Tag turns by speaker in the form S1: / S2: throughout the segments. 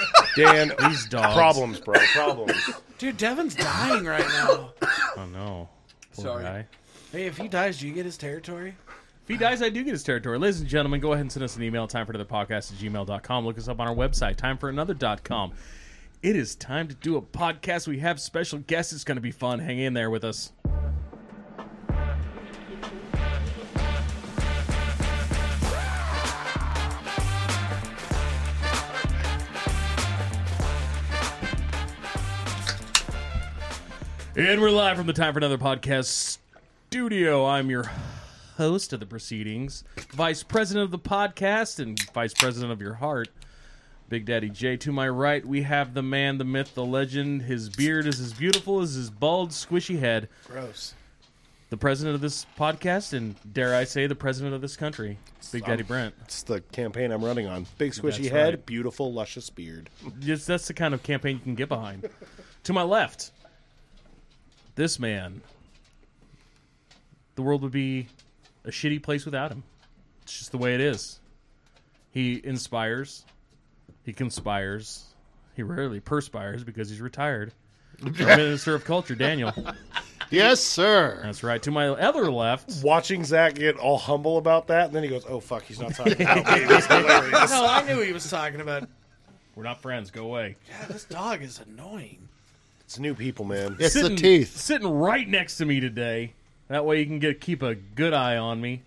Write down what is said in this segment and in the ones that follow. S1: Dan,
S2: These dogs.
S1: problems, bro. Problems.
S3: Dude, Devin's dying right now.
S2: Oh no. Poor
S3: Sorry.
S2: guy.
S3: Hey, if he dies, do you get his territory?
S2: If he dies, I do get his territory. Ladies and gentlemen, go ahead and send us an email, time for another podcast at gmail.com. Look us up on our website, time for another.com. It is time to do a podcast. We have special guests. It's going to be fun. Hang in there with us. And we're live from the Time for Another podcast studio. I'm your host of the proceedings, vice president of the podcast, and vice president of your heart, Big Daddy J. To my right, we have the man, the myth, the legend. His beard is as beautiful as his bald, squishy head.
S3: Gross.
S2: The president of this podcast, and dare I say, the president of this country, Big Daddy Brent.
S1: It's the campaign I'm running on. Big squishy
S2: That's
S1: head,
S2: right.
S1: beautiful luscious beard.
S2: Yes, that's the kind of campaign you can get behind. to my left, this man. The world would be a shitty place without him. It's just the way it is. He inspires, he conspires, he rarely perspires because he's retired. Our Minister of Culture, Daniel.
S4: Yes, sir.
S2: That's right. To my other left,
S1: Watching Zach get all humble about that, and then he goes, "Oh fuck, he's not talking." about me."
S3: No, I knew he was talking about.
S2: we're not friends. Go away.
S3: God, this dog is annoying.
S1: It's new people, man.
S4: It's the teeth.
S2: Sitting right next to me today. That way you can get keep a good eye on me.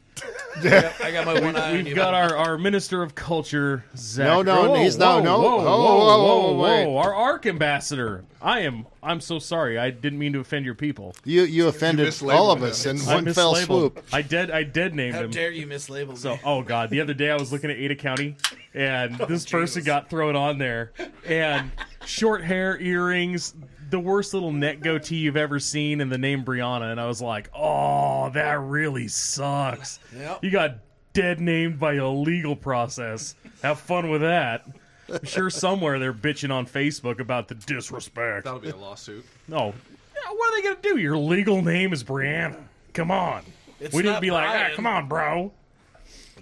S3: I got my one eye. on
S2: We've
S3: you.
S2: got our, our minister of culture, Zach.
S4: No, no,
S2: Whoa,
S4: he's not-
S2: whoa,
S4: no.
S2: Whoa,
S4: Oh,
S2: whoa,
S4: whoa,
S2: whoa,
S4: whoa, wait.
S2: whoa. Our Ark ambassador. I am. I'm so sorry. I didn't mean to offend your people.
S4: You you offended
S5: mislabeled
S4: all of
S5: him.
S4: us in
S2: I
S4: one fell
S2: mislabeled.
S4: swoop.
S2: I dead. I dead named
S3: How
S2: him.
S3: dare you mislabel
S2: So,
S3: me?
S2: oh god, the other day I was looking at Ada County, and this person got thrown on there, and short hair, earrings, the worst little net goatee you've ever seen, and the name Brianna, and I was like, oh, that really sucks.
S3: Yep.
S2: You got dead named by a legal process. Have fun with that. I'm sure somewhere they're bitching on Facebook about the disrespect.
S5: That'll be a lawsuit.
S2: No, Yeah, what are they gonna do? Your legal name is Brianna. Come on.
S3: It's
S2: we didn't
S3: not
S2: be like, ah,
S3: Brian.
S2: come on, bro.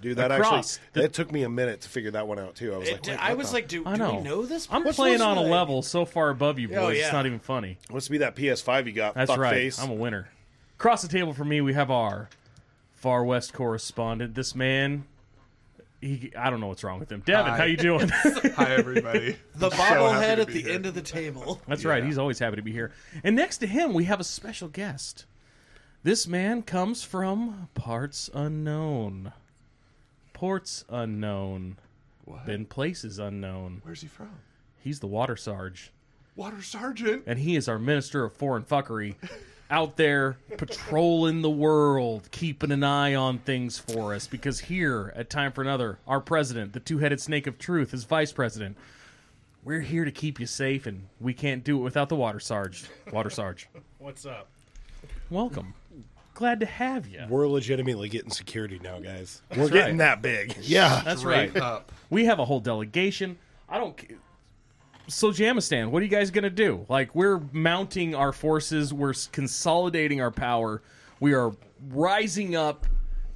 S1: Dude, that
S2: Across.
S1: actually that took me a minute to figure that one out too. I was
S3: It-
S1: like, wait,
S3: I
S1: what
S3: was
S1: the-
S3: like, do,
S2: I
S3: do
S2: know.
S3: we know this?
S2: I'm
S3: What's
S2: playing
S3: this
S2: on a
S3: like?
S2: level so far above you boys.
S3: Oh, yeah.
S2: It's not even funny.
S1: must be that PS5 you got.
S2: That's
S1: fuck
S2: right.
S1: Face.
S2: I'm a winner. Across the table from me, we have our Far West correspondent. This man, he I don't know what's wrong with him. Devin,
S5: Hi.
S2: how you doing?
S5: Hi, everybody.
S3: The
S5: So happy
S3: bobblehead
S5: to
S3: at
S5: be
S3: the
S5: here.
S3: end of the table.
S2: That's right. He's always happy to be here. And next to him, we have a special guest. This man comes from parts unknown, ports unknown,
S5: What?
S2: been places unknown.
S5: Where's he from?
S2: He's the water sarge.
S5: Water Sergeant.
S2: and he is our minister of foreign fuckery out there patrolling the world keeping an eye on things for us because here at time for another our president the two-headed snake of truth is vice president we're here to keep you safe and we can't do it without the water sarge water sarge
S6: What's up?
S2: welcome glad to have you
S1: We're legitimately getting security now, guys. We're getting that big.
S4: Yeah.
S2: that's right
S5: Up.
S2: we have a whole delegation i don't ca- so jamistan what are you guys gonna do like we're mounting our forces we're s- consolidating our power we are rising up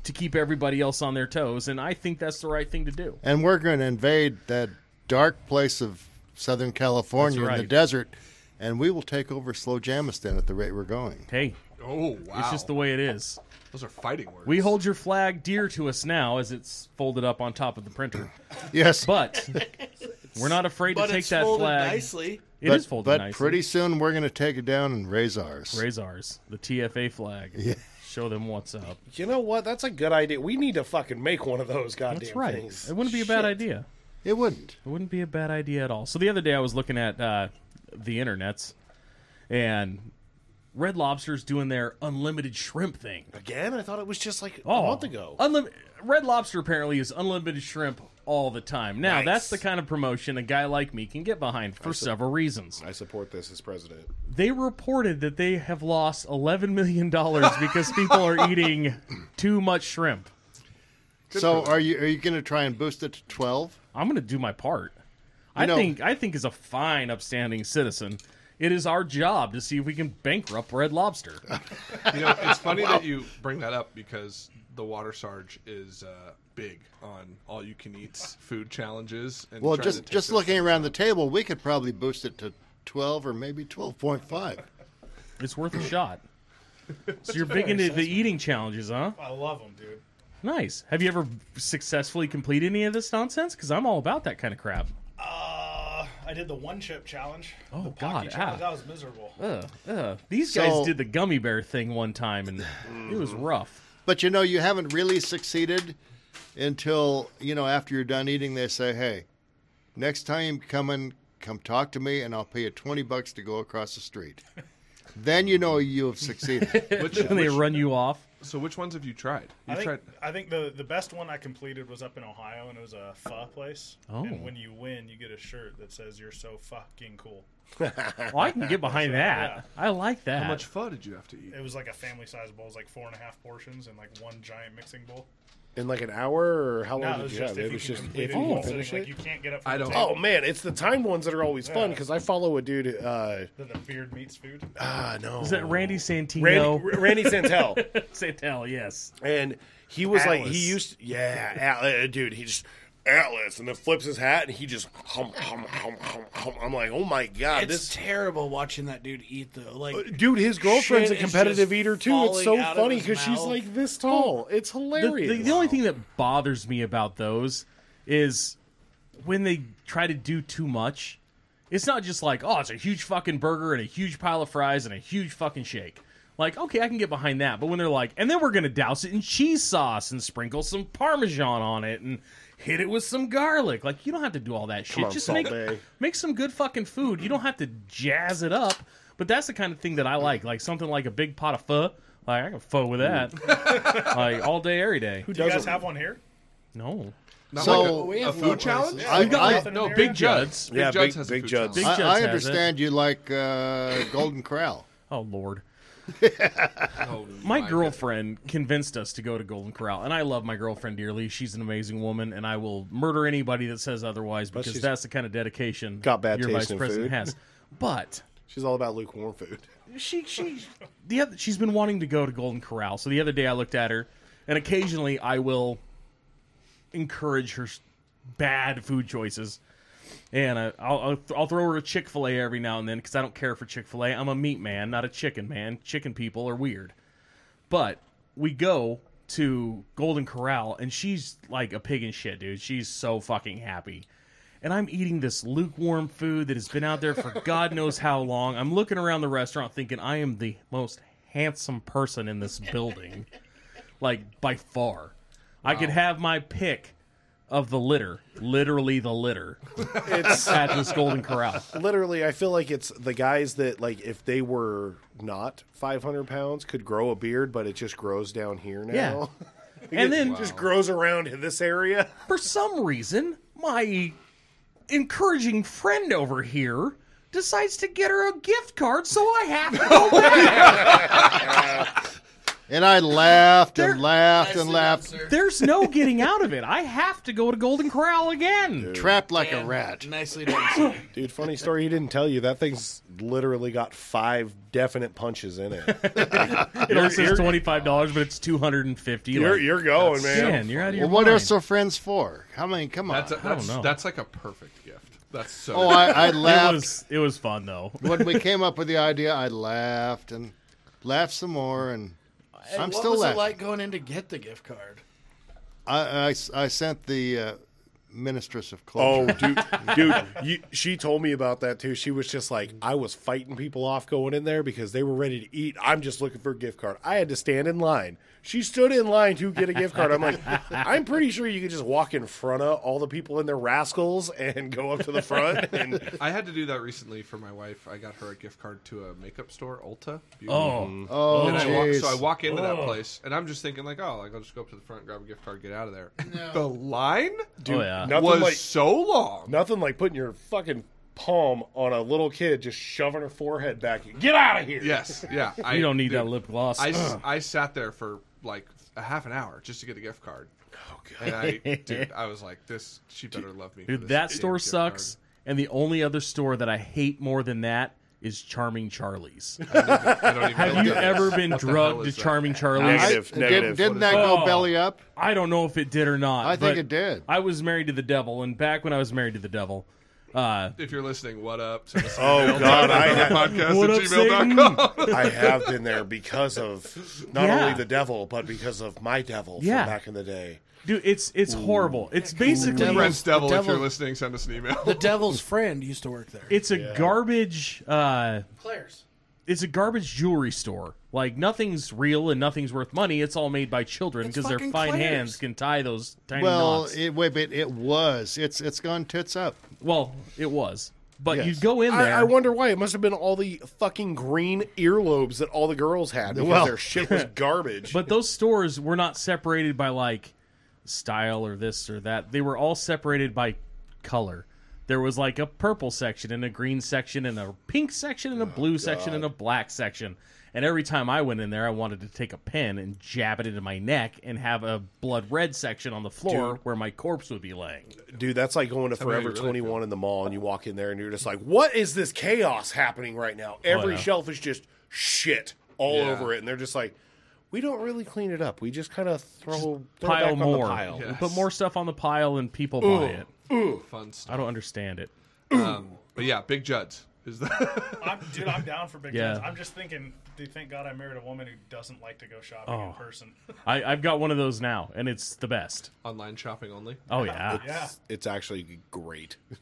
S2: to keep everybody else on their toes and i think that's the right thing to do
S4: And we're going to invade that dark place of Southern California
S2: That's
S4: in
S2: right.
S4: the desert, and we will take over Slow Jamistan at the rate we're going.
S2: hey
S5: Oh, wow.
S2: it's just the way it is
S5: Those are fighting words.
S2: we hold your flag dear to us now as it's folded up on top of the printer
S4: Yes.
S2: but we're not afraid
S3: But
S2: to take
S3: it's
S2: that
S3: folded
S2: flag
S3: nicely.
S2: It
S4: but,
S2: is folded
S4: but
S2: nicely.
S4: pretty soon we're going to take it down and raise ours.
S2: raise ours the tfa flag show them what's up
S1: You know what? That's a good idea. We need to fucking make one of those goddamn
S2: that's right
S1: things.
S2: it wouldn't be a bad idea
S4: It wouldn't.
S2: It wouldn't be a bad idea at all. So the other day I was looking at uh, the internets, and Red Lobster's doing their unlimited shrimp thing.
S1: Again, I thought it was just like
S2: Oh,
S1: a month ago.
S2: Unlim- Red Lobster apparently is unlimited shrimp all the time. Now
S1: Nice.
S2: that's the kind of promotion a guy like me can get behind for several reasons.
S1: I support this as president.
S2: They reported that they have lost eleven million dollars because people are eating too much shrimp.
S4: So are you are you going to try and boost it to 12?
S2: I'm going to do my part. I
S4: know-
S2: think I think as a fine, upstanding citizen, it is our job to see if we can bankrupt Red Lobster.
S5: You know, it's funny that you bring that up because the water sarge is uh, big on all you can eats food challenges. And
S4: Well,
S5: trying to
S4: just
S5: take
S4: just
S5: those-
S4: looking around the table, we could probably boost it to twelve or maybe twelve point five.
S2: It's worth a shot. So you're big into the eating challenges, huh?
S1: I love them, dude.
S2: Nice. Have you ever successfully completed any of this nonsense? Because I'm all about that kind of crap.
S1: Uh, I did the one chip challenge.
S2: Oh,
S1: the Pocky
S2: God,
S1: challenge.
S2: ah.
S1: That was miserable.
S2: Ugh, ugh. These
S4: So-
S2: guys did the gummy bear thing one time, and it was rough.
S4: But you know, you haven't really succeeded until you know after you're done eating. They say, "Hey, next time you come in, come talk to me, and I'll pay you twenty bucks to go across the street." then you know you have succeeded.
S5: Which,
S2: And they
S5: which-
S2: run you off.
S5: so, which ones have you tried? You
S1: I think,
S5: tried.
S1: I think the, the best one I completed was up in Ohio, and it was a pho place.
S2: Oh.
S1: And when you win, you get a shirt that says, You're so fucking cool.
S2: Well, I can get behind that. I like that.
S5: How much pho did you have to eat?
S1: It was like a family size bowl. It was like four and a half portions and like one giant mixing bowl.
S6: In like an hour, or how long
S1: No, it was
S6: did you
S1: just
S6: have?
S1: if
S6: It
S1: you
S6: was
S1: can
S6: just
S1: complete
S6: if
S1: it
S6: you
S1: in one
S6: can finish
S1: sitting,
S6: it.
S1: like you can't get up from
S5: I
S1: the
S5: don't-
S1: table.
S6: Oh man, it's the timed ones that are always fun because I follow a dude. Uh,
S1: Then the beard meets food.
S6: ah, no,
S2: Is that Randy Santino?
S6: Randy, Randy Santel,
S2: Santel, yes.
S6: and he was like
S2: Atlas.
S6: he used yeah, Atlas, uh, dude. He just Atlas, and then flips his hat, and he just hum hum hum hum hum. I'm like, oh my god,
S3: It's
S6: this
S3: terrible watching that dude eat though. Like,
S6: dude. His girlfriend's
S3: Shit
S6: a
S3: is
S6: competitive
S3: just
S6: eater too. It's
S3: falling
S6: so
S3: out of
S6: funny
S3: his
S6: because she's
S3: mouth.
S6: like this tall. It's
S2: The,
S6: hilarious.
S2: the, the only thing that bothers me about those is when they try to do too much. It's not just like, oh, it's a huge fucking burger and a huge pile of fries and a huge fucking shake. Like, okay, I can get behind that. But when they're like, and then we're going to douse it in cheese sauce and sprinkle some Parmesan on it and hit it with some garlic. Like, you don't have to do all that shit.
S6: on,
S2: just
S6: Salt
S2: make,
S6: Bae.
S2: make some good fucking food. You don't have to jazz it up. But that's the kind of thing that I like. Like, something like a big pot of pho. Like, I can pho with that.
S6: Mm.
S2: like, all day, every day.
S1: Do you guys have one here?
S2: No.
S5: Not
S4: So-
S5: like a-
S4: We
S5: a,
S4: have
S5: food challenge?
S4: I, I,
S1: nothing.
S5: No,
S1: Yeah.
S5: Big Judd's.
S6: Yeah,
S5: Judd's
S6: Big-
S5: has a
S6: Big
S5: food
S6: Judd's.
S5: challenge.
S4: I-
S2: Judds
S4: I
S2: has it.
S4: understand you like uh, Golden Corral.
S2: Oh Lord.
S5: Oh,
S2: My
S6: uh,
S5: God.
S2: girlfriend convinced us to go to Golden Corral, and I love my girlfriend dearly. She's an amazing woman, and I will murder anybody that says otherwise because
S6: she's
S2: that's the kind of dedication
S6: got bad
S2: your
S6: taste
S2: vice
S6: in
S2: president
S6: food.
S2: has. But
S6: she's all about lukewarm food.
S2: she she the other, she's been wanting to go to Golden Corral. So the other day I looked at her, and occasionally I will encourage her s- bad food choices, and I, I'll I'll, th- I'll throw her a Chick Fil A every now and then because I don't care for Chick Fil A. I'm a meat man, not a chicken man. Chicken people are weird, but we go to Golden Corral, and she's like a pig in shit, dude. She's so fucking happy and I'm eating this lukewarm food that has been out there for God knows how long. I'm looking around the restaurant thinking I am the most handsome person in this building, like by far. I could have my pick of the litter, literally the litter,
S6: It's
S2: at this Golden Corral.
S6: literally i feel like it's the guys that like if they were not 500 pounds could grow a beard but it just grows down here now
S2: And then
S6: just grows around in this area
S2: for some reason, my encouraging friend over here decides to get her a gift card, so I have to go
S4: And I laughed
S2: There-
S4: and laughed and laughed,
S2: There's no getting out of it. I have to go to Golden Corral again.
S4: trapped like a rat.
S3: Nicely done. sir.
S6: dude funny story he didn't tell you that thing's literally got five definite punches in it
S2: It only says twenty five dollars, but it's two hundred and fifty.
S6: you're, you're going man
S2: man, you're out of your
S4: Well, what
S2: mind.
S4: are so friends for? How many? Come on.
S5: That's, a, that's,
S2: know.
S5: that's like a perfect gift. That's so.
S4: oh, I, I
S2: It
S4: laughed.
S2: was it was fun though.
S4: when we came up with the idea, I laughed and laughed some more, and I'm
S3: what
S4: still
S3: was
S4: laughing.
S3: it like going in to get the gift card?
S4: I, I, I sent the uh, ministress of
S6: Oh,
S4: culture.
S6: dude, dude, you, she told me about that too. She was just like, I was fighting people off going in there because they were ready to eat. I'm just looking for a gift card. I had to stand in line. She stood in line to get a gift card. I'm like, I'm pretty sure you could just walk in front of all the people in their rascals and go up to the front. And
S5: I had to do that recently for my wife. I got her a gift card to a makeup store, Ulta. Beauty.
S2: Oh,
S4: Oh,
S5: And I walk,
S4: jeez.
S5: so I walk into that place, and I'm just thinking like, oh, like I'll just go up to the front, grab a gift card, get out of there. The line
S2: oh yeah.
S6: nothing
S5: was
S6: like
S5: so long.
S6: nothing like putting your fucking palm on a little kid just shoving her forehead back. Get out of here.
S5: Yes, yeah. I,
S2: you don't need
S5: dude,
S2: that lip gloss.
S5: I, s- I sat there for like a half an hour just to get a gift card. Oh god, and I, dude, I was like, this. She better love me. for
S2: Dude,
S5: this
S2: that
S5: damn
S2: store
S5: gift
S2: sucks. And the only other store that I hate more than that is Charming Charlie's.
S5: I don't even know
S2: Have you
S5: what that
S2: ever
S5: is.
S2: been
S5: What the hell
S2: drugged to
S5: is that?
S2: Charming Charlie's?
S4: I-
S6: Negative, negative.
S4: Did, not
S5: What
S4: that
S5: is
S4: go
S2: Oh.
S4: belly up?
S2: I don't know if it did or not.
S4: I think
S2: but
S4: it did.
S2: I was married to the devil, and back when I was married to the devil, uh,
S5: If you're listening, what up? Send us an
S6: Oh,
S5: email,
S6: God, I-
S5: podcast
S2: What
S5: at
S2: up, Satan?
S5: gmail.com.
S6: I have been there because of not
S2: Yeah.
S6: only the devil, but because of my devil
S2: Yeah.
S6: from back in the day.
S2: dude, it's it's horrible. It's basically
S3: Devil-
S5: Rest devil, if
S3: devil-
S5: you're listening, send us an
S3: The
S5: email.
S3: devil's friend used to work there.
S2: it's a garbage. Uh,
S3: Claire's.
S2: it's a garbage jewelry store. Like nothing's real and nothing's worth money. It's all made by children because their
S3: fucking
S2: fine
S3: Claire's.
S2: hands can tie those tiny
S4: Well,
S2: knots.
S4: it, wait, but it was. It's it's gone tits up.
S2: well, it was, but you
S4: Yes.
S2: go in there.
S6: I, I wonder why. It must have been all the fucking green earlobes that all the girls had because
S4: Well-
S6: their shit was garbage.
S2: But those stores were not separated by like style or this or that. They were all separated by color. There was like a purple section and a green section and a pink section
S6: Oh,
S2: and a blue section and a black section. And every time I went in there, I wanted to take a pen and jab it into my neck and have a blood red section on the floor where my corpse would be laying.
S6: Dude, that's like going to Forever
S5: really
S6: 21 in the mall and you walk in there and you're just like, what is this chaos happening right now? Every
S2: yeah.
S6: shelf is just shit all
S5: Yeah.
S6: over it. And they're just like, we don't really clean it up. We just kind of throw, throw it
S2: Pile
S6: back on the
S2: more.
S6: pile.
S2: We
S5: Yes.
S2: put more stuff on the pile and people buy it.
S5: Fun stuff.
S2: I don't understand it.
S5: Um, but yeah, Big Judd's is the
S7: I'm, dude, I'm down for big
S2: Yeah.
S7: guns. I'm just thinking, dude, thank God I married a woman who doesn't like to go shopping in person.
S2: I, I've got one of those now, and it's the best.
S5: online shopping only.
S2: Oh yeah,
S7: yeah.
S6: It's actually great.
S2: it's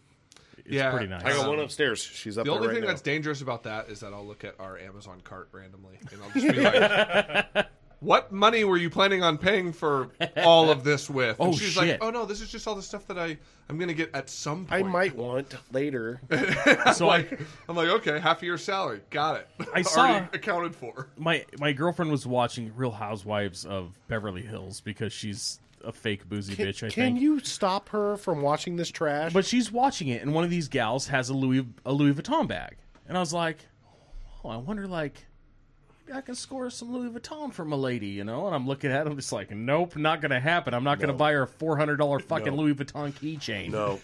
S5: yeah.
S2: pretty nice.
S6: I got one upstairs. She's up
S5: The
S6: there
S5: only
S6: right
S5: thing
S6: now.
S5: that's dangerous about that is that I'll look at our Amazon cart randomly and I'll just be like, "What money were you planning on paying for all of this with?" And
S2: Oh,
S5: she's
S2: shit.
S5: like, "Oh no, this is just all the stuff that I I'm gonna get at some
S6: I
S5: point."
S6: might want later.
S2: so I,
S5: I'm like, "Okay, half of your salary, got it."
S2: I
S5: Already
S2: saw-
S5: accounted for.
S2: my my girlfriend was watching Real Housewives of Beverly Hills because she's a fake boozy bitch.
S6: Can
S2: I think.
S6: you stop her from watching this trash?
S2: But she's watching it, and one of these gals has a Louis a Louis Vuitton bag, and I was like, oh, I wonder like. maybe I can score some Louis Vuitton from a lady, you know, and I'm looking at him just like, nope, not gonna happen. I'm not gonna buy her a four hundred dollar fucking Louis Vuitton keychain.
S6: no.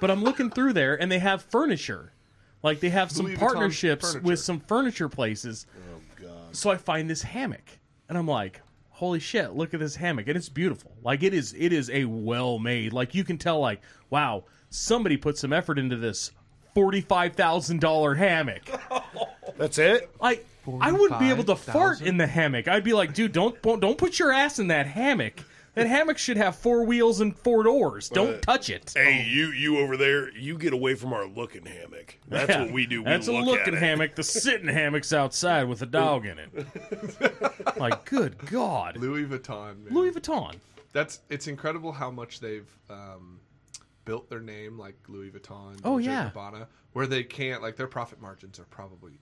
S2: But I'm looking through there, and they have furniture. Like they have some
S5: Louis Vuitton
S2: partnerships
S5: furniture.
S2: with some furniture places. Oh god! So I find this hammock, and I'm like, "Holy shit! Look at this hammock, and it's beautiful. Like it is, it is a well made. Like you can tell, like wow, somebody put some effort into this forty five thousand dollar hammock.
S6: That's it?
S2: Like I wouldn't be able to fart in the hammock. I'd be like, dude, don't don't put your ass in that hammock. That hammock should have four wheels and four doors. Don't touch it.
S6: Hey, you you over there, you get away from our looking hammock. That's
S2: Yeah.
S6: what we do. We
S2: That's
S6: look
S2: a
S6: at
S2: looking
S6: it.
S2: hammock. The sitting hammock's outside with a dog in it. like, good God.
S5: Louis Vuitton. Man.
S2: Louis Vuitton.
S5: That's it's incredible how much they've um, built their name like Louis Vuitton.
S2: Oh,
S5: Dolce
S2: yeah.
S5: Gabbana, where they can't like their profit margins are probably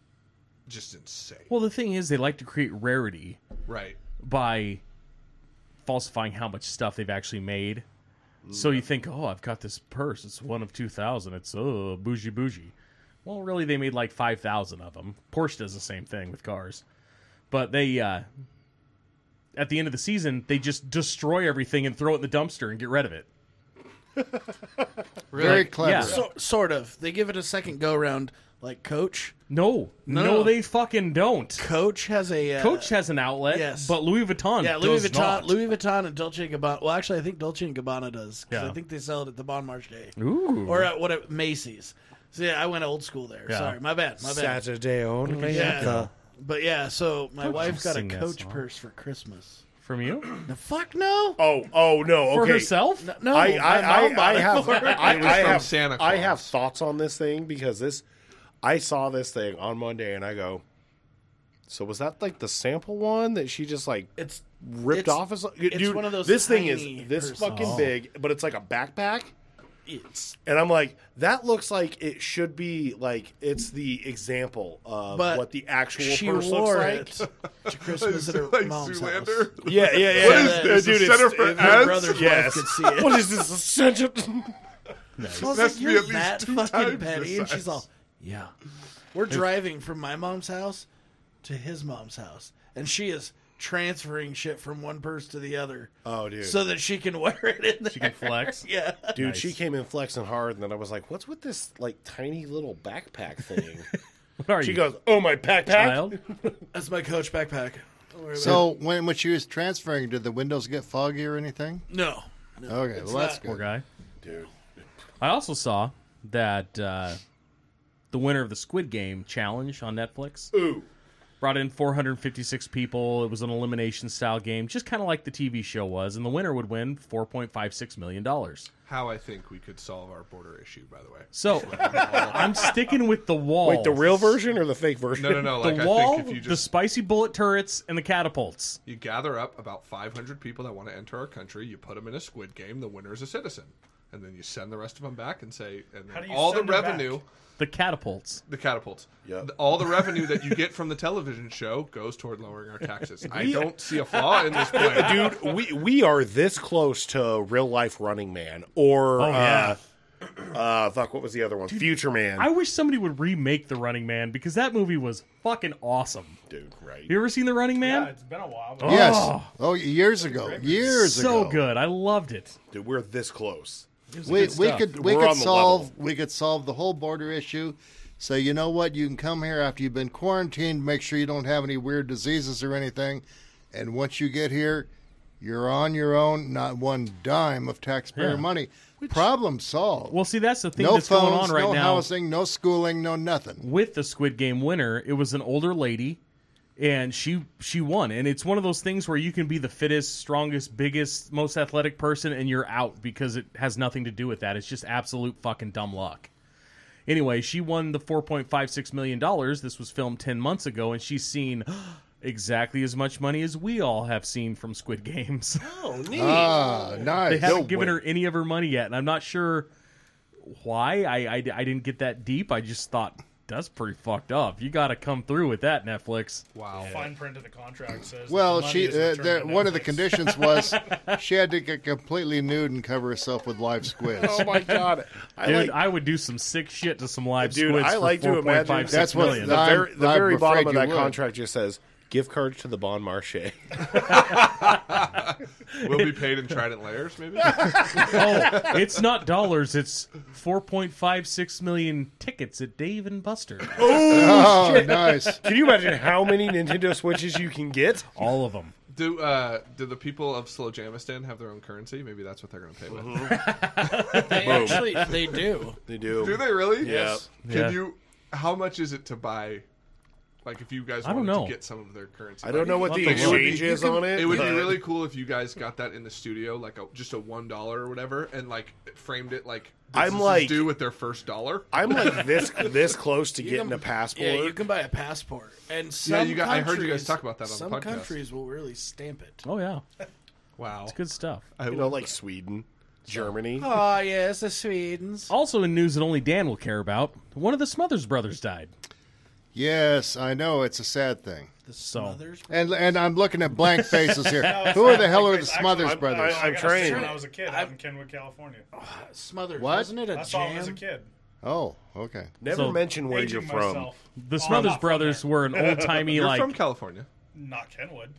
S5: just insane.
S2: Well, the thing is, they like to create rarity
S5: right.
S2: by falsifying how much stuff they've actually made. So you think, oh, I've got this purse. It's one of 2,000. It's uh, bougie bougie. Well, really, they made like 5,000 of them. Porsche does the same thing with cars. But they, uh, at the end of the season, they just destroy everything and throw it in the dumpster and get rid of it.
S4: Very clever.
S2: yeah.
S3: So, sort of. They give it a second go round. Like Coach.
S2: No, no,
S3: no.
S2: they fucking don't.
S3: Coach has a uh,
S2: Coach has an outlet,
S3: yes.
S2: but Louis Vuitton
S3: Yeah, Louis
S2: does
S3: Vuitton,
S2: not.
S3: Louis Vuitton, and Dolce and Gabbana. Well, actually, I think Dolce and Gabbana does 'cause
S2: Yeah.
S3: I think they sell it at the Bon Marché
S2: Ooh.
S3: or at what at Macy's. So yeah, I went old school there.
S2: Yeah.
S3: Sorry, my bad, my bad.
S6: Saturday only.
S3: Yeah. But yeah, so my wife got a
S2: sing that
S3: Coach
S2: song.
S3: purse for Christmas.
S2: From you?
S3: The fuck no,
S6: Oh, oh no.
S2: For
S6: okay.
S2: herself?
S3: no.
S6: I,
S3: my
S6: I, I,
S3: mom
S6: I
S3: bought it
S6: have,
S3: for her.
S6: I,
S5: It was
S6: I
S5: from
S6: have,
S5: Santa
S6: I have
S5: Claus.
S6: thoughts on this thing because this, I saw this thing on Monday and I go, so was that like the sample one that she just like
S3: It's
S6: ripped
S3: it's-
S6: off? As,
S3: it's
S6: dude,
S3: one of those
S6: This thing
S3: tiny
S6: is this
S3: purses.
S6: fucking big, but it's like a backpack.
S3: It's
S6: And I'm like, that looks like it should be like it's the example of
S3: But
S6: what the actual
S3: she
S6: purse
S3: wore
S6: looks like.
S3: it to Christmas at her
S5: Like
S3: mom's
S5: Zoolander.
S3: house.
S6: Yeah, yeah, yeah.
S3: What is this,
S6: Dude,
S5: a
S6: it's-
S5: center for
S6: it's-
S5: ads?
S3: Her brother's wife
S6: Yes.
S3: could see it.
S6: What is this? A center?
S3: I was
S5: That's
S3: like,
S5: to be
S3: you're
S5: at least
S3: that
S5: two
S3: fucking
S5: times
S3: petty,
S5: the
S3: and she's
S5: size.
S3: all, yeah. We're driving from my mom's house to his mom's house, and she is transferring shit from one purse to the other.
S6: Oh, dude.
S3: so that she can wear it in there.
S2: She can flex.
S3: yeah.
S6: Dude, she came in flexing hard, and then I was like, "What's with this like tiny little backpack thing?"
S2: What are
S6: She
S2: you,
S6: goes, "Oh my pack pack."
S2: child?
S3: That's my coach backpack. Don't worry about it.
S4: So when when she was transferring, did the windows get foggy or anything?
S3: no, no.
S4: Okay, well that's
S3: not-
S2: Poor
S4: good.
S2: guy.
S6: Dude.
S2: I also saw that uh, the winner of the Squid Game challenge on Netflix
S6: Ooh.
S2: brought in 456 people. It was an elimination style game, just kind of like the TV show was, and the winner would win 4.56 million dollars.
S5: How I think we could solve our border issue, by the way.
S2: So I'm sticking with the wall.
S6: Wait, the real version or the fake version?
S5: No, no, no.
S2: The
S5: Like I
S2: wall,
S5: think if you
S2: the
S5: just
S2: spicy bullet turrets, and the catapults.
S5: you gather up about 500 people that want to enter our country, you put them in a squid game. The winner is a citizen, and then you send the rest of them back and say, and
S7: How
S5: then
S7: do you
S5: all the
S7: send 'em
S5: revenue,
S7: back?
S2: The catapults.
S5: the catapults,
S6: Yep.
S5: th- all the revenue that you get from the television show goes toward lowering our taxes. I don't see a flaw in this plan.
S6: Dude, we we are this close to real life Running Man or
S2: yeah.
S6: uh, uh fuck what was the other one? Future Man.
S2: I wish somebody would remake The Running Man because that movie was fucking awesome.
S6: Dude, right.
S2: You ever seen The Running Man?
S7: Yeah, it's been a while. But
S4: Yes.
S2: Oh.
S4: Oh, years ago, years
S2: so
S4: ago.
S2: good. I loved it.
S6: Dude, we're this close.
S4: We,
S2: good
S4: we
S2: stuff.
S4: could we
S6: We're
S4: could
S6: on the
S4: solve
S6: level.
S4: we could solve the whole border issue. So you know what? You can come here after you've been quarantined. Make sure you don't have any weird diseases or anything. And once you get here, you're on your own. Not one dime of taxpayer
S2: Yeah.
S4: money. Problem solved.
S2: Well, see, that's the thing
S4: no
S2: that's
S4: phones,
S2: going on right
S4: no
S2: now
S4: housing, no schooling, no nothing.
S2: with the Squid Game winner. It was an older lady, and she she won. And it's one of those things where you can be the fittest, strongest, biggest, most athletic person, and you're out because it has nothing to do with that. It's just absolute fucking dumb luck. Anyway, she won the four point five six million dollars. This was filmed ten months ago, and she's seen. Exactly as much money as we all have seen from Squid Games.
S4: Ah,
S2: They
S4: nice.
S2: haven't given her any of her money yet, and I'm not sure why. I, I, I didn't get that deep. I just thought that's pretty fucked up. You got to come through with that, Netflix.
S5: Wow.
S7: fine print of the contract says.
S4: Well,
S7: the money
S4: she
S7: is
S4: uh,
S7: returned
S4: there,
S7: to
S4: one of the
S7: Netflix.
S4: conditions was she had to get completely nude and cover herself with live squids.
S6: Oh my god. I
S2: Dude,
S6: like
S2: I would do some sick shit to some live
S6: Dude,
S2: squids
S6: I
S2: for
S6: like to imagine-
S2: 4.56
S4: That's what-
S2: million.
S6: the
S4: I'm-
S6: very, the
S4: I'm
S6: very bottom
S4: afraid
S6: of
S4: you
S6: that
S4: would.
S6: contract just says gift cards to the Bon Marché.
S5: We'll be paid in Trident layers, maybe.
S2: oh, it's not dollars. It's 4.56 million tickets at Dave and Buster.
S4: Oh, nice.
S6: Can you imagine how many Nintendo Switches you can get?
S2: All of them.
S5: Do uh, do the people of Slojamistan have their own currency? Maybe that's what they're going to pay with.
S3: They actually they do.
S6: They do.
S5: Do they really?
S6: Yes.
S5: Can
S2: Yeah.
S5: you? How much is it to buy? Like, if you guys
S2: I
S5: wanted
S2: don't know.
S5: to get some of their currency,
S6: I don't know what the
S2: It would be-
S6: exchange is on it.
S5: It would be
S6: but-
S5: really cool if you guys got that in the studio, like a, just a one dollar or whatever, and like framed it like
S6: I'm
S5: businesses
S6: like-
S5: do with their first dollar.
S6: I'm like this this close to getting a passport.
S3: Yeah, you can buy a passport, and some
S5: you got- I heard you guys
S3: countries-
S5: talk about that on the
S3: some
S5: podcast.
S3: countries will really stamp it.
S2: Oh, yeah.
S5: Wow,
S2: Good stuff.
S5: I
S6: You know, like Sweden, Germany.
S3: Oh yes, the Swedes.
S2: Also in news that only Dan will care about, one of the Smothers brothers died.
S4: Yes, I know it's a sad thing.
S2: So
S3: Others.
S4: And and I'm looking at blank faces here. Who are the hell are the
S7: Actually,
S4: Smothers
S7: I'm-
S4: brothers?
S7: I
S6: I'm
S7: got to see it
S6: trained.
S7: When I was a kid, out in Kenwood, California,
S3: Smothers.
S4: What?
S3: Wasn't it a
S7: I saw it
S3: jam?
S7: as a kid.
S4: oh, okay.
S6: Never
S2: So-
S6: mention where
S7: Aging
S6: you're from.
S7: myself.
S2: the
S7: Oh,
S2: Smothers
S7: I'm not from
S2: brothers
S7: there.
S2: were an old timey
S5: You're
S2: like
S5: from California.
S7: not Kenwood.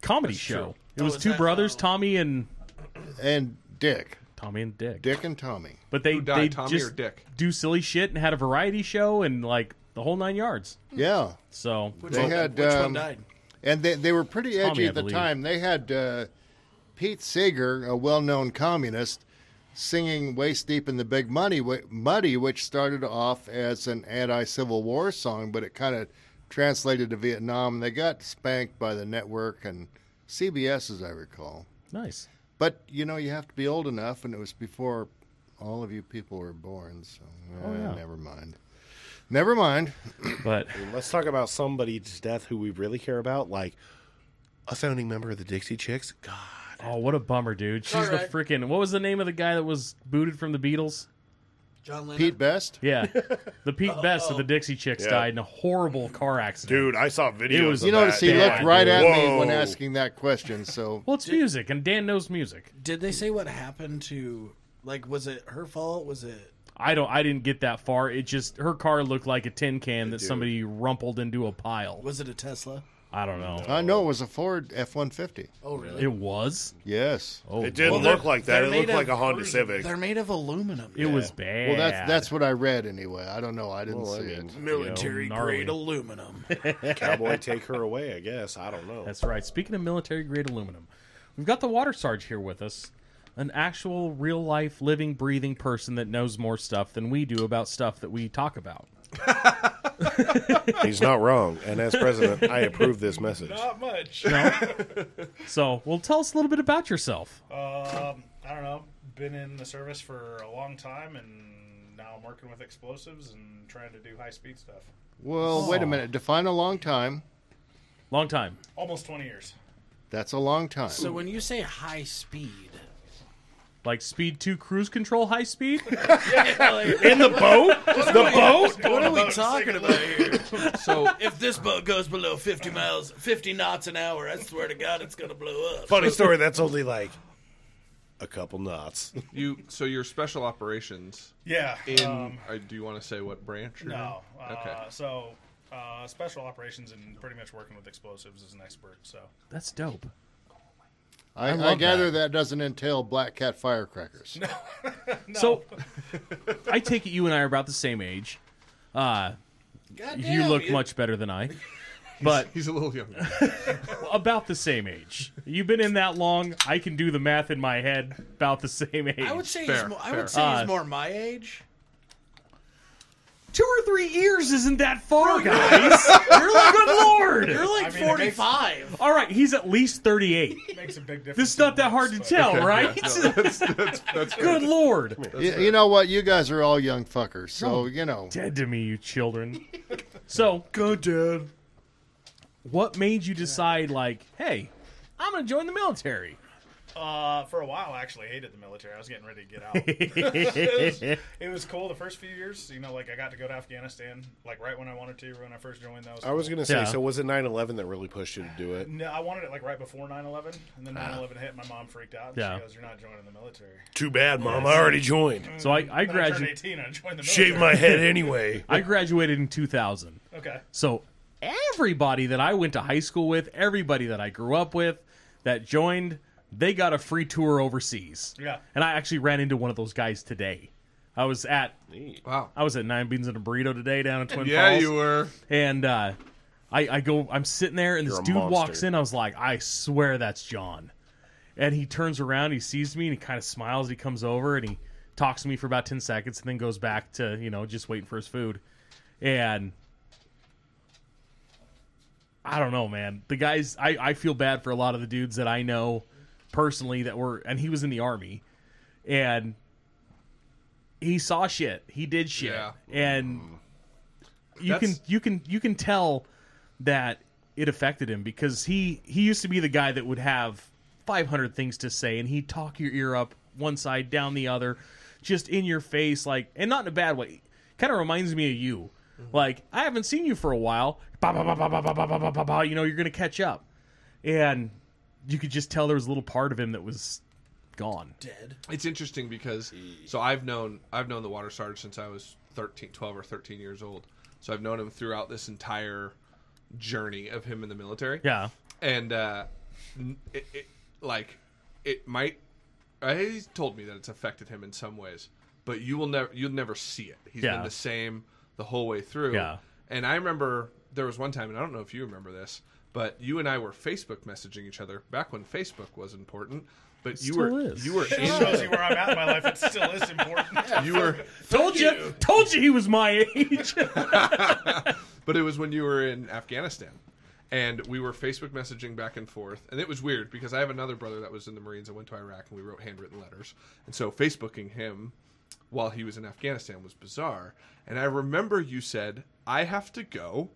S2: comedy show. It
S3: Oh,
S2: was
S3: is
S2: two
S3: that-
S2: brothers,
S3: oh.
S2: Tommy and
S4: And Dick,
S2: Tommy and Dick.
S4: Dick and Tommy.
S2: But they
S5: Who died,
S2: they
S5: Tommy
S2: just
S5: or Dick?
S2: do silly shit and had a variety show and like the whole nine yards.
S4: Yeah,
S2: So
S4: they had.
S3: Which one
S4: um,
S3: died?
S4: And they they were pretty edgy
S2: Tommy, I
S4: at the
S2: believe.
S4: time. They had uh, Pete Seeger, a well-known communist, singing "Waist Deep in the Big Money," wi- Muddy, which started off as an anti-Civil War song, but it kind of translated to Vietnam. They got spanked by the network and CBS, as I recall.
S2: nice.
S4: But you know, you have to be old enough, and it was before all of you people were born. So eh,
S2: yeah.
S4: never mind. Never mind.
S2: But
S6: Let's talk about somebody's death who we really care about, like a founding member of the Dixie Chicks. God,
S2: oh, what a bummer, dude. She's the
S3: Alright.
S2: freaking what was the name of the guy that was booted from the Beatles?
S3: John Lennon.
S4: Pete Best.
S2: Yeah, the Pete Best
S3: Oh.
S2: of the Dixie Chicks
S6: Yeah.
S2: died in a horrible car accident.
S6: dude, I saw videos.
S2: It was-
S6: of
S4: You notice
S6: that.
S4: he
S2: bad,
S4: looked right at me
S6: Whoa.
S4: when asking that question. So
S2: Well, it's music, and Dan knows music.
S3: Did they say what happened to? Like, was it her fault? Was it?
S2: I don't. I didn't get that far. It just her car looked like a tin can that somebody rumpled into a pile.
S3: Was it a Tesla?
S2: I don't know.
S4: I know it was a Ford F one fifty.
S3: Oh, really?
S2: It was.
S4: Yes.
S2: Oh,
S6: It didn't
S3: Well, they're-
S6: look like that.
S3: they're
S6: It
S3: made
S6: looked like
S3: of-
S6: a Honda Civic.
S3: They're made of aluminum.
S2: it was bad.
S4: Well, that's that's what I read anyway. I don't know. I didn't
S6: I
S4: see
S6: mean,
S4: it.
S3: military
S2: Yo, gnarly.
S3: grade aluminum.
S6: Cowboy, take her away. I guess I don't know.
S2: That's right. Speaking of military grade aluminum, we've got the water sarge here with us, an actual real life living breathing person that knows more stuff than we do about stuff that we talk about.
S6: He's not wrong. And as president, I approve this message.
S7: Not much.
S2: So, well, tell us a little bit about yourself.
S7: Um, I don't know. Been in the service for a long time, and now I'm working with explosives and trying to do high speed stuff.
S4: Well, wait a minute. Define a long time.
S2: Long time.
S7: Almost 20 years.
S4: That's a long time.
S3: so when you say high speed,
S2: Like speed 2 cruise control high speed?
S6: In the boat? the boat?
S3: what are we talking about here?
S5: So
S3: If this boat goes below 50 miles, 50 knots an hour, I swear to God, it's going to blow up.
S6: Funny story. That's only like a couple knots.
S5: you so your special operations
S7: Yeah.
S5: in
S7: um,
S5: I do you want to say what branch? you're
S7: no. Uh,
S5: Okay.
S7: So, uh, special operations and pretty much working with explosives is an expert. So,
S2: That's dope.
S4: I, I,
S2: love
S4: gather that. doesn't entail black cat firecrackers.
S2: So, I take it you and I are about the same age. Uh, you look much better than I. But
S5: He's a little younger.
S2: about the same age. You've been in that long. I can do the math in my head. About the same age.
S3: I would say
S5: Fair,
S3: he's more, I
S5: fair.
S3: would say
S2: Uh,
S3: he's more my age.
S2: Two or three years isn't that far, guys. You're like, good
S3: You're
S2: lord.
S3: like
S7: mean, it makes-
S3: 45.
S2: All right, he's at least 38.
S7: makes a big difference.
S2: This is not
S7: in
S2: that hard to
S7: looks, but-
S2: tell, right?
S5: That's good.
S2: good lord.
S4: You, you know what? You guys are all young fuckers. So, you know.
S2: Dead to me, you children. So,
S6: Go, Dad.
S2: what made you decide, like, hey, I'm going to join the military?
S7: Uh, for a while, I actually hated the military. I was getting ready to get out. it, was, it was cool the first few years. You know, like I got to go to Afghanistan, like right when I wanted to, when I first joined. That was.
S6: I was
S7: cool.
S6: going to say,
S2: Yeah.
S6: so was it 9 11 that really pushed you to do it?
S7: No, I wanted it like right before 9-11, and then 9-11 hit. My mom freaked out.
S2: Ah.
S7: And
S2: Yeah.
S7: She goes, "You're not joining the military."
S6: Too bad, Mom. I already joined.
S2: So, I, I,
S7: When I turned
S2: gradu-
S7: eighteen. I joined the military.
S6: head anyway.
S2: I graduated in 2000.
S7: Okay.
S2: So everybody that I went to high school with, everybody that I grew up with, that joined, they got a free tour overseas.
S7: Yeah.
S2: And I actually ran into one of those guys today. I was at
S5: Wow.
S2: I was at Nine Beans and a Burrito today down in Twin
S5: Yeah,
S2: Falls.
S5: you were.
S2: And uh, I, I go, I'm sitting there, and this
S6: You're a
S2: dude
S6: monster.
S2: walks in. I was like, I swear that's John. And he turns around, he sees me, and he kind of smiles. He comes over and he talks to me for about ten seconds, and then goes back to you know just waiting for his food. And I don't know, man. The guys, I, I feel bad for a lot of the dudes that I know personally that were, and he was in the army, and he saw shit, he did shit,
S5: Yeah.
S2: and you
S5: That's-
S2: can you can you can tell that it affected him because he he used to be the guy that would have 500 things to say and he'd talk your ear up one side down the other just in your face like and not in a bad way kind of reminds me of you
S5: Mm-hmm.
S2: like i haven't seen you for a while ba, ba, ba, ba, ba, ba, ba, ba, ba, ba, ba, you know you're gonna catch up and you could just tell there was a little part of him that was gone
S3: Dead.
S5: It's interesting because so I've known I've known the water sarge since I was 13, 12 or 13 years old. So I've known him throughout this entire journey of him in the military.
S2: yeah
S5: and uh, n- it, it like it might. Uh, he's told me that it's affected him in some ways, but you will never you'll never see it. He's
S2: Yeah.
S5: been the same the whole way through.
S2: Yeah.
S5: And I remember there was one time, and I don't know if you remember this, but you and I were Facebook messaging each other back when Facebook was important. But you
S2: still
S5: were
S2: is.
S5: you were
S7: It
S5: in,
S7: shows you where I'm at in my life. It still is important.
S5: you were,
S2: told you told you he was my age
S5: but it was when you were in Afghanistan. And we were Facebook messaging back and forth, and it was weird because I have another brother that was in the Marines and went to Iraq, and we wrote handwritten letters. And so Facebooking him while he was in Afghanistan was bizarre. And I remember you said, "I have to go."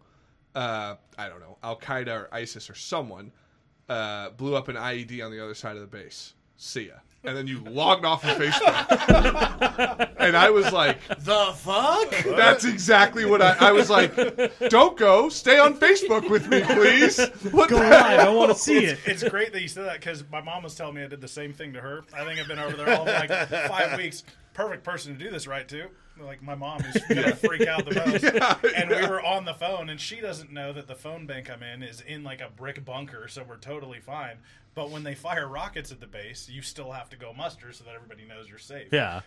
S5: Uh, I don't know, Al Qaeda or ISIS or someone uh, blew up an IED on the other side of the base. See ya. And then you logged off of Facebook, and I was like,
S3: The fuck?
S5: that's exactly what I, I was like. Don't go. Stay on Facebook with me, please. What
S2: go
S5: the
S2: live i want to see it
S7: It's great that you said that because my mom was telling me I did the same thing to her. I think I've been over there all of like five weeks. Perfect person to do this right to. like my mom is gonna freak out the most. and we were on the phone, and she doesn't know that the phone bank I'm in is in like a brick bunker, so we're totally fine. But when they fire rockets at the base, you still have to go muster so that everybody knows you're safe.
S2: Yeah.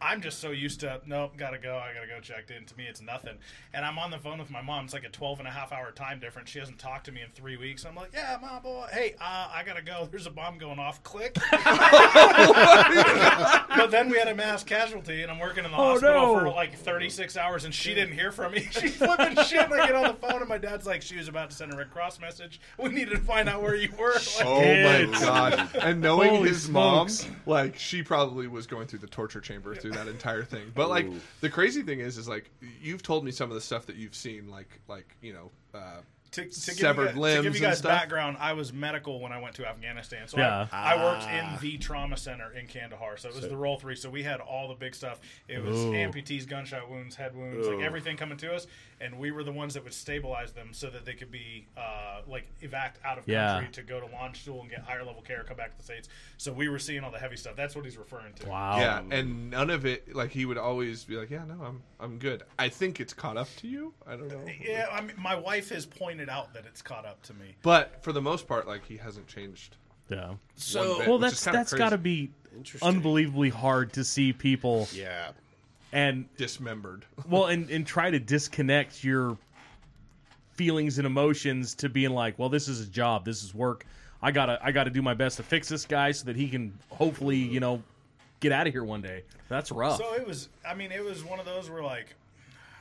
S7: I'm just so used to, nope, gotta go, I gotta go checked in. To me, it's nothing. And I'm on the phone with my mom. It's like a 12 and a half hour time difference. She hasn't talked to me in three weeks. I'm like, yeah, my boy, hey, uh, I gotta go. There's a bomb going off. Click. but then we had a mass casualty, and I'm working in the hospital
S2: no.
S7: for like 36 hours, and she didn't hear from me. She's flipping shit. And I get on the phone, and my dad's like, she was about to send a Red Cross message. We needed to find out where you were. Like,
S5: Oh my god! And knowing
S2: Holy
S5: his
S2: smokes.
S5: mom, like she probably was going through the torture chamber through that entire thing. But like the crazy thing is, is like you've told me some of the stuff that you've seen, like like you know, uh,
S7: to, to give
S5: Severed
S7: you guys,
S5: limbs
S7: To give
S5: and
S7: you guys
S5: stuff?
S7: background, I was medical when I went to Afghanistan, so
S2: Yeah.
S7: I, I worked
S5: Ah.
S7: in the trauma center in Kandahar. So it was the roll three. So we had all the big stuff. It was
S2: Ooh.
S7: amputees, gunshot wounds, head wounds, like everything coming to us, and we were the ones that would stabilize them so that they could be uh, like evac out of
S2: Yeah.
S7: country to go to Longstool and get higher level care, come back to the states. So we were seeing all the heavy stuff. That's what he's referring to.
S2: Wow.
S5: yeah, and none of it. Like he would always be like, "Yeah, no, I'm I'm good." I think it's caught up to you. I don't know.
S7: Yeah, I mean, my wife has pointed out that it's caught up to me.
S5: But for the most part, like he hasn't changed.
S2: Yeah.
S5: one
S3: So
S5: bit,
S2: Well,
S5: which is
S2: that's
S5: kinda
S2: that's
S5: crazy.
S2: got to be unbelievably hard to see people
S6: Yeah.
S2: and
S5: dismembered.
S2: well and and try to disconnect your feelings and emotions to being like, well, this is a job, this is work. I gotta I gotta do my best to fix this guy so that he can hopefully you know get out of here one day. That's rough.
S7: So it was. I mean, it was one of those where like.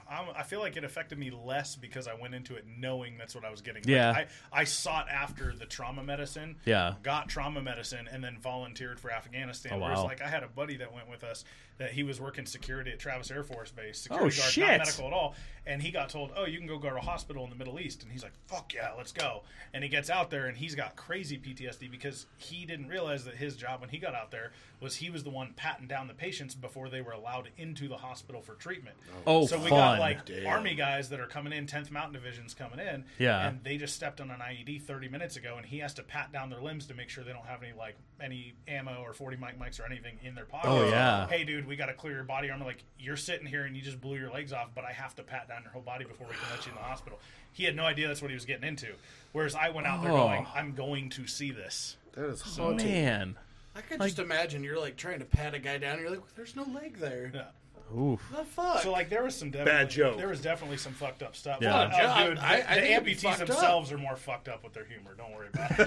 S7: I'm, I feel like it affected me less because I went into it knowing that's what I was getting. Like,
S2: Yeah.
S7: I, I sought after the trauma medicine.
S2: Yeah.
S7: Got trauma medicine and then volunteered for Afghanistan.
S2: Oh,
S7: Whereas,
S2: wow.
S7: like, I had a buddy that went with us that he was working security at Travis Air Force Base. Security guard,
S2: Oh, shit.
S7: Not medical at all. And he got told, oh, you can go guard a hospital in the Middle East. And he's like, fuck yeah, let's go. And he gets out there and he's got crazy PTSD because he didn't realize that his job when he got out there was he was the one patting down the patients before they were allowed into the hospital for treatment.
S2: Oh,
S7: so we
S2: fun.
S7: got like army guys that are coming in, 10th Mountain Division's coming in.
S2: Yeah.
S7: And they just stepped on an IED 30 minutes ago and he has to pat down their limbs to make sure they don't have any like any ammo or 40 mic mics or anything in their pocket.
S2: Oh, yeah.
S7: Hey, dude, we got to clear your body armor. Like, you're sitting here and you just blew your legs off, but I have to pat down your whole body before we can let you in the hospital. He had no idea that's what he was getting into. Whereas I went out there
S2: Oh.
S7: going, I'm going to see this.
S6: That is
S2: Oh, man.
S3: I could just imagine you're like trying to pat a guy down. You're like, there's no leg there.
S7: Yeah.
S2: Oof.
S3: The fuck.
S7: So like there was some definitely-
S6: joke.
S7: There was definitely some fucked up stuff.
S2: Yeah.
S7: But, oh,
S3: Yeah,
S7: dude,
S3: I- I
S7: the,
S3: think it'd be
S7: the amputees
S3: fucked up.
S7: themselves are more fucked up with their humor. Don't worry about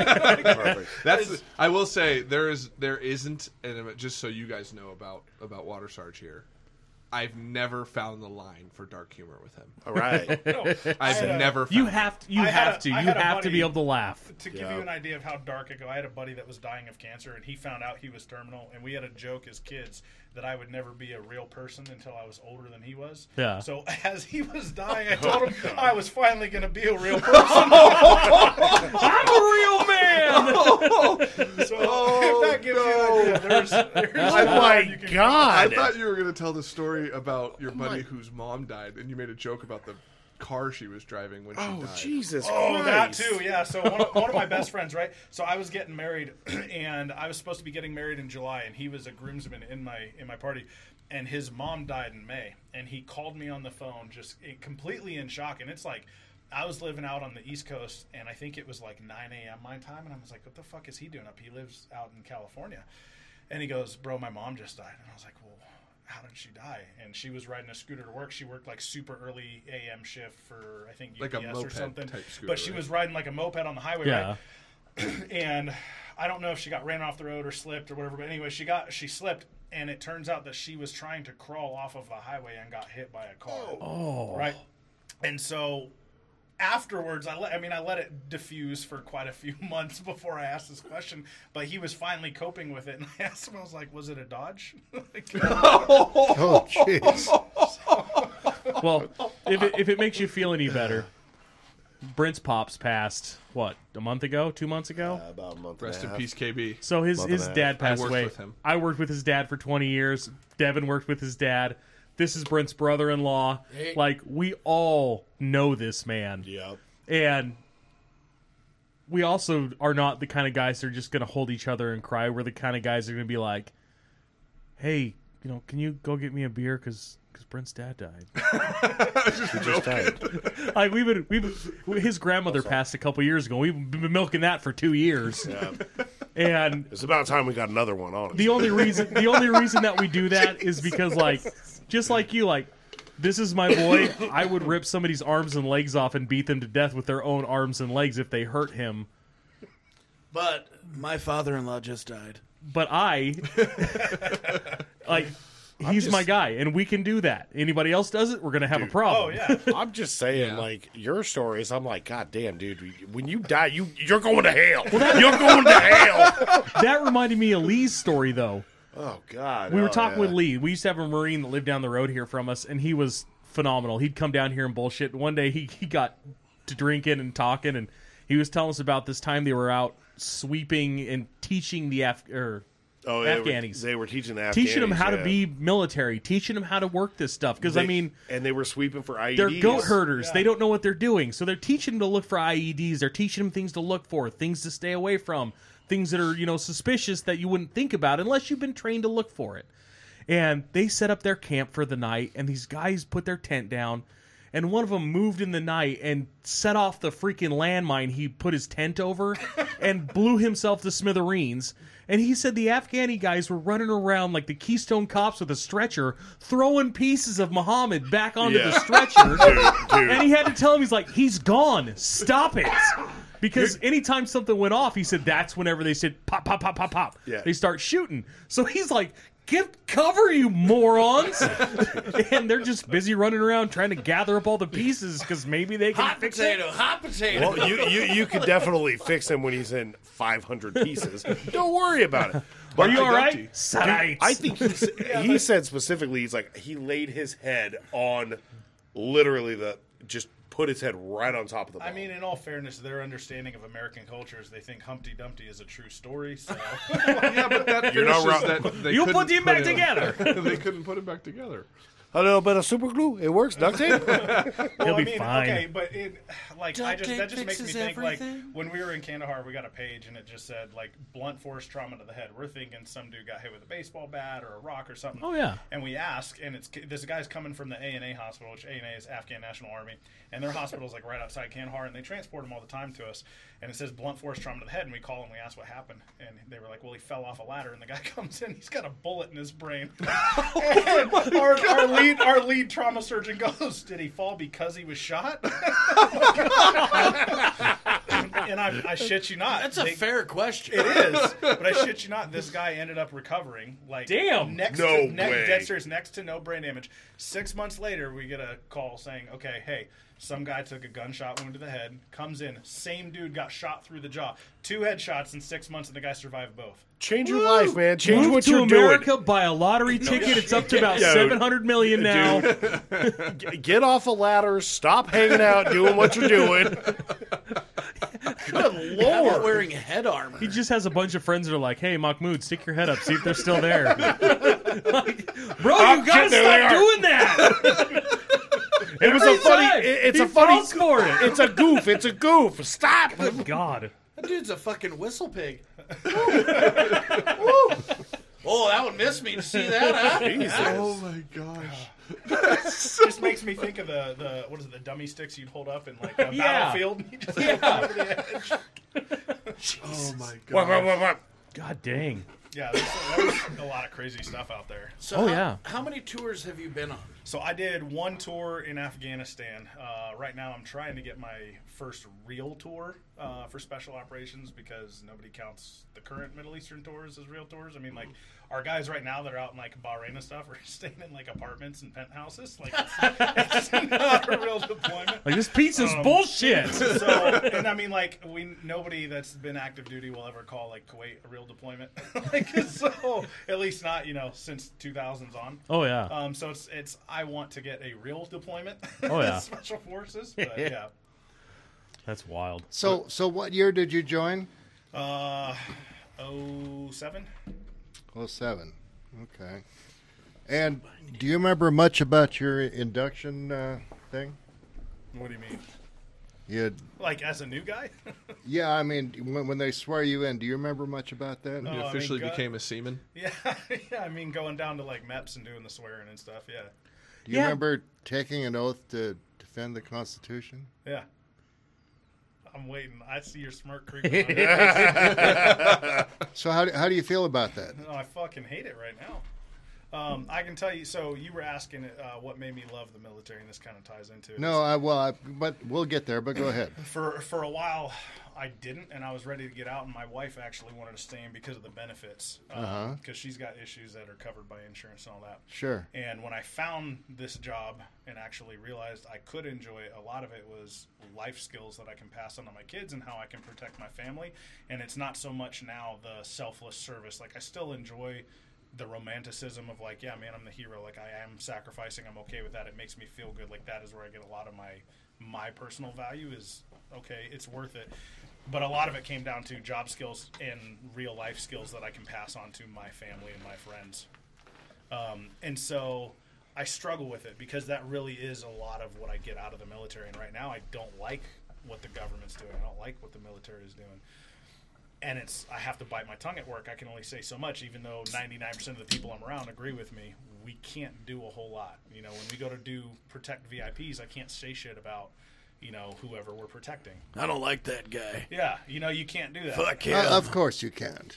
S7: it.
S5: That's I will say there is there isn't and just so you guys know about about Water Sarge here. I've never found the line for dark humor with him.
S6: All right.
S5: I've never found
S2: You have to. You
S7: I had
S2: have
S7: a-
S2: to. You
S7: I had a
S2: have to be
S7: buddy-
S2: able to laugh.
S7: to give you an idea of how dark it go, I had a buddy that was dying of cancer, and he found out he was terminal. And we had a joke as kids that I would never be a real person until I was older than he was.
S2: Yeah.
S7: So as he was dying, I
S6: Oh,
S7: told him I was finally going to be a real person.
S2: I'm a real man.
S7: So if that gives you an idea, there's, there's
S6: oh
S7: you
S6: my
S7: can-
S5: I
S6: god.
S5: thought you were going to tell the story about your buddy whose mom died, and you made a joke about the car she was driving when she
S6: oh
S5: died.
S6: Jesus
S7: Oh, that
S6: Christ.
S7: too. Yeah. So one of, one of my best friends, right? So I was getting married, and I was supposed to be getting married in July, and he was a groomsman in my in my party, and his mom died in May, and he called me on the phone, just eh, completely in shock, and it's like. I was living out on the East Coast, and I think it was like 9 a.m. my time, and I was like, "What the fuck is he doing up? He lives out in California." And he goes, "Bro, my mom just died." And I was like, "Well, how did she die?" And she was riding a scooter to work. She worked like super early a.m. shift for I think
S5: Like a
S7: UPS or
S5: moped
S7: something.
S5: type scooter,
S7: but she
S5: right?
S7: was riding like a moped on the highway,
S2: Yeah.
S7: right? And I don't know if she got ran off the road or slipped or whatever. But anyway, she got she slipped, and it turns out that she was trying to crawl off of the highway and got hit by a car. Oh, right. And so afterwards i let i mean i let it diffuse for quite a few months before i asked this question but he was finally coping with it and i asked him i was like was it a dodge Like,
S4: Oh, jeez.
S2: Well, if it, if it makes you feel any better, Brent's pops passed what a month ago, two months ago.
S6: About a month
S5: Rest
S6: and
S5: in
S6: a half.
S5: peace, KB.
S2: so his
S6: month and
S2: his
S6: a half.
S2: dad passed
S5: worked
S2: away.
S5: with him.
S2: I worked with his dad for twenty years. Devin worked with his dad. This is Brent's brother-in-law.
S3: Hey.
S2: Like we all know this man,
S6: Yep.
S2: and we also are not the kind of guys that are just going to hold each other and cry. We're the kind of guys that are going to be like, "Hey, you know, can you go get me a beer? Because because Brent's dad died.
S6: Just tired.
S2: like we've been, we've his grandmother passed a couple years ago. We've been milking that for two years, and
S6: It's about time we got another one on.
S2: the only reason the only reason that we do that is because like just like you like this is my boy i would rip somebody's arms and legs off and beat them to death with their own arms and legs if they hurt him
S3: But my father-in-law just died.
S2: but i like he's my guy and we can do that anybody else does it we're gonna have a
S7: Oh
S2: problem
S7: yeah,
S6: I'm just saying, like your stories. I'm like, God damn, dude. When you die, you you're going to hell. you're going to hell.
S2: that reminded me of lee's story though
S6: Oh God.
S2: we were
S6: Oh,
S2: talking
S6: yeah.
S2: with Lee. We used to have a Marine that lived down the road here from us, and he was phenomenal. He'd come down here and bullshit. And one day he, he got to drinking and talking, and he was telling us about this time they were out sweeping and teaching the Af- or
S6: Oh, they were-
S2: Afghanis.
S6: They were teaching the Afghanis,
S2: teaching them how
S6: yeah.
S2: to be military, teaching them how to work this stuff. Because, I
S6: They-
S2: mean,
S6: and they were sweeping for E IEDs.
S2: they're goat herders. They don't know what they're doing. So they're teaching them to look for IEDs. They're teaching them things to look for, things to stay away from, things that are, you know, suspicious that you wouldn't think about unless you've been trained to look for it. And they set up their camp for the night, and these guys put their tent down, and one of them moved in the night and set off the freaking landmine he put his tent over and blew himself to smithereens. And he said the Afghani guys were running around like the Keystone cops with a stretcher, throwing pieces of Muhammad back onto the
S6: Yeah.
S2: stretcher.
S6: Dude,
S2: And he had to tell him, he's like, he's gone. Stop it. Because anytime something went off, he said that's whenever they said pop, pop, pop, pop, pop.
S6: Yeah.
S2: They start shooting. So he's like, get cover, you morons. and they're just busy running around trying to gather up all the pieces because maybe they can fix it.
S3: hot potato.
S6: well, you, you you could definitely fix him when he's in 500 pieces. Don't worry about it.
S2: Are you all
S5: Dude,
S2: right? Sites.
S6: I think he, s- he said specifically, he's like, he laid his head on literally the, just put his head right on top of the ball.
S7: I mean, in all fairness, their understanding of American culture is they think Humpty Dumpty is a true story. So
S5: yeah, but that
S6: You're not
S5: finishes
S6: wrong.
S5: that they
S2: you
S5: couldn't
S2: put him back
S5: him-
S2: together.
S5: they couldn't put him back together.
S6: a little bit of super glue. It works. Duct tape.
S2: He'll
S7: Well,
S2: be
S7: I mean,
S2: fine.
S7: okay, but it, like I
S3: Duct
S7: just
S3: tape
S7: that just makes me
S3: fixes
S7: think
S3: everything?
S7: like when we were in Kandahar, we got a page and it just said like blunt force trauma to the head. We're thinking some dude got hit with a baseball bat or a rock or something.
S2: Oh, yeah.
S7: And we ask, and it's this guy's coming from the A and A hospital, which A and A is Afghan National Army, and their hospital's like right outside Kandahar, and they transport him all the time to us. And it says blunt force trauma to the head, and we call and we ask what happened, and they were like, well, he fell off a ladder, and the guy comes in, he's got a bullet in his brain.
S3: Oh,
S7: And our, our lead our lead trauma surgeon goes, did he fall because he was shot? and I, I shit you not,
S3: That's a
S7: they-
S3: fair question.
S7: it is, but I shit you not. This guy ended up recovering. Like
S2: Damn.
S7: next
S6: No
S7: to, ne-
S6: way.
S7: dead serious, next to no brain damage. Six months later, we get a call saying, "Okay, hey, some guy took a gunshot wound to the head. Comes in, same dude got shot through the jaw. Two headshots in six months, and the guy survived both."
S6: Change your life, man. Change
S2: Move
S6: what
S2: to
S6: you're
S2: America, buy a lottery ticket. It's up to about
S6: Yeah, dude.
S2: 700 million now.
S6: doing. Get off a ladder. Stop hanging out, doing what you're doing. Good
S3: How about
S6: lord.
S3: wearing head armor?
S2: He just has a bunch of friends that are like, "Hey, Mahmoud, stick your head up, see if they're still there." like, bro, you
S6: shit, there
S2: gotta
S6: they
S2: stop
S6: are.
S2: doing that.
S6: It was
S2: Every
S6: a funny.
S2: time.
S6: it- it's
S2: He
S6: a funny.
S2: falls for it.
S6: It's a goof. It's a goof. Stop.
S2: God,
S3: That dude's a fucking whistle pig. Woo. Woo. Oh, that would miss me to see that, huh?
S5: Oh my gosh!
S7: Just makes me think of the the what is it? The dummy sticks you'd hold up in like a
S2: Yeah.
S7: battlefield. You just throw them over the edge.
S5: Oh my gosh!
S6: Wah, wah, wah, wah.
S2: God dang.
S7: Yeah, there's, there's a lot of crazy stuff out there.
S3: So
S2: Oh,
S3: how-
S2: yeah.
S3: How many tours have you been on?
S7: So I did one tour in Afghanistan. Uh, right now, I'm trying to get my first real tour uh, for special operations because nobody counts the current Middle Eastern tours as real tours. I mean, like our guys right now that are out in like Bahrain and stuff are staying in like apartments and penthouses. Like it's, it's not a real deployment.
S2: Like this pizza's bullshit.
S7: So, and I mean, like, we nobody that's been active duty will ever call like Kuwait a real deployment. like, so at least not you know since 2000s on.
S2: Oh yeah.
S7: Um, so it's it's I want to get a real deployment.
S2: Oh, yeah.
S7: special forces. But yeah,
S2: That's wild.
S4: So, so what year did you join?
S7: uh, oh seven.
S4: Oh, seven. Okay. And do you remember much about your induction uh, thing?
S7: What do you mean?
S4: You had,
S7: Like as a new guy?
S4: yeah, I mean, when, when they swear you in, do you remember much about that?
S5: You
S7: I mean,
S5: officially
S7: God.
S5: became a seaman.
S7: yeah, yeah. I mean, going down to like MEPS and doing the swearing and stuff. Yeah.
S4: Do you remember taking an oath to defend the Constitution?
S7: Yeah. I'm waiting. I see your smirk creeping. on your face.
S4: So how do, how do you feel about that?
S7: No, Oh, I fucking hate it right now. Um, I can tell you. So you were asking uh, what made me love the military, and this kind of ties into it.
S4: No, I well, I, but we'll get there. But go ahead.
S7: for for a while I didn't, and I was ready to get out. And my wife actually wanted to stay in because of the benefits, because she's got issues that are covered by insurance and all that.
S4: Sure.
S7: And when I found this job and actually realized I could enjoy it, a lot of it was life skills that I can pass on to my kids and how I can protect my family. And it's not so much now the selfless service. Like I still enjoy the romanticism of like, yeah, man, I'm the hero. Like I am sacrificing. I'm okay with that. It makes me feel good. Like that is where I get a lot of my my personal value is okay. It's worth it. But a lot of it came down to job skills and real life skills that I can pass on to my family and my friends. Um, and so I struggle with it because that really is a lot of what I get out of the military. And right now, I don't like what the government's doing. I don't like what the military is doing. And it's I have to bite my tongue at work. I can only say so much, even though 99% of the people I'm around agree with me. We can't do a whole lot. You know, when we go to do protect VIPs, I can't say shit about you know whoever we're protecting.
S3: I don't like that guy.
S7: Yeah, you know you can't do that.
S3: Fuck him.
S4: Uh, of course you can't.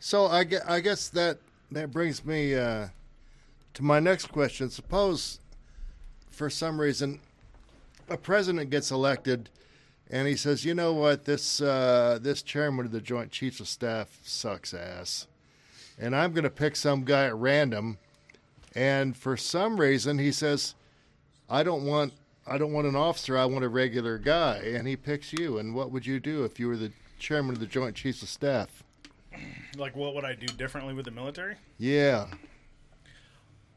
S4: So I, gue- I guess that that brings me uh, to my next question. Suppose, for some reason, a president gets elected, and he says, "You know what? This uh, this chairman of the Joint Chiefs of Staff sucks ass, and I'm going to pick some guy at random." And for some reason, he says, "I don't want." I don't want an officer. I want a regular guy. And he picks you. And what would you do if you were the chairman of the Joint Chiefs of Staff?
S7: Like, what would I do differently with the military?
S4: Yeah.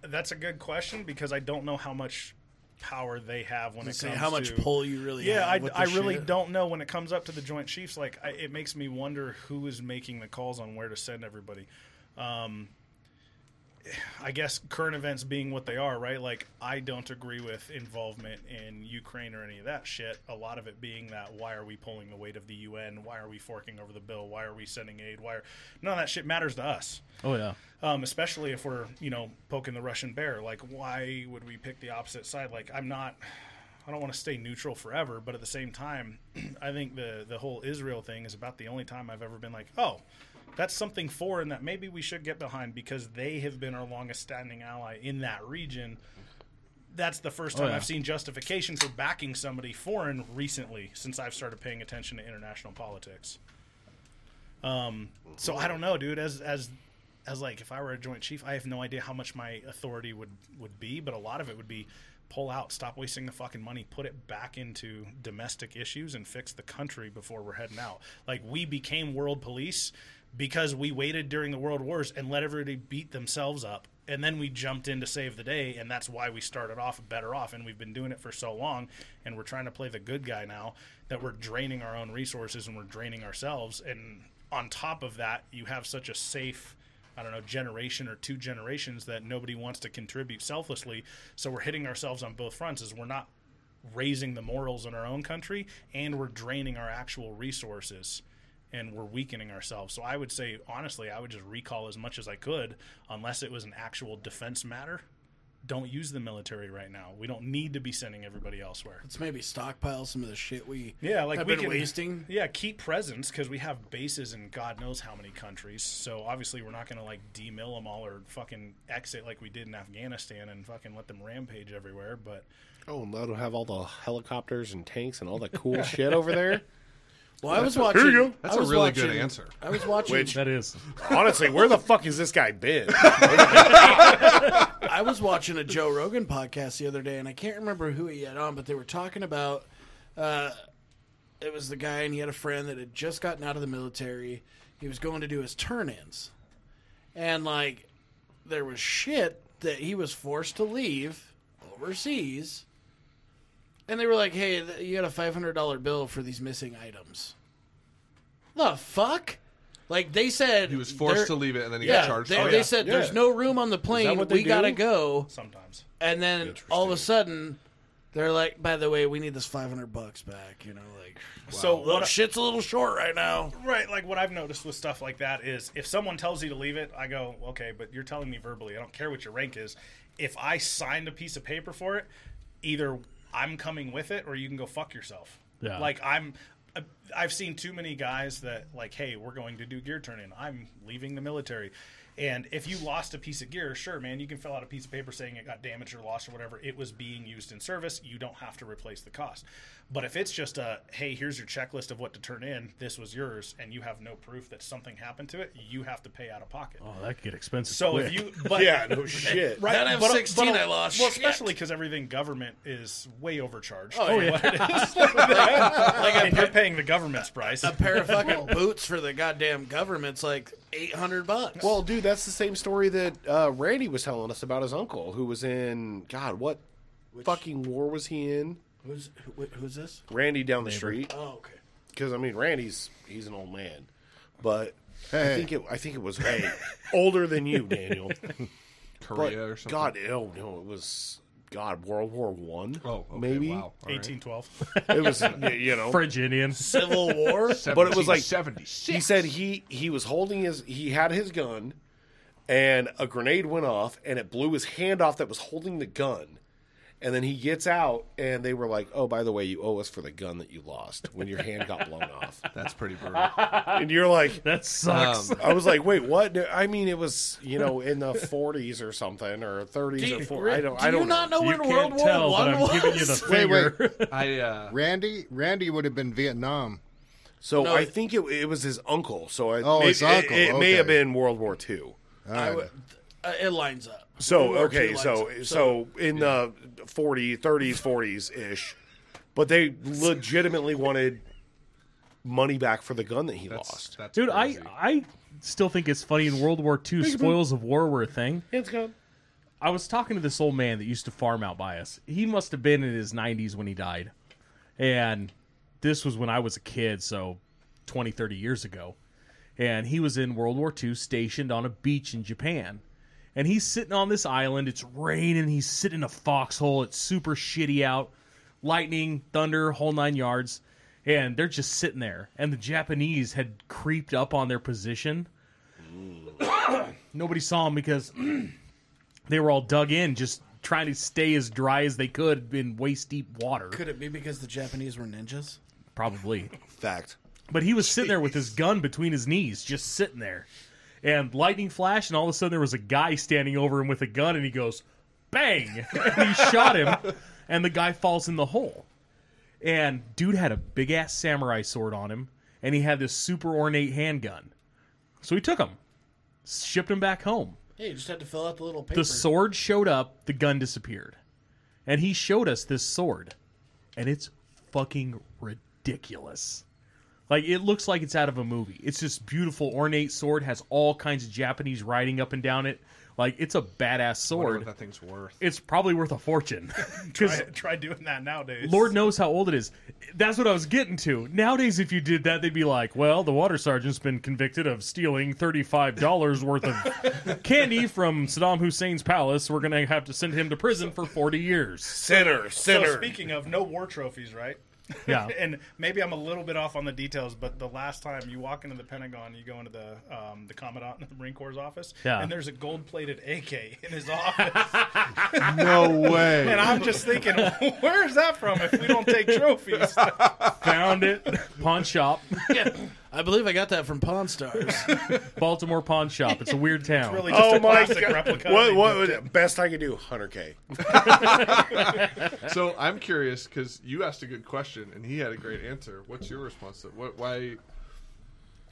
S7: That's a good question because I don't know how much power they have when it
S3: Say
S7: comes
S3: how much
S7: to,
S3: pull you really
S7: Yeah, I,
S3: have. with
S7: I
S3: this
S7: really
S3: shit.
S7: don't know when it comes up to the Joint Chiefs. Like, I, it makes me wonder who is making the calls on where to send everybody. Um, I guess current events being what they are, right? Like, I don't agree with involvement in Ukraine or any of that shit. A lot of it being that why are we pulling the weight of the UN? Why are we forking over the bill? Why are we sending aid? Why are none of that shit matters to us?
S2: Oh yeah.
S7: um, especially if we're you know poking the Russian bear. Like, why would we pick the opposite side? Like, I'm not. I don't want to stay neutral forever, but at the same time, I think the the whole Israel thing is about the only time I've ever been like, oh, that's something foreign that maybe we should get behind because they have been our longest standing ally in that region. That's the first time
S2: yeah.
S7: I've seen justification for backing somebody foreign recently since I've started paying attention to international politics. So I don't know, dude. As as as like if I were a joint chief, I have no idea how much my authority would would be, but a lot of it would be pull out, stop wasting the fucking money, put it back into domestic issues and fix the country before we're heading out. Like we became world police because we waited during the world wars and let everybody beat themselves up. And then we jumped in to save the day, and that's why we started off better off. And we've been doing it for so long, and we're trying to play the good guy now that we're draining our own resources and we're draining ourselves. And on top of that, you have such a safe, I don't know, generation or two generations that nobody wants to contribute selflessly. So we're hitting ourselves on both fronts is we're not raising the morals in our own country and we're draining our actual resources and we're weakening ourselves. So I would say honestly, I would just recall as much as I could unless it was an actual defense matter. Don't use the military right now. We don't need to be sending everybody elsewhere.
S3: Let's maybe stockpile some of the shit we
S7: Yeah, like
S3: have
S7: we
S3: been
S7: can,
S3: wasting.
S7: Yeah, keep presence because we have bases in God knows how many countries. So obviously we're not going to like demill them all or fucking exit like we did in Afghanistan and fucking let them rampage everywhere. But
S6: Oh, and let them have all the helicopters and tanks and all the cool shit over there.
S3: Well, I was watching.
S6: you go.
S5: That's
S3: I
S5: a
S3: was
S5: really good
S3: watching-
S5: answer.
S3: I was watching.
S2: That is.
S6: Honestly, where the fuck has this guy been?
S3: I was watching a Joe Rogan podcast the other day, and I can't remember who he had on, but they were talking about. Uh, it was the guy, and he had a friend that had just gotten out of the military. He was going to do his turn-ins, and like, there was shit that he was forced to leave overseas. And they were like, "Hey, th- you got a five hundred dollar bill for these missing items." The fuck? Like they said,
S5: He was forced
S3: they're-
S5: to leave it, and then he got
S3: Yeah,
S5: charged
S3: they,
S5: for
S3: they
S5: it.
S3: said
S6: Yeah.
S3: there's no room on the plane.
S6: what they
S3: We gotta
S6: do?
S3: go
S7: sometimes,
S3: and then all of a sudden they're like by the way we need this 500 bucks back you know like
S7: so
S3: well,
S7: what? I-
S3: shit's a little short right now
S7: right, like what I've noticed with stuff like that is if someone tells you to leave it, I go okay, but you're telling me verbally. I don't care what your rank is. if I signed a piece of paper for it, either I'm coming with it or you can go fuck yourself.
S2: Yeah.
S7: Like I'm. I've seen too many guys that like, hey, we're going to do gear turn-in. I'm leaving the military, and if you lost a piece of gear, sure, man, you can fill out a piece of paper saying it got damaged or lost or whatever. It was being used in service. You don't have to replace the cost. But if it's just a, hey, here's your checklist of what to turn in. This was yours, and you have no proof that something happened to it. You have to pay out of pocket.
S2: Oh, that could get expensive.
S7: So
S2: quick.
S7: if you, but
S6: Uh-huh. Yeah, no shit.
S7: right, uh,
S8: That M16 I lost.
S7: Well,
S8: Shit.
S7: especially because everything government is way overcharged.
S2: oh yeah,
S7: like and you're paying the government's price.
S3: A pair of fucking boots for the goddamn government's like eight hundred bucks.
S6: Well, dude, that's the same story that uh, Randy was telling us about his uncle who was in God, what fucking war was he in?
S3: who's who, who's this?
S6: Randy down the street. 'Cause street,
S3: Oh, okay.
S6: because I mean, Randy's he's an old man, but I
S4: Hey.
S6: think it I think it was hey, older than you, Daniel. But
S5: Korea or something.
S6: God, no, no, it was God World War One.
S5: Oh, okay,
S6: maybe
S5: Wow. All right.
S7: 1812.
S6: it was y- you know
S2: French Indian.
S3: Civil War.
S6: But it was like-
S5: 76.
S6: He said he he was holding his he had his gun, and a grenade went off and it blew his hand off that was holding the gun, and then he gets out and they were like, oh by the way, you owe us for the gun that you lost when your hand got blown off,
S5: That's pretty brutal.
S6: and you're like.
S2: That
S5: Um,
S2: sucks.
S6: I was like, "Wait, what?" No, I mean, it was you know in the 40s or something, or 30s
S3: Do you,
S6: or 40s. I don't.
S3: do
S6: I
S3: you
S6: don't
S3: not know
S2: you
S3: when
S2: can't
S3: World War
S2: tell, but
S3: One
S2: I'm
S3: was?
S2: giving you the
S4: Wait, wait.
S2: finger.
S5: I uh,
S4: Randy, Randy would have been Vietnam.
S6: So
S3: No,
S6: I
S3: it-
S6: think it, it was his uncle. So I,
S4: Oh,
S6: may-
S4: his
S6: it,
S4: uncle,
S6: It, may
S4: okay.
S6: have been World War II.
S3: I would- uh, it lines up. World
S6: So
S3: War
S6: okay,
S3: II lines
S6: so
S3: up.
S6: so in the 40, 30s, 40s ish, but they legitimately wanted money back for the gun that he
S5: that's,
S6: lost.
S5: that's
S2: Dude, I
S5: crazy.
S2: I still think it's funny in World War II, spoils of war were a thing.
S6: It's gone.
S2: I was talking to this old man that used to farm out by us. He must have been in his 90s when he died. And this was when I was a kid, so 20, 30 years ago. And he was in World War II, stationed on a beach in Japan. And he's sitting on this island. It's raining. He's sitting in a foxhole. It's super shitty out. Lightning, thunder, whole nine yards. And they're just sitting there. And the Japanese had creeped up on their position. Nobody saw him because they were all dug in, just trying to stay as dry as they could in waist deep water.
S3: Could it be because the Japanese were ninjas?
S2: Probably.
S6: Fact.
S2: But he was sitting there with his gun between his knees, just sitting there. And lightning flash, and all of a sudden there was a guy standing over him with a gun, and he goes, bang! and he shot him, and the guy falls in the hole. And dude had a big ass samurai sword on him, and he had this super ornate handgun. So he took him, shipped him back home.
S3: Yeah, you just had to fill out the little paper.
S2: The sword showed up, the gun disappeared. And he showed us this sword. And it's fucking ridiculous. Like it looks like it's out of a movie. It's this beautiful ornate sword has all kinds of Japanese writing up and down it. Like it's a badass
S5: I wonder what
S2: sword.
S5: that thing's worth.
S2: It's probably worth a fortune.
S7: try,
S2: Cuz
S7: try doing that nowadays.
S2: Lord knows how old it is. That's what I was getting to. Nowadays, if you did that, they'd be like, well, the water sergeant's been convicted of stealing $35 worth of candy from Saddam Hussein's palace. We're going to have to send him to prison for 40 years.
S6: Sinner,
S7: So
S6: sinner.
S7: speaking of no war trophies, right?
S2: Yeah.
S7: and maybe I'm a little bit off on the details, but the last time you walk into the Pentagon, you go into the um, the commandant in the Marine Corps office,
S2: Yeah.
S7: and there's a gold plated AK in his office,
S4: No way.
S7: and I'm just thinking, where's that from? If we don't take trophies,
S2: Found it. Pawn shop.
S3: I believe I got that from Pawn Stars.
S2: Baltimore Pawn Shop. It's a weird town.
S7: really just
S6: Oh
S7: a
S6: my
S7: plastic replica.
S6: god! What what would, best I could do? Hundred k.
S5: so I'm curious because you asked a good question and he had a great answer. What's your response to what? Why?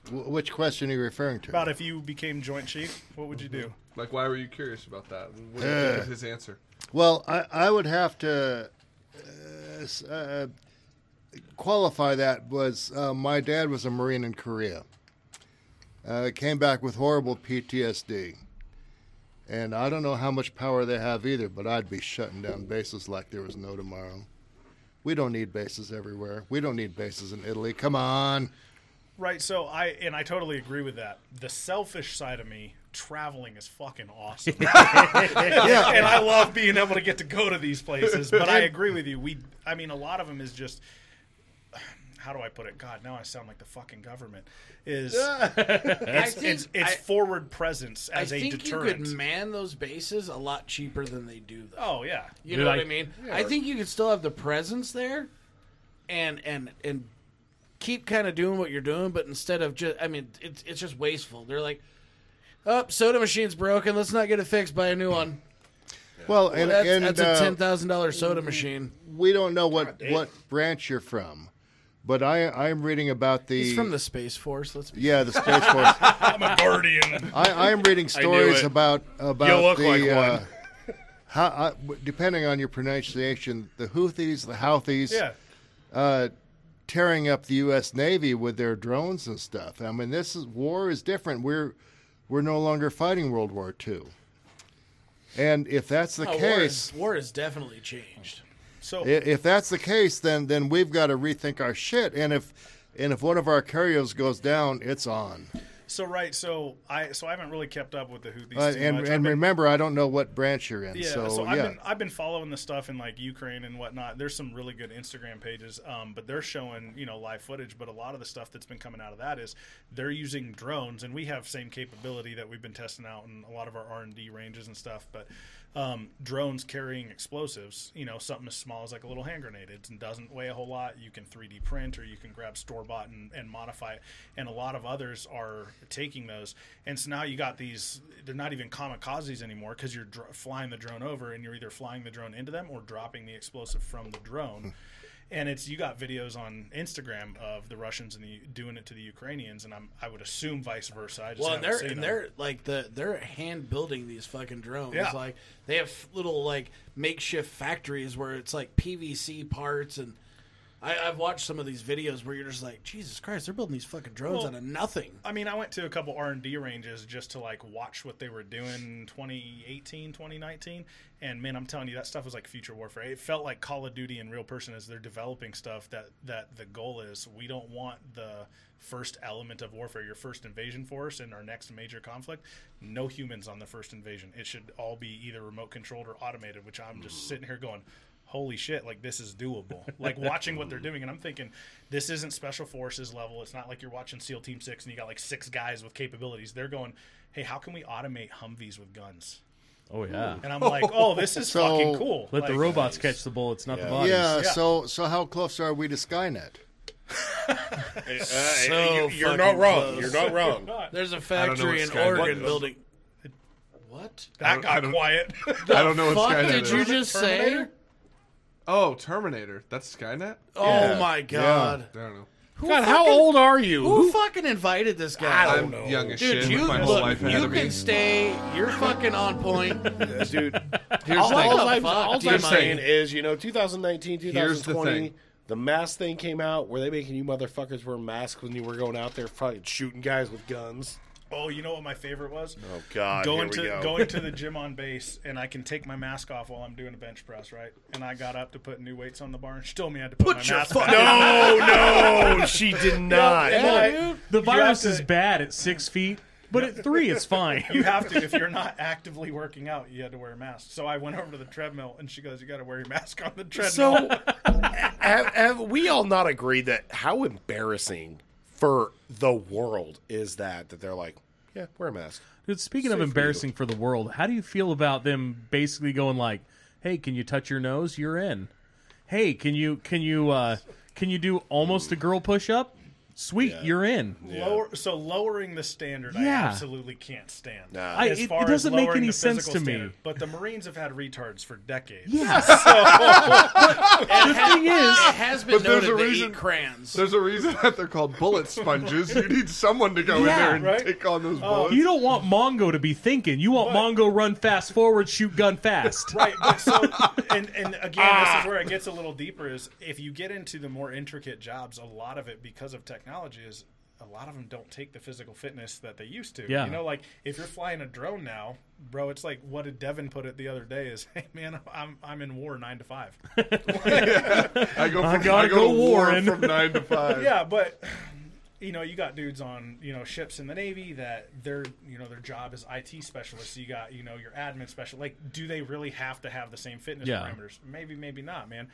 S4: Wh- Which question are you referring to?
S7: About if you became Joint Chief, what would you
S3: Mm-hmm.
S7: do?
S5: Like, why were you curious about that? And What do you think of his answer?
S4: Well, I, I would have to uh, s- uh, qualify that was uh, my dad was a Marine in Korea. Uh, came back with horrible PTSD. And I don't know how much power they have either, but I'd be shutting down bases like there was no tomorrow. We don't need bases everywhere. We don't need bases in Italy. Come on.
S7: Right. So I and I totally agree with that. The selfish side of me, traveling is fucking awesome. and I love being able to get to go to these places. But I agree with you. We, I mean, a lot of them is just. how do I put it? God, now I sound like the fucking government. Is it's,
S3: think-
S7: it's, it's
S3: I-
S7: forward presence
S3: I
S7: as a
S3: think you
S7: deterrent.
S3: could man those bases a lot cheaper than they do, though.
S7: oh yeah,
S3: You
S2: Dude,
S3: know
S2: I-
S3: what I mean? I think you could still have the presence there, and and and keep kind of doing what you're doing, but instead of just, I mean, it's it's just wasteful. They're like, oh, soda machine's broken. Let's not get it fixed. Buy a new one.
S4: Well, and,
S3: That's,
S4: and
S3: that's
S4: uh,
S3: a ten thousand dollar soda machine.
S4: we don't know what, what branch you're from, but I I'm reading about the
S3: He's from the space force. Let's be
S4: yeah the space force.
S7: I'm a guardian.
S4: I, I'm reading stories
S6: it.
S4: about about
S6: You look
S4: the
S6: like
S4: uh, how, uh, w- depending on your pronunciation, the Houthis, the Houthis,
S7: yeah,
S4: uh, tearing up the U.S. Navy with their drones and stuff. I mean, this is war is different. We're we're no longer fighting World War II, and if that's the
S3: Oh, war,
S4: case,
S3: is, war has definitely changed.
S7: so
S4: i- if that's the case, then then we've got to rethink our shit. And if and if one of our carriers goes down, it's on.
S7: so right. So I so I haven't really kept up with the Houthis
S4: Uh,
S7: too
S4: and
S7: much. I've
S4: and
S7: been-
S4: remember, I don't know what branch you're in.
S7: Yeah, so,
S4: so,
S7: I've
S4: yeah.
S7: been I've been following the stuff in like Ukraine and whatnot. There's some really good Instagram pages, um, but they're showing you know live footage. But a lot of the stuff that's been coming out of that is they're using drones, and we have same capability that we've been testing out in a lot of our R and D ranges and stuff. But um, drones carrying explosives, you know, something as small as like a little hand grenade. It doesn't weigh a whole lot. You can 3D print or you can grab store bought and, and modify it. And a lot of others are taking those. And so now you got these, they're not even kamikazes anymore because you're dr- flying the drone over and you're either flying the drone into them or dropping the explosive from the drone. And it's you got videos on Instagram of the Russians and the, doing it to the Ukrainians, and I'm I would assume vice versa. I just
S3: Well, and
S7: haven't
S3: they're
S7: seen
S3: and
S7: them.
S3: they're like the they're hand building these fucking drones.
S7: Yeah.
S3: Like they have little like makeshift factories where it's like PVC parts and I, I've watched some of these videos where you're just like, Jesus Christ, they're building these fucking drones
S7: Well-
S3: out of nothing.
S7: I mean, I went to a couple R and D ranges just to like watch what they were doing in 2018, 2019, and man, I'm telling you, that stuff was like future warfare. It felt like Call of Duty in real person as they're developing stuff. That that the goal is we don't want the first element of warfare, your first invasion force, in our next major conflict. No humans on the first invasion. It should all be either remote controlled or automated. Which I'm just sitting here going, holy shit like this is doable like watching what they're doing and i'm thinking this isn't special forces level it's not like you're watching seal team 6 and you got like six guys with capabilities they're going hey how can we automate humvees with guns
S2: Oh yeah.
S7: and i'm like oh this is
S4: So,
S7: fucking cool
S2: Let the
S7: Like,
S2: robots catch the bullets, not the bodies.
S4: Yeah,
S7: Yeah.
S4: So so how close are we to Skynet?
S3: So
S6: uh, you, are not wrong.
S3: fucking close.
S6: You're not wrong.
S3: There's a
S5: don't know
S3: factory in
S5: what Skynet
S3: Oregon
S5: is.
S3: building. What?
S5: I
S7: that got
S5: don't-
S7: quiet
S5: I don't know what
S3: Fuck
S5: Skynet
S3: did
S5: is.
S3: you just say?
S7: Terminator?
S5: oh, Terminator. That's Skynet.
S3: Oh
S4: Yeah.
S3: my god.
S5: I don't know.
S3: Who
S6: God, how
S3: fucking-
S6: old are you?
S3: Who fucking invited this guy?
S5: I'm young as
S3: Dude,
S5: shit.
S3: you
S5: with my
S3: look.
S5: whole life ahead
S3: you
S5: of me.
S3: can stay. You're fucking on point.
S6: dude?
S5: Here's
S6: all,
S5: the thing.
S3: the
S6: I'm,
S3: fuck
S6: all
S3: do you
S6: I'm
S3: mean?
S6: saying is, you know, 2019,
S5: Here's the
S6: 2020, the,
S5: thing.
S6: mask thing came out. Were they making you motherfuckers wear masks when you were going out there fucking shooting guys with guns?
S7: oh you know what my favorite was
S6: Oh God,
S7: going to going to the gym on base and I can take my mask off while I'm doing a bench press, right? And I got up to put new weights on the bar and she told me I had to put, my mask on.
S6: no, no, she did not.
S2: Well, the virus
S7: to-
S2: is bad at six feet, but at three, it's fine.
S7: you have to if you're not actively working out you had to wear a mask so i went over to the treadmill and she goes you got to wear your mask on the treadmill
S6: So, have, have we all not agreed that how embarrassing for the world is that? That they're like, yeah, wear a mask.
S2: Dude, speaking of embarrassing for, the world, how do you feel about them basically going like, "Hey, can you touch your nose? You're in." Hey, can you can you uh, can you do almost a girl push up? Sweet, you're in.
S7: Lower, so lowering the standard i
S2: Yeah.
S7: absolutely can't stand
S2: I- it- it doesn't make
S7: lowering
S2: any
S7: the
S2: sense
S7: physical
S2: to me.
S7: but the marines have had retards for decades
S2: Yes.
S3: The thing
S2: is-
S3: it has been
S5: But there's
S3: noted
S5: a
S3: to
S5: reason-
S3: eat crayons.
S5: There's a reason that they're called bullet sponges. You need someone to go in
S2: Yeah,
S5: there and
S7: right?
S5: take on those bullets.
S2: you don't want Mongo to be thinking. You want Mongo run fast forward, shoot gun fast.
S7: right but so and and again this is where it gets a little deeper is if you get into the more intricate jobs a lot of it because of technology is a lot of them don't take the physical fitness that they used to
S2: Yeah.
S7: you know like if you're flying a drone now bro it's like what did devin put it the other day is hey man i'm i'm in war nine to five
S5: I go from I,
S2: gotta
S5: go,
S2: go
S5: to war
S2: Warren.
S5: from nine to five.
S7: yeah, but you know, you got dudes on you know ships in the Navy that their you know their job is IT specialists. You got you know your admin special. Like, do they really have to have the same fitness
S2: Yeah.
S7: parameters? Maybe, maybe not, man.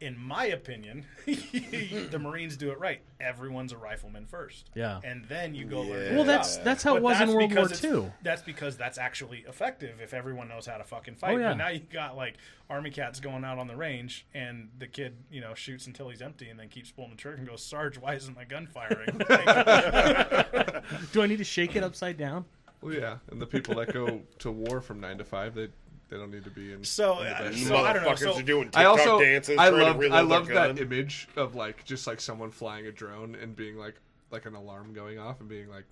S7: in my opinion, the Marines do it right. Everyone's a rifleman first.
S2: Yeah.
S7: And then you go learn.
S6: Yeah.
S7: your
S2: Well, that's-
S7: job.
S2: that's how it was in World
S7: because
S2: War
S7: it's-
S2: II.
S7: That's because that's actually effective if everyone knows how to fucking fight.
S2: Oh, yeah.
S7: But now you got like army cats going out on the range and the kid, you know, shoots until he's empty and then keeps pulling the trigger and goes, Sarge, why isn't my gun firing? Like,
S2: Do I need to shake it upside down?
S5: Well, yeah, and the people that go to war from nine to five, they they don't need to be in.
S7: so,
S5: in the
S7: uh,
S5: best
S7: so I don't know.
S6: Motherfuckers
S7: So,
S6: are doing TikTok
S5: I also
S6: dances.
S5: I
S6: trying to
S5: love
S6: reload
S5: I
S6: their
S5: love
S6: gun.
S5: that image of like just like someone flying a drone and being like like an alarm going off and being like,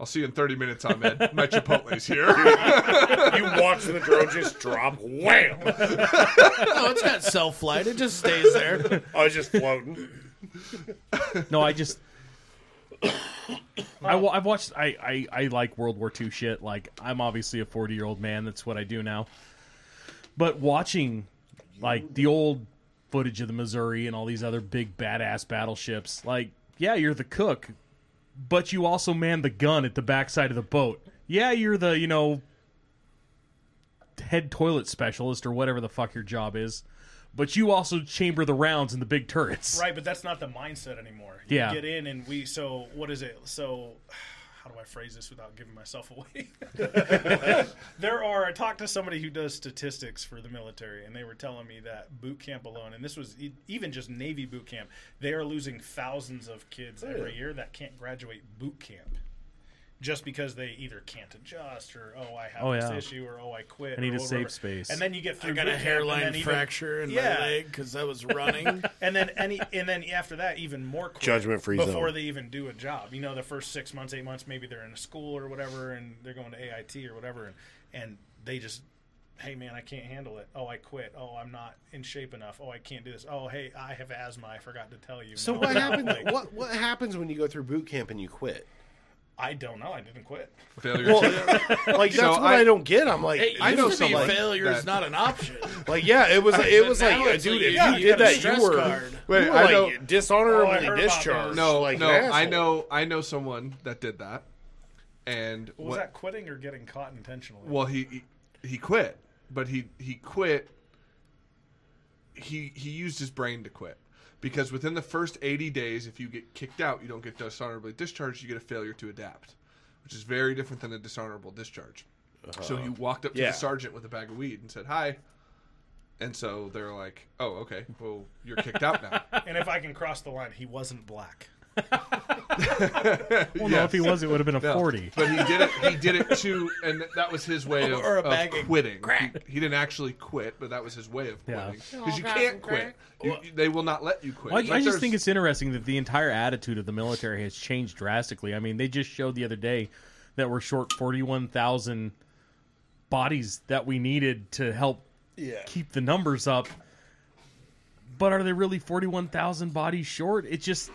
S5: "I'll see you in thirty minutes, Ahmed. My Chipotle's here."
S6: You watch the drone just drop. Wham!
S3: No, it's not self flight. It just stays there.
S6: I was just floating.
S2: No, I just. I, wa- I've watched. I, I, I like World War II shit. Like, I'm obviously a 40 year old man. That's what I do now. But watching, like, the old footage of the Missouri and all these other big badass battleships, like, yeah, you're the cook, but you also man the gun at the backside of the boat. Yeah, you're the, you know, head toilet specialist or whatever the fuck your job is, but you also chamber the rounds in the big turrets.
S7: Right, but that's not the mindset anymore. You
S2: Yeah.
S7: get in and we so what is it? So how do I phrase this without giving myself away? there are I talked to somebody who does statistics for the military and they were telling me that boot camp alone and this was e- even just Navy boot camp, they are losing thousands of kids every year that can't graduate boot camp. Just because they either can't adjust, or oh, I have
S2: Oh,
S7: this
S2: yeah.
S7: issue, or oh, I quit.
S2: I need
S7: or,
S2: a
S7: oh,
S2: safe
S7: whatever.
S2: space.
S7: And then you get through.
S3: I got a
S7: boot camp, and then
S3: hairline
S7: even-
S3: fracture in
S7: Yeah.
S3: my leg because I was running.
S7: And then any, and then after that, even more quit
S6: Judgment free
S7: before
S6: zone.
S7: they even do a job. You know, the first six months, eight months, maybe they're in a school or whatever, and they're going to AIT or whatever, and and they just, hey man, I can't handle it. Oh, I quit. Oh, I'm not in shape enough. Oh, I can't do this. Oh, hey, I have asthma. I forgot to tell you.
S6: So
S7: No,
S6: what
S7: no,
S6: happens?
S7: like,
S6: What what happens when you go through boot camp and you quit?
S7: I don't know. I didn't quit.
S5: Failure.
S6: Well,
S5: to-
S6: like that's
S5: So
S6: what
S5: I-
S6: I, don't get. I'm like,
S3: Hey,
S6: I
S3: I
S6: know
S3: know to be
S6: somebody
S3: failure is
S5: that-
S3: not an option.
S6: like yeah, it was it was
S3: Now
S6: like
S3: it's
S6: dude,
S3: like,
S6: if
S3: yeah,
S6: you,
S3: you
S6: did
S3: got a
S6: that,
S3: stress
S6: you were
S3: card.
S5: Wait,
S6: you were,
S5: I
S6: like,
S5: know-
S7: Oh, I
S6: dishonorably
S7: heard about
S6: discharged.
S7: those.
S5: no,
S6: like,
S5: no,
S6: an asshole.
S5: I know I know someone that did that, and
S7: Was that quitting or getting caught intentionally?
S5: Well, he he- he quit, but he he quit. He he used his brain to quit because within the first eighty days, if you get kicked out, you don't get dishonorably discharged. You get a failure to adapt, which is very different than a dishonorable discharge. So he walked up to
S6: Yeah.
S5: the sergeant with a bag of weed and said, "Hi." And so they're like, "Oh, okay. Well, you're kicked out now."
S7: and if I can cross the line, he wasn't black.
S2: Well, no, if he was, it would have been a
S5: No.
S2: 40.
S5: But he did it. He did it too, and th- that was his way of,
S3: Or a
S5: of
S3: bag of
S5: quitting. He, he didn't actually quit, but that was his way of
S2: Yeah.
S5: quitting because you can't quit. You, you- they will not let you quit.
S2: Well, I-
S5: Like,
S2: I, just
S5: there's-
S2: think it's interesting that the entire attitude of the military has changed drastically. I mean, they just showed the other day that we're short 41,000 bodies that we needed to help
S3: Yeah.
S2: keep the numbers up. But are they really 41,000 bodies short? It just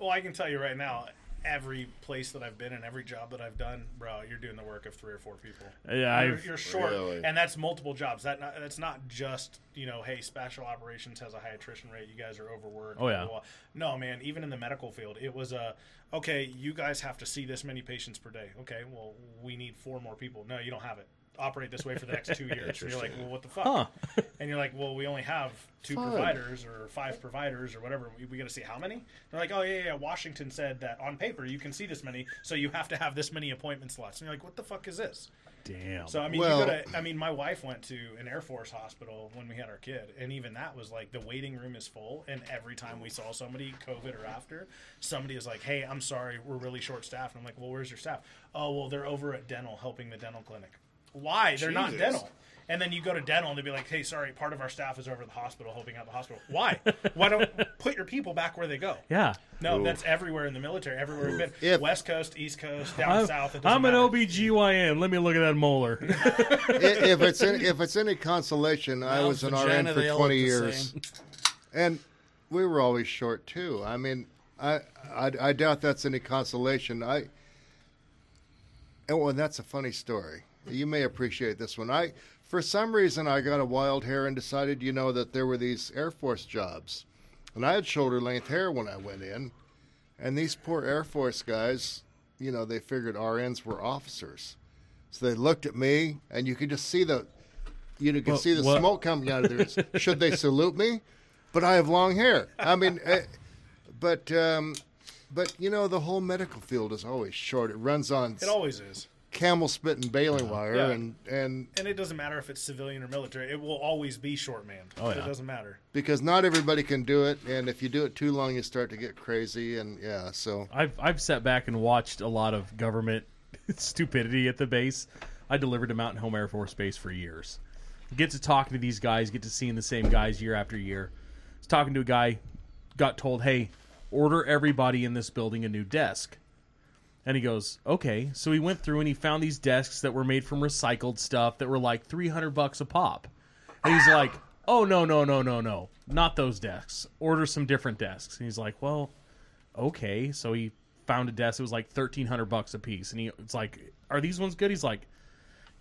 S7: Well, I can tell you right now, every place that I've been and every job that I've done, bro, you're doing the work of three or four people.
S2: Yeah,
S7: you're,
S2: I've-
S7: you're short,
S6: Really?
S7: and that's multiple jobs. That not, that's not just you know, hey, special operations has a high attrition rate. You guys are overworked.
S2: Oh, yeah.
S7: No, man. Even in the medical field, it was a okay. You guys have to see this many patients per day. Okay, well, we need four more people. No, you don't have it. Operate this way for the next two years. And you're like, well, what the fuck? And you're like, well, we only have two providers or five providers or whatever. We, we got to see how many. They're like, oh yeah, yeah, yeah. Washington said that on paper you can see this many, so you have to have this many appointment slots. And you're like, what the fuck is this?
S2: damn.
S7: So I mean,
S4: Well-
S7: you gotta, I mean, my wife went to an Air Force hospital when we had our kid, and even that was like the waiting room is full, and every time we saw somebody, COVID or after, somebody is like, "Hey, I'm sorry, we're really short staffed," and I'm like, "Well, where's your staff?" Oh, well, they're over at dental helping the dental clinic. Why? They're not
S6: Jesus.
S7: dental. And then you go to dental and they'd be like, "Hey, sorry, part of our staff is over at the hospital helping out the hospital." Why? Why don't put your people back where they go?
S2: yeah.
S7: No, that's everywhere in the military. Everywhere we've been,
S4: If-
S7: West Coast, East Coast, down
S2: I'm,
S7: south. It doesn't
S2: I'm an
S7: matter.
S2: OBGYN. Let me look at that molar.
S4: I- if it's any, if it's any consolation, I was an RN
S3: vagina,
S4: for
S3: they all
S4: twenty
S3: look the
S4: years,
S3: same.
S4: and we were always short too. I mean, I I, I doubt that's any consolation. I oh, well, that's a funny story. You may appreciate this one. I for some reason I got a wild hair and decided, you know, that there were these Air Force jobs, and I had shoulder length hair when I went in, and these poor Air Force guys, you know, they figured RNs were officers. So they looked at me, and you could just see the, you could see the
S2: what-
S4: smoke coming out of theirs. Should they salute me? but I have long hair. I mean, uh, but um, but you know, the whole medical field is always short. It runs on
S7: It always is.
S4: camel spit and baling wire,
S7: Yeah.
S4: and and
S7: And it doesn't matter if it's civilian or military. It will always be short manned.
S2: Oh, yeah.
S7: It doesn't matter.
S4: because not everybody can do it, and if you do it too long, you start to get crazy, and yeah, so
S2: I've I've sat back and watched a lot of government stupidity at the base. I delivered to Mountain Home Air Force Base for years. Get to talking to these guys, get to seeing the same guys year after year. I was talking to a guy, got told, "Hey, order everybody in this building a new desk." And he goes, "Okay." So he went through and he found these desks that were made from recycled stuff that were like three hundred bucks a pop. And he's like, "Oh no, no, no, no, no, not those desks. Order some different desks." And he's like, "Well." okay. So he found a desk. It was like thirteen hundred bucks a piece, and he was like, "Are these ones good?" He's like,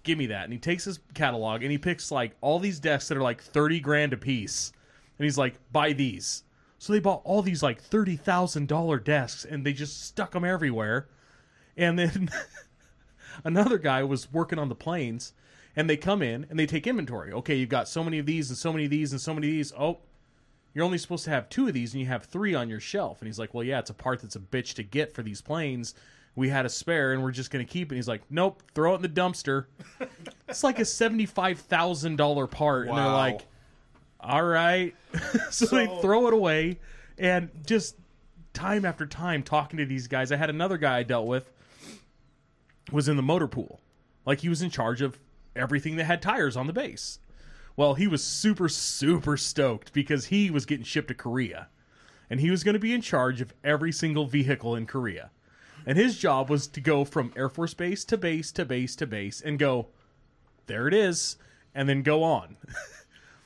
S2: "Give me that." And he takes his catalog and he picks like all these desks that are like thirty grand a piece, and he's like, "Buy these." So they bought all these like thirty thousand dollar desks, and they just stuck them everywhere. And then another guy was working on the planes, and they come in and they take inventory. Okay, you've got so many of these, and so many of these, and so many of these. Oh, you're only supposed to have two of these and you have three on your shelf. And he's like, well, yeah, it's a part that's a bitch to get for these planes. We had a spare and we're just going to keep it. And he's like, nope, throw it in the dumpster. it's like a $75,000 part. And they're
S5: Wow.
S2: like, all right. so, they
S7: So-
S2: throw it away and just time after time talking to these guys. I had another guy I dealt with was in the motor pool. Like he was in charge of everything that had tires on the base. Well, he was super, super stoked because he was getting shipped to Korea. And he was going to be in charge of every single vehicle in Korea. And his job was to go from Air Force Base to base to base to base and go, there it is, and then go on.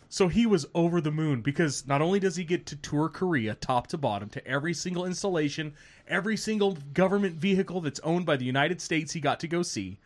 S2: so he was over the moon because not only does he get to tour Korea top to bottom to every single installation, every single government vehicle that's owned by the United States, he got to go see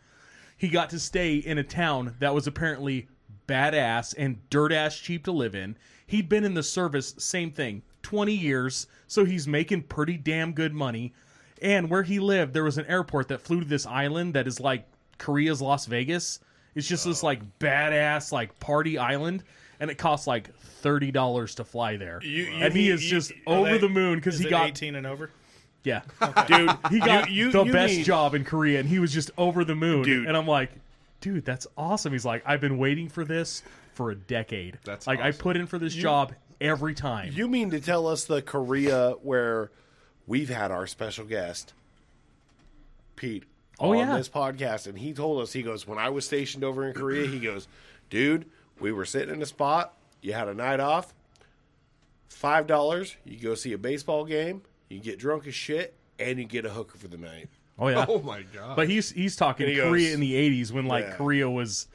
S2: he got to stay in a town that was apparently badass and dirt ass cheap to live in. He'd been in the service, same thing, 20 years, so he's making pretty damn good money. And where he lived, there was an airport that flew to this island that is like Korea's Las Vegas. It's just this like badass like party island, and it costs like thirty dollars to fly there.
S7: You- you-
S2: and he is
S7: you-
S2: just
S7: are
S2: over
S7: they-
S2: the moon because
S7: Is
S2: he
S7: it
S2: got
S7: 18 and over?
S2: yeah,
S6: dude.
S2: he got
S6: You- you-
S2: the
S6: you
S2: best
S6: mean-
S2: job in Korea, and he was just over the moon.
S6: Dude.
S2: And I'm like, dude, that's awesome. He's like, I've been waiting for this for a decade.
S5: That's
S2: like I
S5: awesome.
S2: put in for this job every time.
S6: You mean to tell us the Korea where we've had our special guest, Pete,
S2: Oh,
S6: on
S2: yeah.
S6: this podcast, and he told us, he goes, when I was stationed over in Korea, he goes, dude, we were sitting in a spot, you had a night off, five dollars, you go see a baseball game, you get drunk as shit, and you get a hooker for the night.
S2: oh yeah,
S5: Oh my god!
S2: but he's he's talking
S6: And he
S2: Korea
S6: goes-
S2: in the '80s when like
S6: Yeah.
S2: Korea was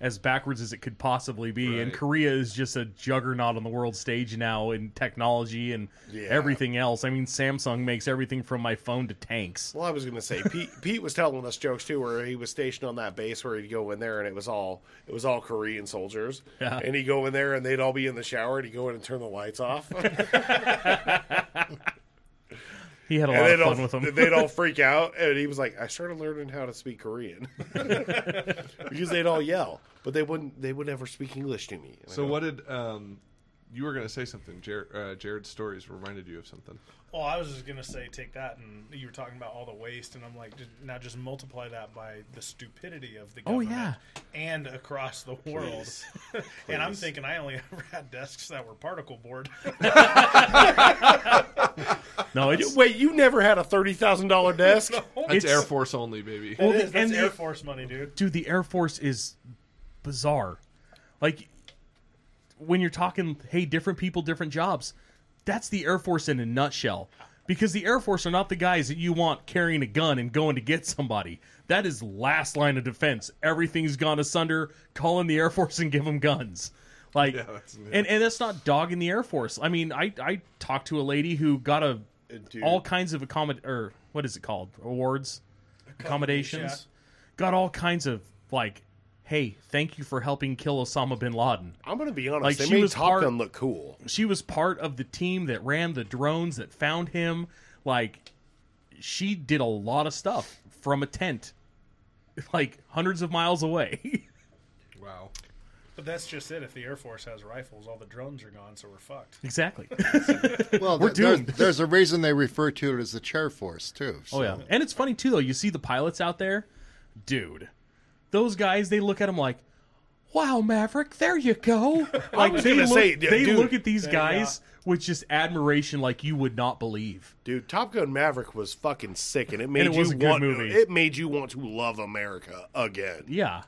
S2: as backwards as it could possibly be, and
S5: Right.
S2: Korea is just a juggernaut on the world stage now in technology and
S6: Yeah.
S2: everything else. I mean, Samsung makes everything from my phone to tanks.
S6: Well, I was gonna say Pete. Pete was telling us jokes too, where he was stationed on that base where he'd go in there and it was all it was all Korean soldiers,
S2: Yeah.
S6: and he'd go in there and they'd all be in the shower and he'd go in and turn the lights off, and
S2: He had a lot
S6: they'd
S2: of
S6: all
S2: fun with them.
S6: they'd all freak out, and he was like, I started learning how to speak Korean because they'd all yell, but they wouldn't they would never speak English to me. And I
S5: so
S6: go,
S5: what did um, you were going to say something? Jared, uh, Jared's stories reminded you of something.
S7: Oh, I was just gonna say take that, and you were talking about all the waste, and I'm like, just, now just multiply that by the stupidity of the
S2: Oh,
S7: government and across the world. and I'm thinking I only ever had desks that were particle board.
S2: No, it's
S6: Wait, you never had a thirty thousand dollar desk?
S3: Oh,
S5: That's
S2: It's- Oh.
S5: Air Force only, baby.
S2: Well,
S7: It is. That's
S2: and the-
S7: Air Force money, dude.
S2: dude, the Air Force is bizarre. Like when you're talking, hey, different people, different jobs. That's the Air Force in a nutshell. Because the Air Force are not the guys that you want carrying a gun and going to get somebody. That is last line of defense. Everything's gone asunder. Call in the Air Force and give them guns. Like,
S5: that's-
S2: and and that's not dogging the Air Force. I mean, I I talked to a lady who got a
S6: dude.
S2: all kinds of accommod or what is it called awards accommodations got all kinds of like, hey, thank you for helping kill Osama bin Laden.
S6: I'm gonna be honest.
S2: Like,
S6: they
S2: she
S6: made
S2: was
S6: Top
S2: hard-
S6: Gun look cool.
S2: She was part of the team that ran the drones that found him. Like, she did a lot of stuff from a tent, like hundreds of miles away.
S5: Wow.
S7: But that's just it. If the Air Force has rifles, all the drones are gone, so we're fucked.
S2: Exactly.
S4: Well,
S2: We're
S4: th- there's,
S2: doomed.
S4: there's a reason they refer to it as the chair force too.
S2: Oh
S4: so-
S2: yeah, and it's funny too though. You see the pilots out there, dude. Those guys, they look at them like, "Wow, Maverick, there you go." Like
S6: was
S2: they
S6: gonna
S2: look,
S6: say, d-
S2: they
S6: dude.
S2: look at these guys with just admiration, like you would not believe.
S6: Dude, Top Gun Maverick was fucking sick, and it made
S2: it
S6: you
S2: was a good
S6: want.
S2: movie.
S6: It made you want to love America again.
S2: Yeah,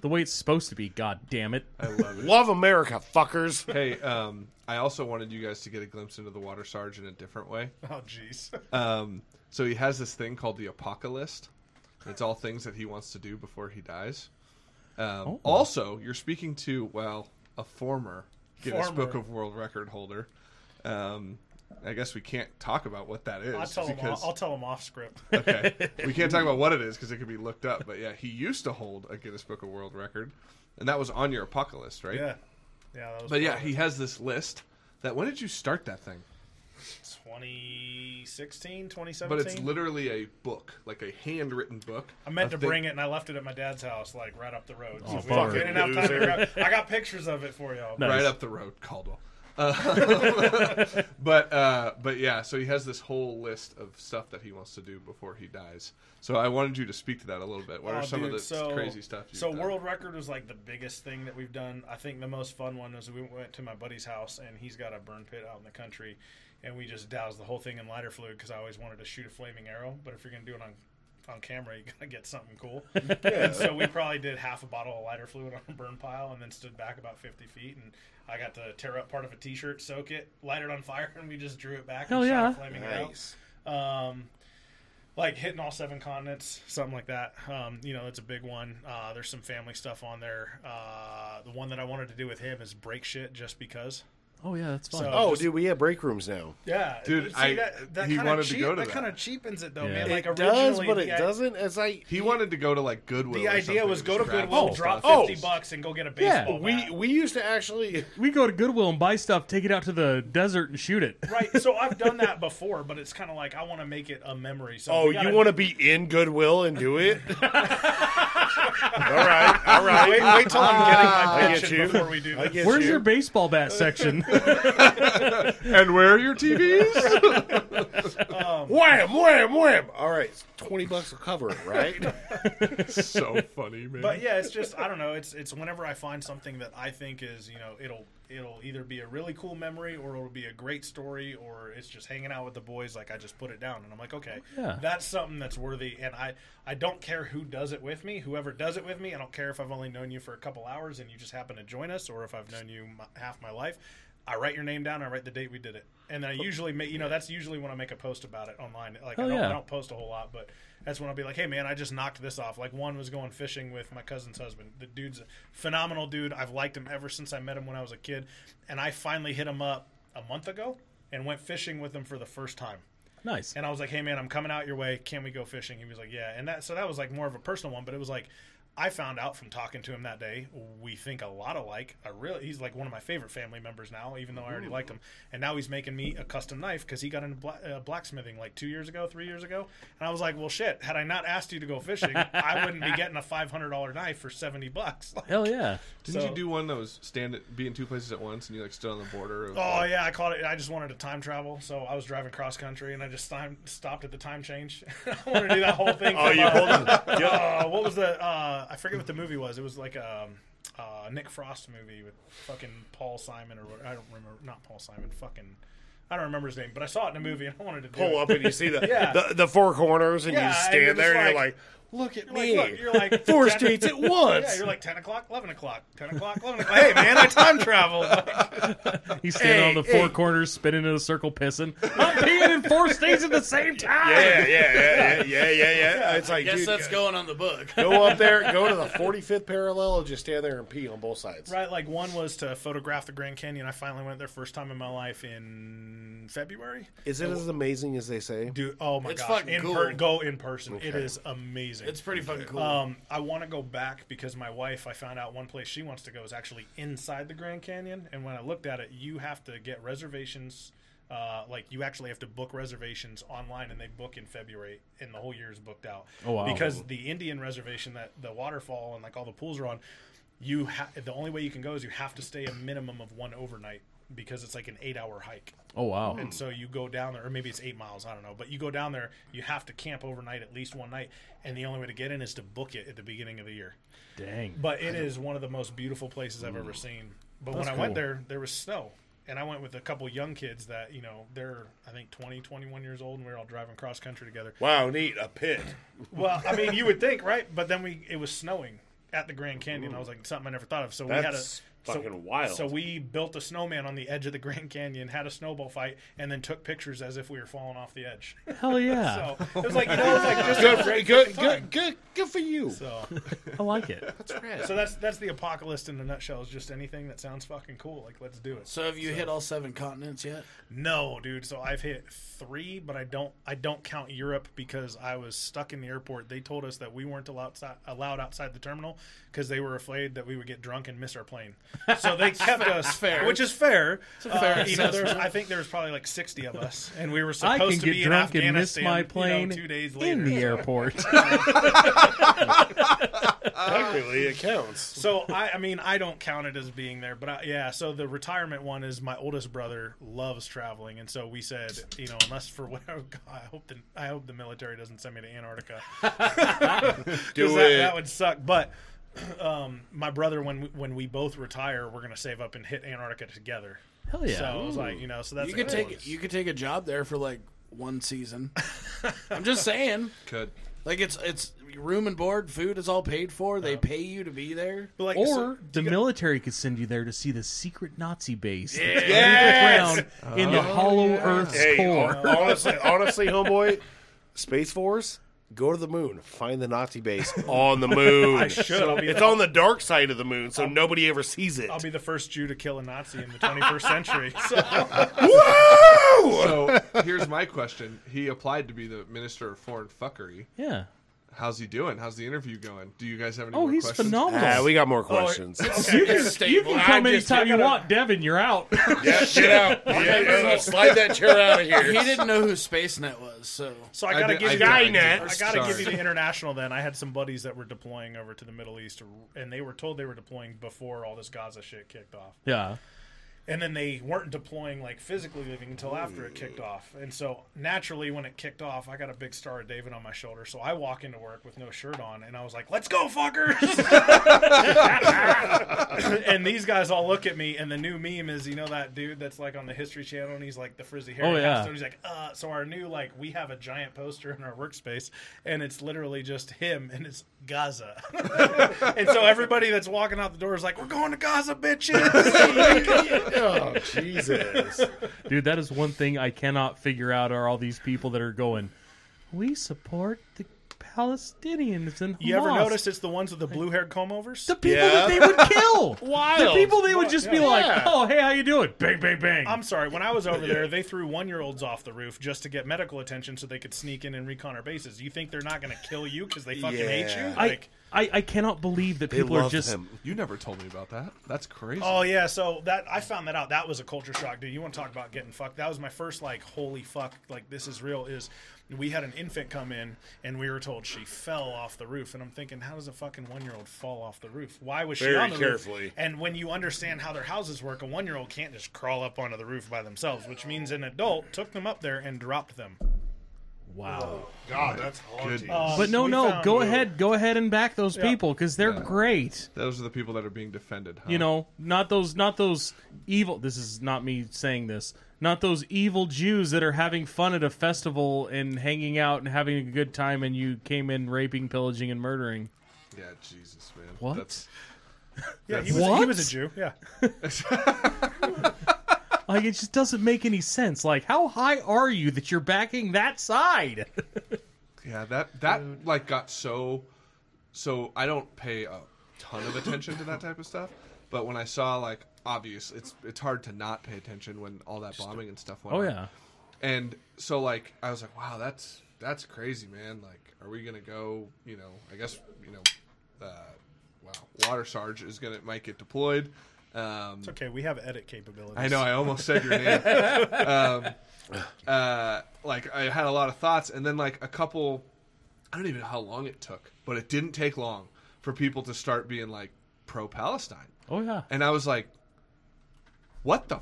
S2: the way it's supposed to be. God damn it!
S5: I love it.
S6: Love America, fuckers.
S5: Hey, um, I also wanted you guys to get a glimpse into the water sarge in a different way.
S7: Oh, jeez.
S5: Um, so he has this thing called the Apocalypse. It's all things that he wants to do before he dies. Um, Also, you're speaking to well a former Guinness
S7: Former.
S5: Book of World Record holder. Um, I guess we can't talk about what that is
S7: I'll tell him.
S5: because
S7: I'll tell him off script.
S5: okay, we can't talk about what it is because it could be looked up. But yeah, he used to hold a Guinness Book of World Record, and that was on your Apocalypse, right?
S7: Yeah. Yeah. That was
S5: But yeah,
S7: probably
S5: he has this list. That when did you start that thing?
S7: 2016, 2017.
S5: But it's literally a book, like a handwritten book.
S7: I meant to bring it and I left it at my dad's house, like right up the
S5: Oh,
S7: road. So we
S2: bummer.
S7: were getting out time to grab- I got pictures of it for y'all.
S5: right up the road, Caldwell. Uh, but uh, but yeah, so he has this whole list of stuff that he wants to do before he dies. So I wanted you to speak to that a little bit. What
S7: Oh,
S5: are some of
S7: dude,
S5: the crazy stuff? You've
S7: so
S5: done?
S7: world record was like the biggest thing that we've done. I think the most fun one was we went to my buddy's house and he's got a burn pit out in the country, and we just doused the whole thing in lighter fluid because I always wanted to shoot a flaming arrow. But if you're gonna do it on on camera, you gotta get something cool. And so we probably did half a bottle of lighter fluid on a burn pile and then stood back about 50 feet and. I got to tear up part of a T-shirt, soak it, light it on fire, and we just drew it back.
S2: Hell
S7: and
S2: yeah.
S7: Shot a flaming arrow um, like hitting all seven continents, something like that. Um, you know, that's a big one. Uh, there's some family stuff on there. Uh, the one that I wanted to do with him is break shit just because.
S2: Oh yeah, that's fun.
S7: So-
S6: Oh, dude, we have break rooms now.
S7: Yeah,
S5: Dude, I- he
S7: kinda
S5: wanted to go to
S7: that.
S5: that.
S7: kind of cheapens it though,
S2: Yeah.
S7: man.
S2: It
S7: Like
S6: it
S7: originally,
S6: does, but it
S7: the, i-
S6: doesn't. As I,
S5: he wanted to go to like Goodwill.
S7: The
S5: or
S7: idea
S5: something
S7: was
S5: and
S7: go to
S5: just grab
S7: Goodwill,
S5: some
S7: drop
S5: stuff.
S6: Oh.
S7: fifty bucks, and go get a
S2: Yeah,
S7: baseball. bat.
S6: we we used to actually.
S2: we go to Goodwill and buy stuff, take it out to the desert and shoot it.
S7: right. So I've done that before, but it's kind of like I want to make it a memory. So
S6: Oh, you want to be in Goodwill and do it? all right, all right.
S7: wait, wait till I'm getting my
S6: Ah, I
S7: pension
S6: get you.
S7: before we do
S6: I
S7: this.
S6: get
S2: Where's
S6: you.
S2: your baseball bat section?
S5: And where are your TVs?
S6: wham, wham, wham? All right, twenty bucks will cover it, right?
S5: so funny, man.
S7: but yeah, it's just I don't know. It's it's whenever I find something that I think is you know it'll it'll either be a really cool memory or it'll be a great story or it's just hanging out with the boys. Like I just put it down and I'm like, okay,
S2: Yeah.
S7: that's something that's worthy. And I I don't care who does it with me. Whoever does it with me, I don't care if I've only known you for a couple hours and you just happen to join us, or if I've known you my, half my life. I write your name down. I write the date we did it, and I usually make you know that's usually when I make a post about it online. Like I
S2: Oh,
S7: don't,
S2: yeah.
S7: I don't post a whole lot, but that's when I'll be like, "Hey, man, I just knocked this off." Like one was going fishing with my cousin's husband. The dude's a phenomenal dude. I've liked him ever since I met him when I was a kid, and I finally hit him up a month ago and went fishing with him for the first time.
S2: nice.
S7: And I was like, "Hey, man, I'm coming out your way. Can we go fishing?" He was like, "Yeah." And that so that was like more of a personal one, but it was like I found out from talking to him that day we think a lot alike. I really he's like one of my favorite family members now, even though I already liked him. And now he's making me a custom knife because he got into bla- uh, blacksmithing like two years ago, three years ago. And I was like, "Well, shit. Had I not asked you to go fishing, I wouldn't be getting a five hundred dollar knife for seventy bucks." Like,
S2: Hell yeah.
S5: Didn't
S7: so-
S5: you do one that was stand at, be in two places at once and you like stood on the border? Of,
S7: Oh
S5: like-
S7: yeah, I caught it. I just wanted to time travel, so I was driving cross country and I just time, stopped at the time change. I wanted to do that whole thing.
S6: Oh,
S7: from,
S6: you
S7: uh,
S6: hold on.
S7: uh, what was the? Uh, I forget what the movie was. It was like a um, uh, Nick Frost movie with fucking Paul Simon or what- I don't remember. Not Paul Simon. Fucking I don't remember his name, but I saw it in a movie and I wanted to do
S6: Pull
S7: it.
S6: up and you see the
S7: Yeah.
S6: the, the four corners, and
S7: Yeah,
S6: you
S7: and
S6: stand
S7: you're just
S6: there, and you're like,
S7: like-
S6: "Look at
S7: Like,
S6: me!"
S7: look, you're like
S6: four
S7: 10
S6: streets at
S7: Yeah,
S6: once.
S7: you're like ten o'clock, eleven o'clock, ten o'clock, eleven o'clock. Hey man, I time traveled.
S2: He's standing
S6: Hey,
S2: on the four
S6: hey.
S2: corners, spinning in a circle, pissing. I'm peeing in four states at the same time.
S6: yeah, yeah, yeah, yeah, yeah, yeah, yeah. It's like,
S3: Guess
S6: dude,
S3: that's going on the book.
S6: go up there, go to the 45th parallel, and just stand there and pee on both sides.
S7: Right, like one was to photograph the Grand Canyon. I finally went there first time in my life in February.
S6: Is it as amazing as they say?
S7: Dude, oh my
S3: It's
S7: gosh,
S3: fucking
S7: in
S3: cool.
S7: per- go in person. It is amazing.
S3: It's pretty fucking cool.
S7: Um, I want to go back because my wife, I found out one place she wants to go is actually inside the Grand Canyon. And when I looked at it, you have to get reservations. Uh, like you actually have to book reservations online, and they book in February, and the whole year is booked out.
S2: Oh, wow.
S7: Because the Indian reservation that the waterfall and like all the pools are on, you ha- the only way you can go is you have to stay a minimum of one overnight because it's like an eight hour hike.
S2: Oh wow.
S7: And so you go down there, or maybe it's eight miles, I don't know. But you go down there, you have to camp overnight at least one night, and the only way to get in is to book it at the beginning of the year.
S2: Dang.
S7: But it is one of the most beautiful places I've ever seen. But when I
S2: cool.
S7: went there, there was snow. And I went with a couple young kids that, you know, they're, I think, 20, 21 years old, and we were all driving cross country together.
S6: Wow, neat. A pit.
S7: Well, I mean, you would think, right? But then we, it was snowing at the Grand Canyon. I was like, something I never thought of. So we had a.
S6: That's fucking
S7: so,
S6: wild.
S7: So we built a snowman on the edge of the Grand Canyon, had a snowball fight, and then took pictures as if we were falling off the edge.
S2: Hell yeah.
S7: so it was like, you know, it was like just
S6: Good for, good, good, Uh, good, good for you.
S7: so.
S2: I like it.
S7: So that's that's the apocalypse in a nutshell. Is just anything that sounds fucking cool. Like let's do it.
S3: So have you hit all seven continents yet?
S7: No, dude. So I've hit three, but I don't. I don't count Europe because I was stuck in the airport. They told us that we weren't allowed outside, allowed outside the terminal because they were afraid that we would get drunk and miss our plane. So they kept us, fair. which is fair. Uh, you know, there was, I think there was probably like sixty of us, and we were
S2: I
S7: supposed
S2: can
S7: to be
S2: get
S7: in
S2: drunk and miss
S7: Afghanistan.
S2: my
S7: you know,
S2: plane
S7: two days later.
S2: in the airport.
S6: Technically, it counts.
S7: So I, I mean, I don't count it as being there, but I, yeah. So the retirement one is my oldest brother loves traveling, and so we said, you know, unless for whatever, God, I hope the I hope the military doesn't send me to Antarctica.
S6: Do
S7: Because that,
S6: it.
S7: that would suck. But um, my brother, when we, when we both retire, we're gonna save up and hit Antarctica together.
S2: Hell yeah.
S7: So I was like, you know, so that's
S3: You could
S7: cool.
S3: take you could take a job there for like one season. I'm just saying,
S5: Could.
S3: like it's it's room and board, food is all paid for. They pay you to be there.
S7: But like,
S2: or
S7: so-
S2: the military could send you there to see the secret Nazi base that's
S6: Yes!
S2: underground in the hollow earth's
S6: Hey,
S2: core.
S6: hon- honestly, honestly, homeboy, Space Force, go to the moon, find the Nazi base on the moon. I
S7: should. I'll be
S6: it's on the dark side of the moon, so nobody ever sees it.
S7: I'll be the first Jew to kill a Nazi in the 21st century. So.
S6: Woo!
S5: So here's my question. He applied to be the Minister of Foreign Fuckery.
S2: Yeah.
S5: How's he doing? How's the interview going? Do you guys have any
S2: Oh,
S5: more
S2: he's
S5: questions?
S2: phenomenal.
S6: Ah, we got more questions.
S2: you can, you can come anytime you want, Devin. You're out.
S6: yeah, get out. slide that chair out of
S3: He
S6: here.
S3: didn't know who SpaceNet was, so
S7: So I
S5: I
S7: gotta
S5: did-
S7: give
S5: I
S7: you
S5: did- I
S7: I
S5: did.
S7: gotta give you
S5: Sorry.
S7: the international. Then I had some buddies that were deploying over to the Middle East, and they were told they were deploying before all this Gaza shit kicked off.
S2: Yeah.
S7: And then they weren't deploying like physically leaving until after it kicked off. And so naturally, when it kicked off, I got a big star of David on my shoulder. So I walk into work with no shirt on, and I was like, "Let's go, fuckers!" and these guys all look at me. And the new meme is, you know, that dude that's like on the History Channel, and he's like the frizzy hair.
S2: Oh,
S7: and
S2: yeah.
S7: has- He's like, uh, so our new like we have a giant poster in our workspace, and it's literally just him and it's Gaza. and so everybody that's walking out the door is like, we're going to Gaza, bitches.
S6: Oh, Jesus.
S2: Dude, that is one thing I cannot figure out are all these people that are going, we support the Palestinians and Hamas.
S7: you ever notice it's the ones with the blue haired comb overs?
S2: The people
S6: Yeah.
S2: that they would kill. The
S6: Wild.
S2: people they would just be
S7: Yeah.
S2: like, oh, hey, how you doing? Bang, bang, bang.
S7: I'm sorry. When I was over there, they threw one year olds off the roof just to get medical attention so they could sneak in and recon our bases. You think they're not going to kill you because they fucking hate you?
S6: Yeah.
S2: I,
S7: Like,
S2: I, I cannot believe that
S6: They
S2: people are
S6: love
S2: just
S6: him.
S5: You never told me about that. That's crazy.
S7: Oh yeah, so that I found that out. That was a culture shock, dude. You want to talk about getting fucked? That was my first like, holy fuck, like this is real. Is we had an infant come in and we were told she fell off the roof, and I'm thinking, how does a fucking one year old fall off the roof? Why was she
S6: Very
S7: on the
S6: carefully.
S7: roof? And when you understand how their houses work, a one year old can't just crawl up onto the roof by themselves, which means an adult took them up there and dropped them.
S2: wow.
S6: God, that's haunting.
S7: Um,
S2: But no,
S7: we
S2: no,
S7: found-
S2: go ahead, go ahead and back those people people because they're great.
S5: Those are the people that are being defended. Huh?
S2: You know, not those, not those evil. This is not me saying this. Not those evil Jews that are having fun at a festival and hanging out and having a good time, and you came in raping, pillaging, and murdering.
S5: Yeah, Jesus, man.
S2: What?
S5: That's,
S7: Yeah, he was,
S2: What?
S7: he was a Jew. Yeah.
S2: Like it just doesn't make any sense. Like how high are you that you're backing that side?
S5: yeah, that that like got so. So I don't pay a ton of attention to that type of stuff, but when I saw like obvious, it's it's hard to not pay attention when all that bombing and stuff went.
S2: Oh
S5: on.
S2: yeah,
S5: And so like I was like, wow, that's that's crazy, man. Like, are we gonna go? You know, I guess you know, uh, wow, Water Sarge is gonna might get deployed. Um,
S7: Okay, we have edit capabilities.
S5: I know. I almost said your name. um, uh, like I had a lot of thoughts, and then like a couple. I don't even know how long it took, but it didn't take long for people to start being like, pro Palestine.
S2: Oh yeah.
S5: And I was like, what the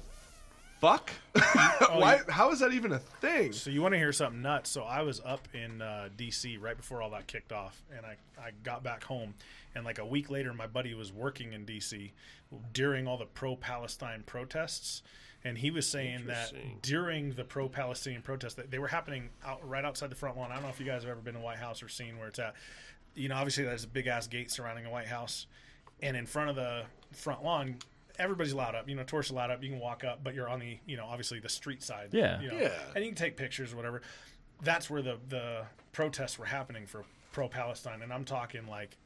S5: fuck?
S7: Oh,
S5: Why? How is that even a thing?
S7: So you want to hear something nuts? So I was up in uh, D.C. right before all that kicked off, and I, I got back home, and like a week later, my buddy was working in D.C. during all the pro-Palestine protests, and he was saying that during the pro-Palestinian protests, that they were happening out right outside the front lawn. I don't know if you guys have ever been to White House or seen where it's at. You know, obviously there's a big ass gate surrounding the White House, and in front of the front lawn. Everybody's allowed up, you know. Tourists allowed up. You can walk up, but you're on the, you know, obviously the street side.
S2: Yeah.
S7: you know, and you can take pictures or whatever. That's where the the protests were happening for pro Palestine, and I'm talking like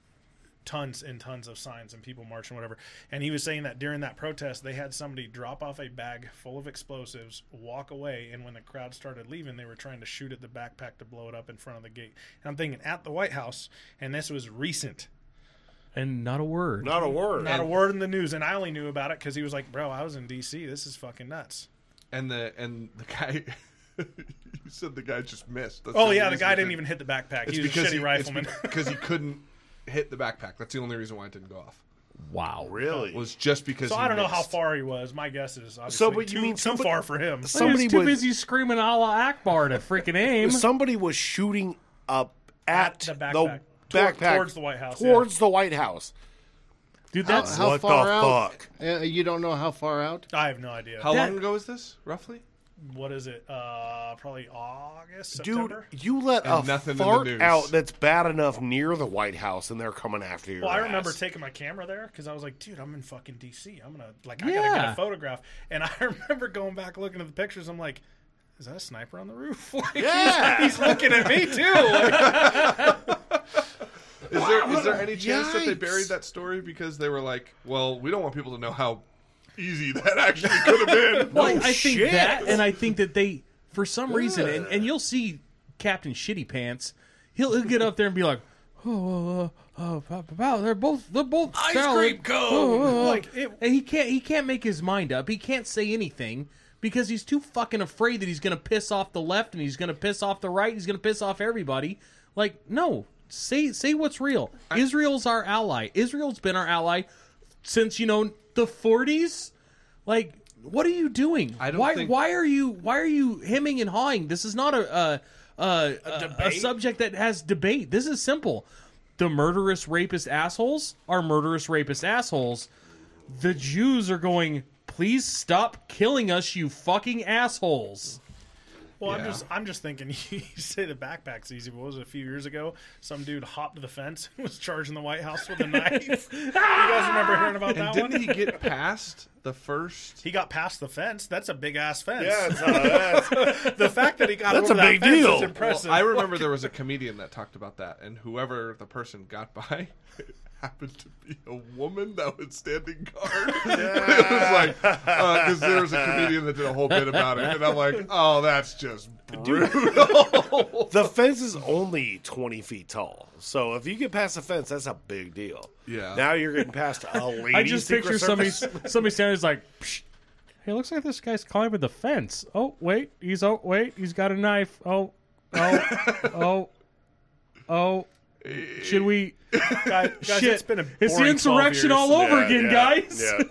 S7: tons and tons of signs and people marching whatever. And he was saying that during that protest, they had somebody drop off a bag full of explosives, walk away, and when the crowd started leaving, they were trying to shoot at the backpack to blow it up in front of the gate. And I'm thinking at the White House, and this was recent.
S2: And not a word.
S6: Not a word.
S7: Not a word in the news, and I only knew about it because he was like, "Bro, I was in D.C. This is fucking nuts."
S5: and the and the guy you said the guy just missed. That's
S7: Oh
S5: only
S7: yeah, the
S5: reason
S7: guy
S5: it
S7: didn't even hit the backpack.
S5: It's
S7: he was a
S5: because
S7: shitty
S5: he,
S7: rifleman.
S5: because he couldn't hit the backpack. That's the only reason why it didn't go off.
S2: Wow.
S6: really.
S5: Was just because.
S7: So
S5: he
S7: I don't know how
S5: missed.
S7: far he was. My guess is obviously
S6: So, but you
S7: too,
S6: mean
S7: too
S6: somebody-
S7: far for him.
S6: some-
S2: Somebody's
S6: Somebody
S2: too
S6: was-
S2: busy screaming Allah Akbar to freaking aim.
S6: somebody was shooting up at,
S7: At the
S6: the
S7: backpack.
S6: backpack,
S7: Toward- towards the White House, yeah.
S6: towards the White House.
S2: Dude, that's
S4: How
S6: What the
S4: far out?
S6: fuck?
S4: Uh, you don't know how far out?
S7: I have no idea.
S5: How
S2: That-
S5: long ago was this roughly?
S7: what is it? Uh, probably August,
S6: Dude,
S7: September.
S6: you let
S5: And
S6: a
S5: nothing in the
S6: fart
S5: news.
S6: out that's bad enough near the White House, and they're coming after you.
S7: well, I remember taking my camera there because I was like, dude, I'm in fucking DC. I'm gonna like, I gotta get
S2: Yeah.
S7: a photograph. And I remember going back looking at the pictures. I'm like, is that a sniper on the roof? Like,
S6: Yeah.
S7: he's, he's looking at me too. Like,
S5: Is there is there any chance that they
S6: Yikes.
S5: buried that story because they were like, well, we don't want people to know how easy that actually could have been.
S2: Well, I- I think that, and I think that they, for some reason, and, and you'll see Captain Shitty Pants. He'll, he'll get up there and be like, "Oh, uh, uh, pa- pa- pa- they're both, they're both Oh, ice
S6: cream cone!
S2: like, and he can't, he can't make his mind up. He can't say anything because he's too fucking afraid that he's gonna piss off the left and he's gonna piss off the right. He's gonna piss off everybody. Like, no, say say what's real. Israel's our ally. Israel's been our ally since you know the 40s. Like, what are you doing?
S5: I don't
S2: why
S5: think-
S2: why are you why are you hemming and hawing? This is not a a, a, a, a subject that has debate. This is simple. The murderous rapist assholes are murderous rapist assholes. The Jews are going. Please stop killing us, you fucking assholes.
S7: well, I'm
S5: Yeah.
S7: just, I'm just thinking. You say the backpack's easy. But what was it, a few years ago? Some dude hopped the fence and was charging the White House with a knife. you guys remember hearing about that one?
S5: Didn't he get past the first?
S7: He got past the fence. That's a big ass fence.
S6: Yeah, it's, uh, that's-
S7: the fact that he got
S6: That's
S7: over
S6: a
S7: that
S6: big
S7: fence
S6: deal.
S7: is impressive.
S5: I remember there was a comedian that talked about that, and whoever the person got by happened to be a woman that was standing guard. it was like because there was a comedian that did a whole bit about it, and I'm like, oh, that's just brutal.
S6: the fence is only twenty feet tall, so if you get past the fence, that's a big deal.
S5: Yeah.
S6: Now you're getting past a lady.
S2: I just picture somebody somebody standing there's like, Psh, hey, looks like this guy's climbing the fence. Oh wait, he's oh wait, he's got a knife. Oh oh oh oh. Should we?
S7: Guys, guys,
S2: Shit,
S7: it's been a
S2: it's the
S7: boring 12
S2: insurrection
S7: years.
S2: all over again, guys.
S6: Yeah.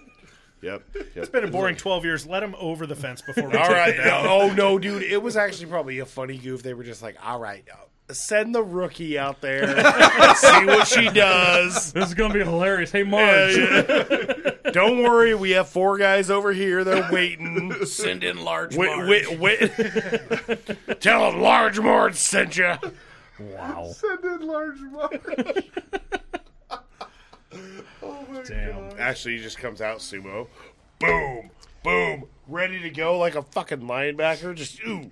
S6: Yep. yep.
S7: It's been a boring twelve years. Let him over the fence before we
S6: All
S7: take
S6: right.
S7: it down.
S6: Oh no, dude! It was actually probably a funny goof. They were just like, "All right, uh, send the rookie out there, see what she does.
S2: This is gonna be hilarious. Hey, Marge,
S6: Don't worry, we have four guys over here. They're waiting.
S3: Send in large
S6: Wait, wait, wait. Tell them large Marge sent you.
S2: wow,
S5: Send in large mark. oh my god.
S6: Actually, he just comes out sumo. Boom, boom, ready to go like a fucking linebacker. Just ooh.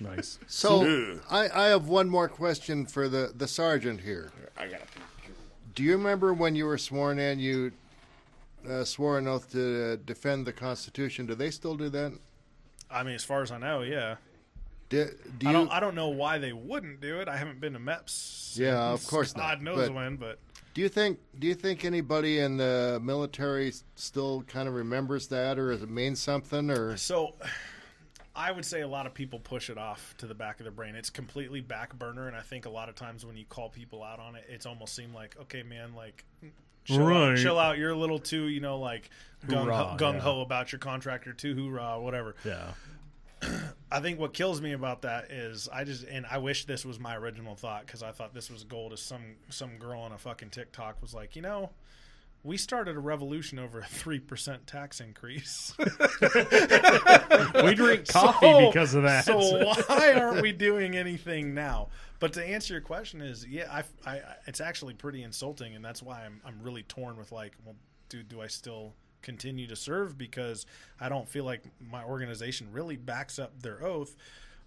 S2: nice.
S6: Ugh.
S4: So I, I have one more question for the, the sergeant here.
S6: I got.
S4: Do you remember when you were sworn in, you uh, swore an oath to uh, defend the Constitution? Do they still do that?
S7: I mean, as far as I know, yeah.
S4: Do, do you?
S7: I don't. I don't know why they wouldn't do it. I haven't been to MEPS.
S4: yeah, of
S7: since
S4: course not.
S7: God knows
S4: but
S7: when, but
S4: do you think do you think anybody in the military s- still kind of remembers that, or does it mean something? Or
S7: so. I would say a lot of people push it off to the back of their brain. It's completely back burner, and I think a lot of times when you call people out on it, it's almost seemed like, okay, man, like chill,
S2: Right.
S7: out, chill out. You're a little too, you know, like gung ho,
S2: Hoorah,
S7: gung ho about your contractor too, hoorah, whatever.
S2: Yeah.
S7: I think what kills me about that is I just and I wish this was my original thought because I thought this was gold. Is some some girl on a fucking TikTok was like, you know, we started a revolution over a three percent tax increase.
S2: We drink coffee
S7: So-
S2: because of that.
S7: So why aren't we doing anything now? But to answer your question is, yeah, I, I, it's actually pretty insulting, and that's why I'm, I'm really torn with like, well, do do I still continue to serve because I don't feel like my organization really backs up their oath.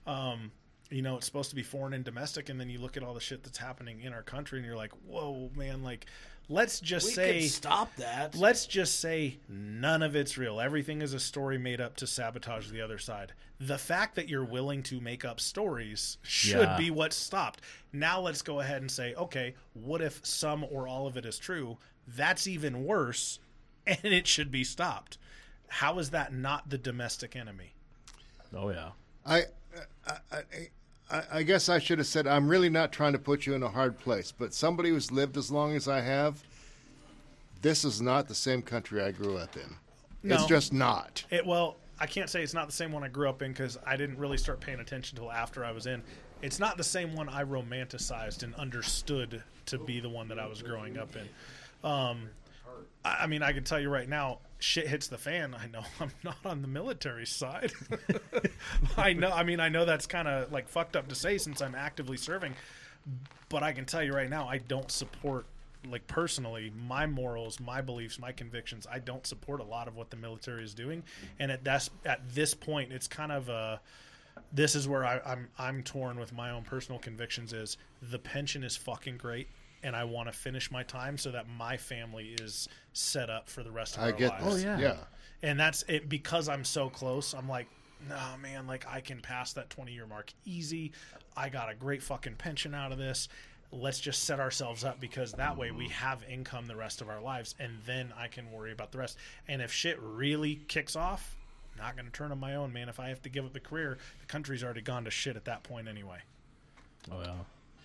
S7: Um, you know, it's supposed to be foreign and domestic, and then you look at all the shit that's happening in our country, and you're like, whoa, man, like, let's just
S3: We
S7: say
S3: could stop that.
S7: Let's just say none of it's real. Everything is a story made up to sabotage the other side. The fact that you're willing to make up stories should
S2: Yeah.
S7: be what stopped. Now let's go ahead and say, okay, what if some or all of it is true? That's even worse, and it should be stopped. How is that not the domestic enemy?
S2: oh yeah.
S4: I, I, I- I, I guess I should have said I'm really not trying to put you in a hard place, but somebody who's lived as long as I have, this is not the same country I grew up in. It's
S7: No.
S4: just not.
S7: It well, I can't say it's not the same one I grew up in because I didn't really start paying attention till after I was in. It's not the same one I romanticized and understood to be the one that I was growing up in. Um, I I mean, I can tell you right now, shit hits the fan. I know I'm not on the military side. I know. I mean, I know that's kind of like fucked up to say since I'm actively serving, but I can tell you right now, I don't support like personally my morals, my beliefs, my convictions. I don't support a lot of what the military is doing, and at that's at this point, it's kind of a. This is where I, I'm I'm torn with my own personal convictions. Is the pension is fucking great, and I want to finish my time so that my family is set up for the rest of
S4: I
S7: our
S4: get
S7: lives
S4: this.
S2: yeah.
S4: Oh, yeah.
S7: and that's it because I'm so close. I'm like, nah, man, like I can pass that 20 year mark easy. I got a great fucking pension out of this. Let's just set ourselves up because that way we have income the rest of our lives, and then I can worry about the rest. And if shit really kicks off, not gonna turn on my own, man. If I have to give up a career, the country's already gone to shit at that point anyway.
S2: Oh yeah.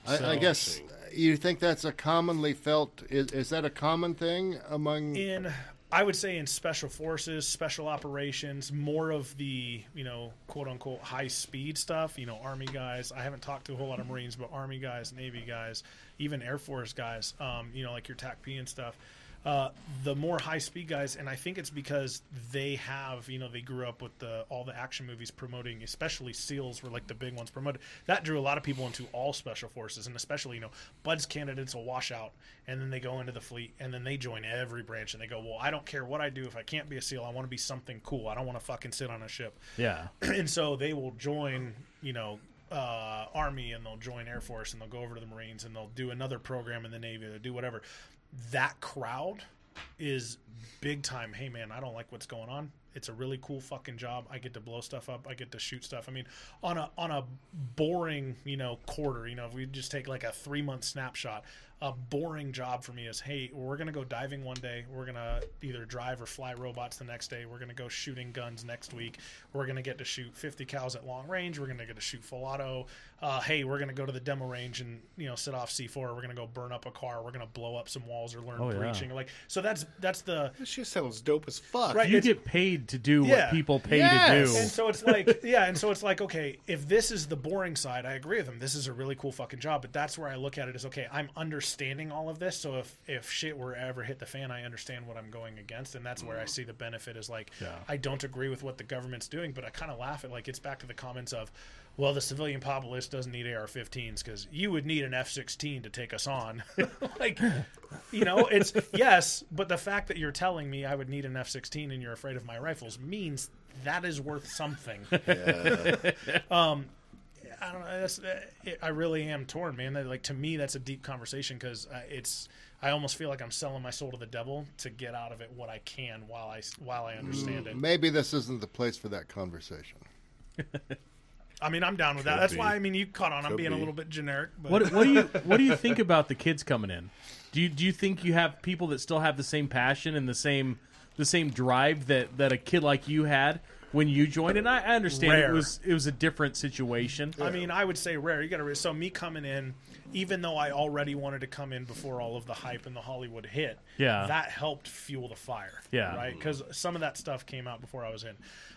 S4: I, I guess you think that's a commonly felt. Is, is that a common thing among?
S7: in I would say in special forces, special operations, more of the you know quote unquote high speed stuff. You know, Army guys. I haven't talked to a whole lot of Marines, but Army guys, Navy guys, even Air Force guys. Um, you know, like your TACP and stuff. Uh, the more high speed guys, and I think it's because they have, you know, they grew up with the all the action movies promoting, especially SEALs were like the big ones promoted. That drew a lot of people into all special forces, and especially you know, Bud's candidates will wash out, and then they go into the fleet, and then they join every branch, and they go, well, I don't care what I do if I can't be a SEAL, I want to be something cool. I don't want to fucking sit on a ship
S2: Yeah.
S7: and so they will join, you know, uh, army and they'll join air force and they'll go over to the marines and they'll do another program in the navy. They'll do whatever. That crowd is big time. Hey man, I don't like what's going on. It's a really cool fucking job. I get to blow stuff up. I get to shoot stuff. I mean, on a on a boring you know quarter, you know, if we just take like a three month snapshot, a boring job for me is hey we're gonna go diving one day we're gonna either drive or fly robots the next day we're gonna go shooting guns next week we're gonna get to shoot 50 cows at long range we're gonna get to shoot full auto uh, hey we're gonna go to the demo range and you know set off c4 we're gonna go burn up a car we're gonna blow up some walls or learn
S2: Oh, yeah.
S7: breaching like so that's that's the
S6: This shit sounds dope as fuck.
S7: Right.
S2: You
S7: it's-
S2: get paid to do
S7: Yeah.
S2: what people pay
S6: Yes.
S2: to
S7: and
S2: do.
S7: so it's like yeah and so it's like okay if this is the boring side i agree with him this is a really cool fucking job but that's where i look at it as okay i'm understanding all of this so if if shit were to ever hit the fan i understand what i'm going against and that's where i see the benefit is like i don't agree with what the government's doing but i kind of laugh at like it's back to the comments of well the civilian populace doesn't need ar-15s because you would need an f-16 to take us on like you know it's yes but the fact that you're telling me i would need an f-16 and you're afraid of my rifles means that is worth something Um, I don't know. That's, it, I really am torn, man. That, like to me, that's a deep conversation because uh, it's. I almost feel like I'm selling my soul to the devil to get out of it what I can while I s- while
S6: Mm.
S7: I understand it.
S4: Maybe this isn't the place for that conversation.
S7: I mean, I'm down with that.
S6: Could
S7: That's
S6: be.
S7: why I mean you caught on. I'm
S6: Could
S7: being a
S6: be.
S7: little bit generic, but
S2: What what do you what do you think about the kids coming in? Do you do you think you have people that still have the same passion and the same the same drive that that a kid like you had when you joined, and I, I understand it
S7: Rare.
S2: was it was a different situation.
S7: I mean, I would say rare. You got to so me coming in, even though I already wanted to come in before all of the hype and the Hollywood hit.
S2: Yeah.
S7: that helped fuel the fire.
S2: Yeah.
S7: right. Because some of that stuff came out before I was in,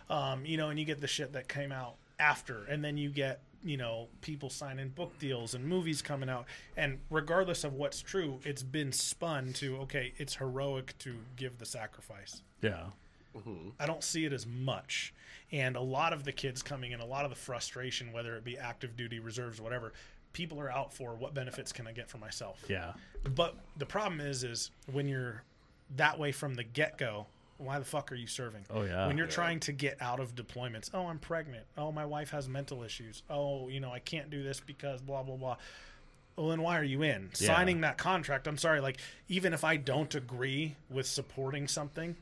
S7: um, you know, and you get the shit that came out after, and then you get you know people signing book deals and movies coming out, and regardless of what's true, it's been spun to okay, it's heroic to give the sacrifice.
S2: Yeah,
S7: I don't see it as much. And a lot of the kids coming in, a lot of the frustration, whether it be active duty, reserves, whatever, people are out for what benefits can I get for myself.
S2: yeah,
S7: But the problem is, is when you're that way from the get go, why the fuck are you serving?
S2: Oh, yeah.
S7: When you're trying to get out of deployments, oh I'm pregnant. Oh my wife has mental issues. Oh you know I can't do this because blah blah blah. Well then why are you in
S2: Yeah.
S7: signing that contract? I'm sorry, like even if I don't agree with supporting something,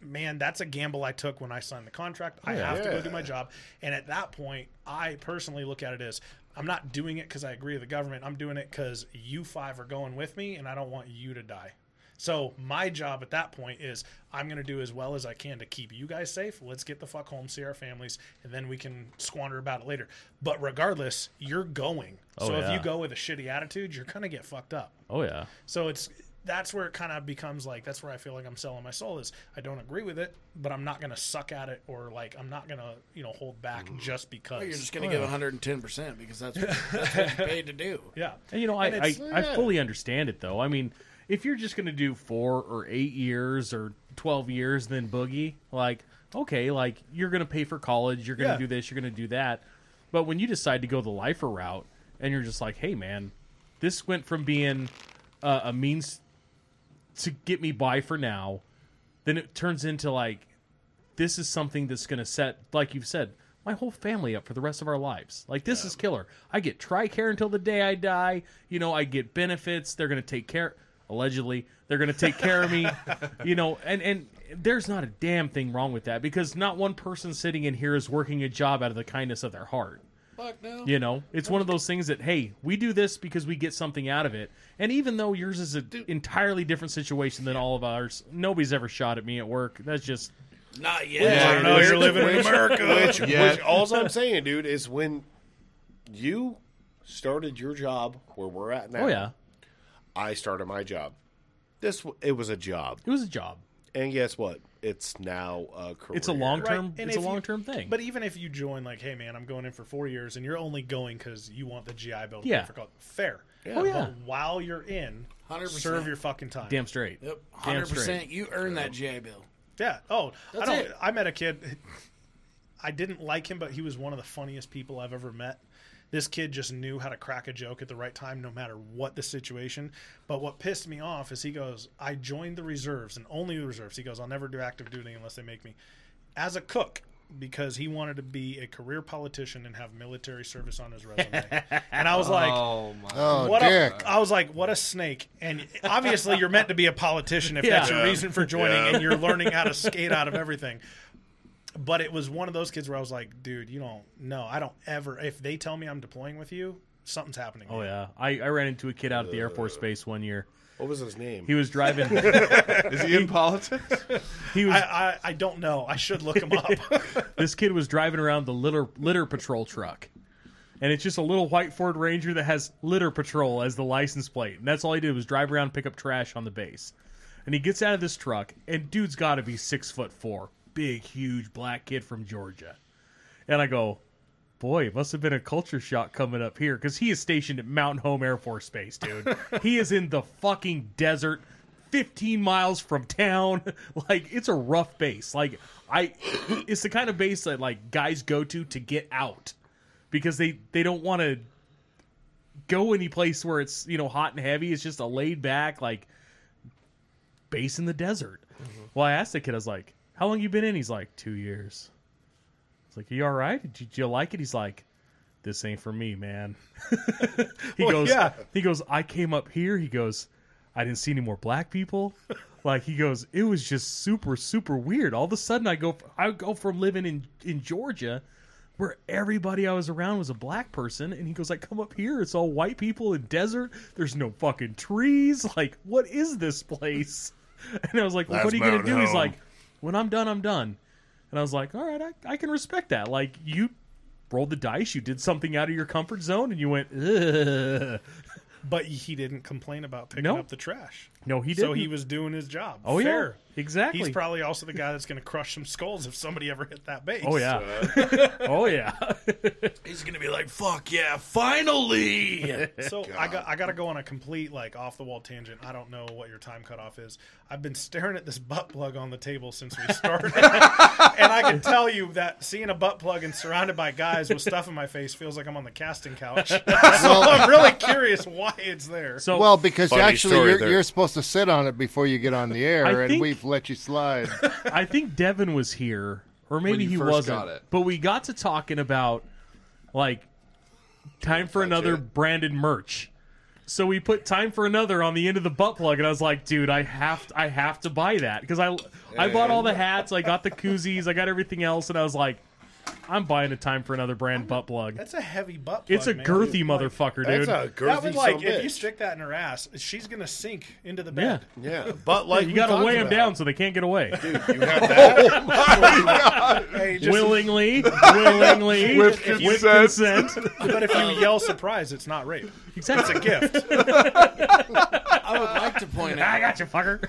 S7: man, that's a gamble I took when I signed the contract. I have to go do my job. And at that point, I personally look at it as I'm not doing it because I agree with the government. I'm doing it because you five are going with me and I don't want you to die. So my job at that point is I'm going to do as well as I can to keep you guys safe. Let's get the fuck home, see our families, and then we can squander about it later. But regardless, you're going.
S2: Oh,
S7: so
S2: yeah.
S7: if you go with a shitty attitude, you're going to get fucked up.
S2: oh yeah,
S7: So it's that's where it kind of becomes like that's where I feel like I'm selling my soul is I don't agree with it, but I'm not gonna suck at it or like I'm not gonna you know hold back just because.
S3: Mm-hmm. You're just going to give 110 percent because that's what, that's what you're paid to do.
S7: yeah,
S2: and you know I
S7: And
S2: I,
S7: it's-
S2: I fully understand it though. I mean, if you're just gonna do four or eight years or twelve years, then boogie like okay, like you're gonna pay for college, you're gonna
S7: Yeah.
S2: do this, you're gonna do that. But when you decide to go the lifer route, and you're just like, hey man, this went from being uh, a means to get me by for now, then it turns into like this is something that's going to set, like you've said, my whole family up for the rest of our lives. Like this is killer. I get Tricare until the day I die. You know, I get benefits. They're going to take care. Allegedly, they're going to take care of me. You know, and and there's not a damn thing wrong with that because not one person sitting in here is working a job out of the kindness of their heart.
S3: Fuck no.
S2: You know, it's one of those things that hey, we do this because we get something out of it. And even though yours is an entirely different situation than all of ours, nobody's ever shot at me at work. That's just
S3: Not yet.
S5: Yeah, I don't know,
S6: Which-
S5: you're
S7: living in
S6: which-
S7: America.
S6: Which,
S5: Yeah.
S6: which all I'm saying, dude, is when you started your job where we're at now.
S2: oh yeah,
S6: I started my job. This w- it was a job,
S2: it was a job.
S6: and guess what? It's now a career.
S2: It's a long
S7: Right,
S2: term.
S7: and
S2: It's a
S7: if you-
S2: long term thing.
S7: But even if you join, like, hey man, I'm going in for four years, and you're only going because you want the GI Bill, to
S2: Yeah.
S7: pay for college, fair.
S2: Oh, yeah.
S7: But while you're in,
S3: 100%.
S7: serve your fucking time.
S2: damn straight.
S3: Yep,
S2: Damn
S3: hundred
S2: straight.
S3: percent. You earn that GI Bill.
S7: Yeah. Oh, I don't.
S3: it.
S7: I met a kid. I didn't like him, but he was one of the funniest people I've ever met. This kid just knew how to crack a joke at the right time, no matter what the situation. But what pissed me off is he goes, "I joined the reserves and only the reserves." He goes, "I'll never do active duty unless they make me." As a cook, because he wanted to be a career politician and have military service on his resume, and I was like,
S5: Oh my!
S4: Oh,
S7: what
S4: Dick.
S7: a, I was like, what a snake. And obviously, you're meant to be a politician if that's your
S2: Yeah.
S7: reason for joining, and you're learning how to skate out of everything. But it was one of those kids where I was like, dude, you don't know. I don't ever. If they tell me I'm deploying with you, something's happening.
S2: Oh yeah, I, I ran into a kid out at the Air Force
S3: Uh.
S2: Base one year.
S6: What was his name?
S2: He was driving.
S5: Is he in politics?
S2: he was
S7: I, I, I don't know. I should look them up.
S2: this kid was driving around the litter litter patrol truck, and it's just a little white Ford Ranger that has litter patrol as the license plate, and that's all he did was drive around and pick up trash on the base. And he gets out of this truck, and dude's got to be six foot four, big, huge black kid from Georgia, and I go. Boy, it must have been a culture shock coming up here because he is stationed at Mountain Home Air Force Base, dude. he is in the fucking desert, 15 miles from town. Like, it's a rough base. Like, I, it's the kind of base that, like, guys go to to get out because they, they don't want to go any place where it's, you know, hot and heavy. It's just a laid back, like, base in the desert. Well, I asked the kid, I was like, how long you been in? He's like, two years. It's like, you all right? Did you, did you like it? He's like, this ain't for me, man. he goes,
S6: yeah.
S2: he goes, I came up here. He goes, I didn't see any more black people. like he goes, it was just super, super weird. All of a sudden, I go, I go from living in in Georgia, where everybody I was around was a black person, and he goes, I come up here, it's all white people in desert. There's no fucking trees. Like, what is this place? And I was like, well,
S6: That's
S2: what are you gonna
S6: Mountain
S2: do? He's
S6: Home.
S2: like, when I'm done, I'm done. And I was like, all right, I, I can respect that. Like, you rolled the dice, you did something out of your comfort zone, and you went, Ugh.
S7: But he didn't complain about picking
S2: No.
S7: up the trash.
S2: no, he didn't.
S7: So he was doing his job.
S2: Oh, yeah.
S7: Fair.
S2: Exactly.
S7: He's probably also the guy that's going to crush some skulls if somebody ever hit that base.
S2: Oh yeah. oh yeah.
S3: He's gonna be like, "Fuck yeah, finally!"
S7: So I got I got to go on a complete like off the wall tangent. I don't know what your time cutoff is. I've been staring at this butt plug on the table since we started, and I can tell you that seeing a butt plug and surrounded by guys with stuff in my face feels like I'm on the casting couch. so I'm really curious why it's there.
S2: So
S4: Well, because
S6: Funny
S4: actually
S6: story
S4: you're,
S6: there.
S4: you're supposed to sit on it before you get on the air,
S2: I
S4: and
S2: think-
S4: we've let you slide.
S2: I think Devin was here, or maybe
S5: you
S2: he
S5: first
S2: wasn't.
S5: got it.
S2: But we got to talking about like time for another
S4: it.
S2: branded merch. So we put time for another on the end of the butt plug, and I was like, dude, I have to, I have to buy that because I I bought all the hats, I got the koozies, I got everything else, and I was like, I'm buying a time for another brand butt plug.
S7: That's a heavy butt plug.
S2: It's a
S7: man.
S2: girthy
S7: Like,
S2: motherfucker,
S6: That's
S2: dude.
S6: a girthy
S7: That would like
S6: son of
S7: if you
S6: bitch.
S7: stick that in her ass, she's gonna sink into the
S2: yeah,
S7: bed.
S6: Yeah, but like
S2: you
S6: we
S2: got to
S6: talked
S2: weigh them
S6: about,
S2: down so they can't get away.
S6: You have that.
S7: Hey, just-
S2: willingly, willingly,
S5: With consent.
S2: consent.
S7: but if you yell surprise, it's not rape.
S2: Exactly.
S7: It's a gift.
S3: I would like to point
S2: I
S3: out.
S2: got you, fucker.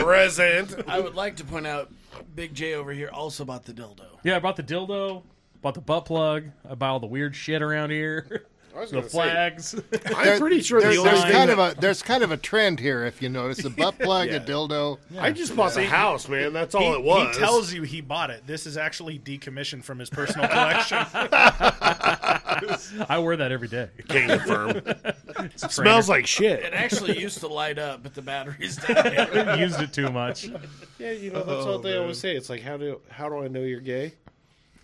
S6: present.
S3: I would like to point out, Big J over here also bought the dildo.
S2: yeah, I bought the dildo, bought the butt plug, I bought all the weird shit around here,
S6: I was
S2: the
S6: gonna say,
S2: flags.
S6: I'm pretty sure the
S4: There's,
S6: only
S4: there's
S6: thing
S4: kind
S6: that-
S4: of a there's kind of a trend here if you notice a butt plug, a dildo.
S6: I just bought the house, man. That's all
S7: he,
S6: it was.
S7: he tells you he bought it. This is actually decommissioned from his personal collection.
S2: I wear that every day.
S6: King of firm.
S2: It's a
S6: Smells like shit.
S3: It actually used to light up, but the battery's dead.
S2: trainer. I've used it too much.
S6: Yeah, you know that's what they always say. It's like how do how do I know you're gay?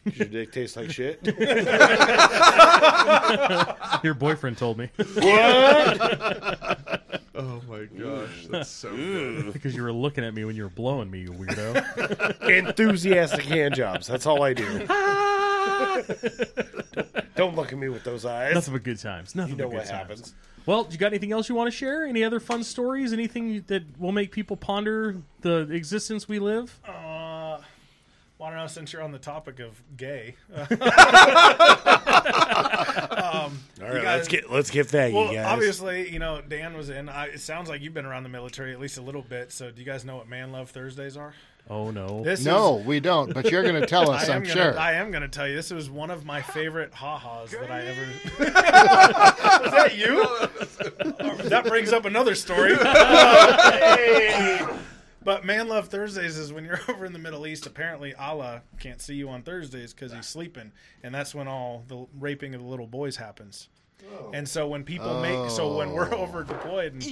S6: 'Cause your dick tastes like shit.
S2: Your boyfriend told me
S5: Oh my gosh, that's so. good.
S2: because you were looking at me when you were blowing me, you weirdo.
S6: Enthusiastic hand jobs. That's all I do. Don't look at me with those eyes.
S2: Nothing but good times. Nothing
S6: you know
S2: but good
S6: what
S2: times.
S6: happens.
S2: Well, you got anything else you want to share? Any other fun stories? Anything that will make people ponder the existence we live?
S7: Well, I don't know. Since you're on the topic of gay, uh,
S6: All right,
S7: guys-
S6: let's get let's get faggy,
S7: well,
S6: guys.
S7: obviously, you know Dan was in. I, it sounds like you've been around the military at least a little bit. So, do you guys know what Man Love Thursdays are?
S2: Oh no.
S7: This
S4: No,
S7: is-
S4: we don't. But you're going to tell us,
S7: I am
S4: I'm
S7: gonna,
S4: sure.
S7: I am going to tell you. This was one of my favorite ha-has that I ever. is that you? that brings up another story. But Man Love Thursdays is when you're over in the Middle East. Apparently, Allah can't see you on Thursdays because he's sleeping, and that's when all the raping of the little boys happens. And so when people make, so when we're over deployed, and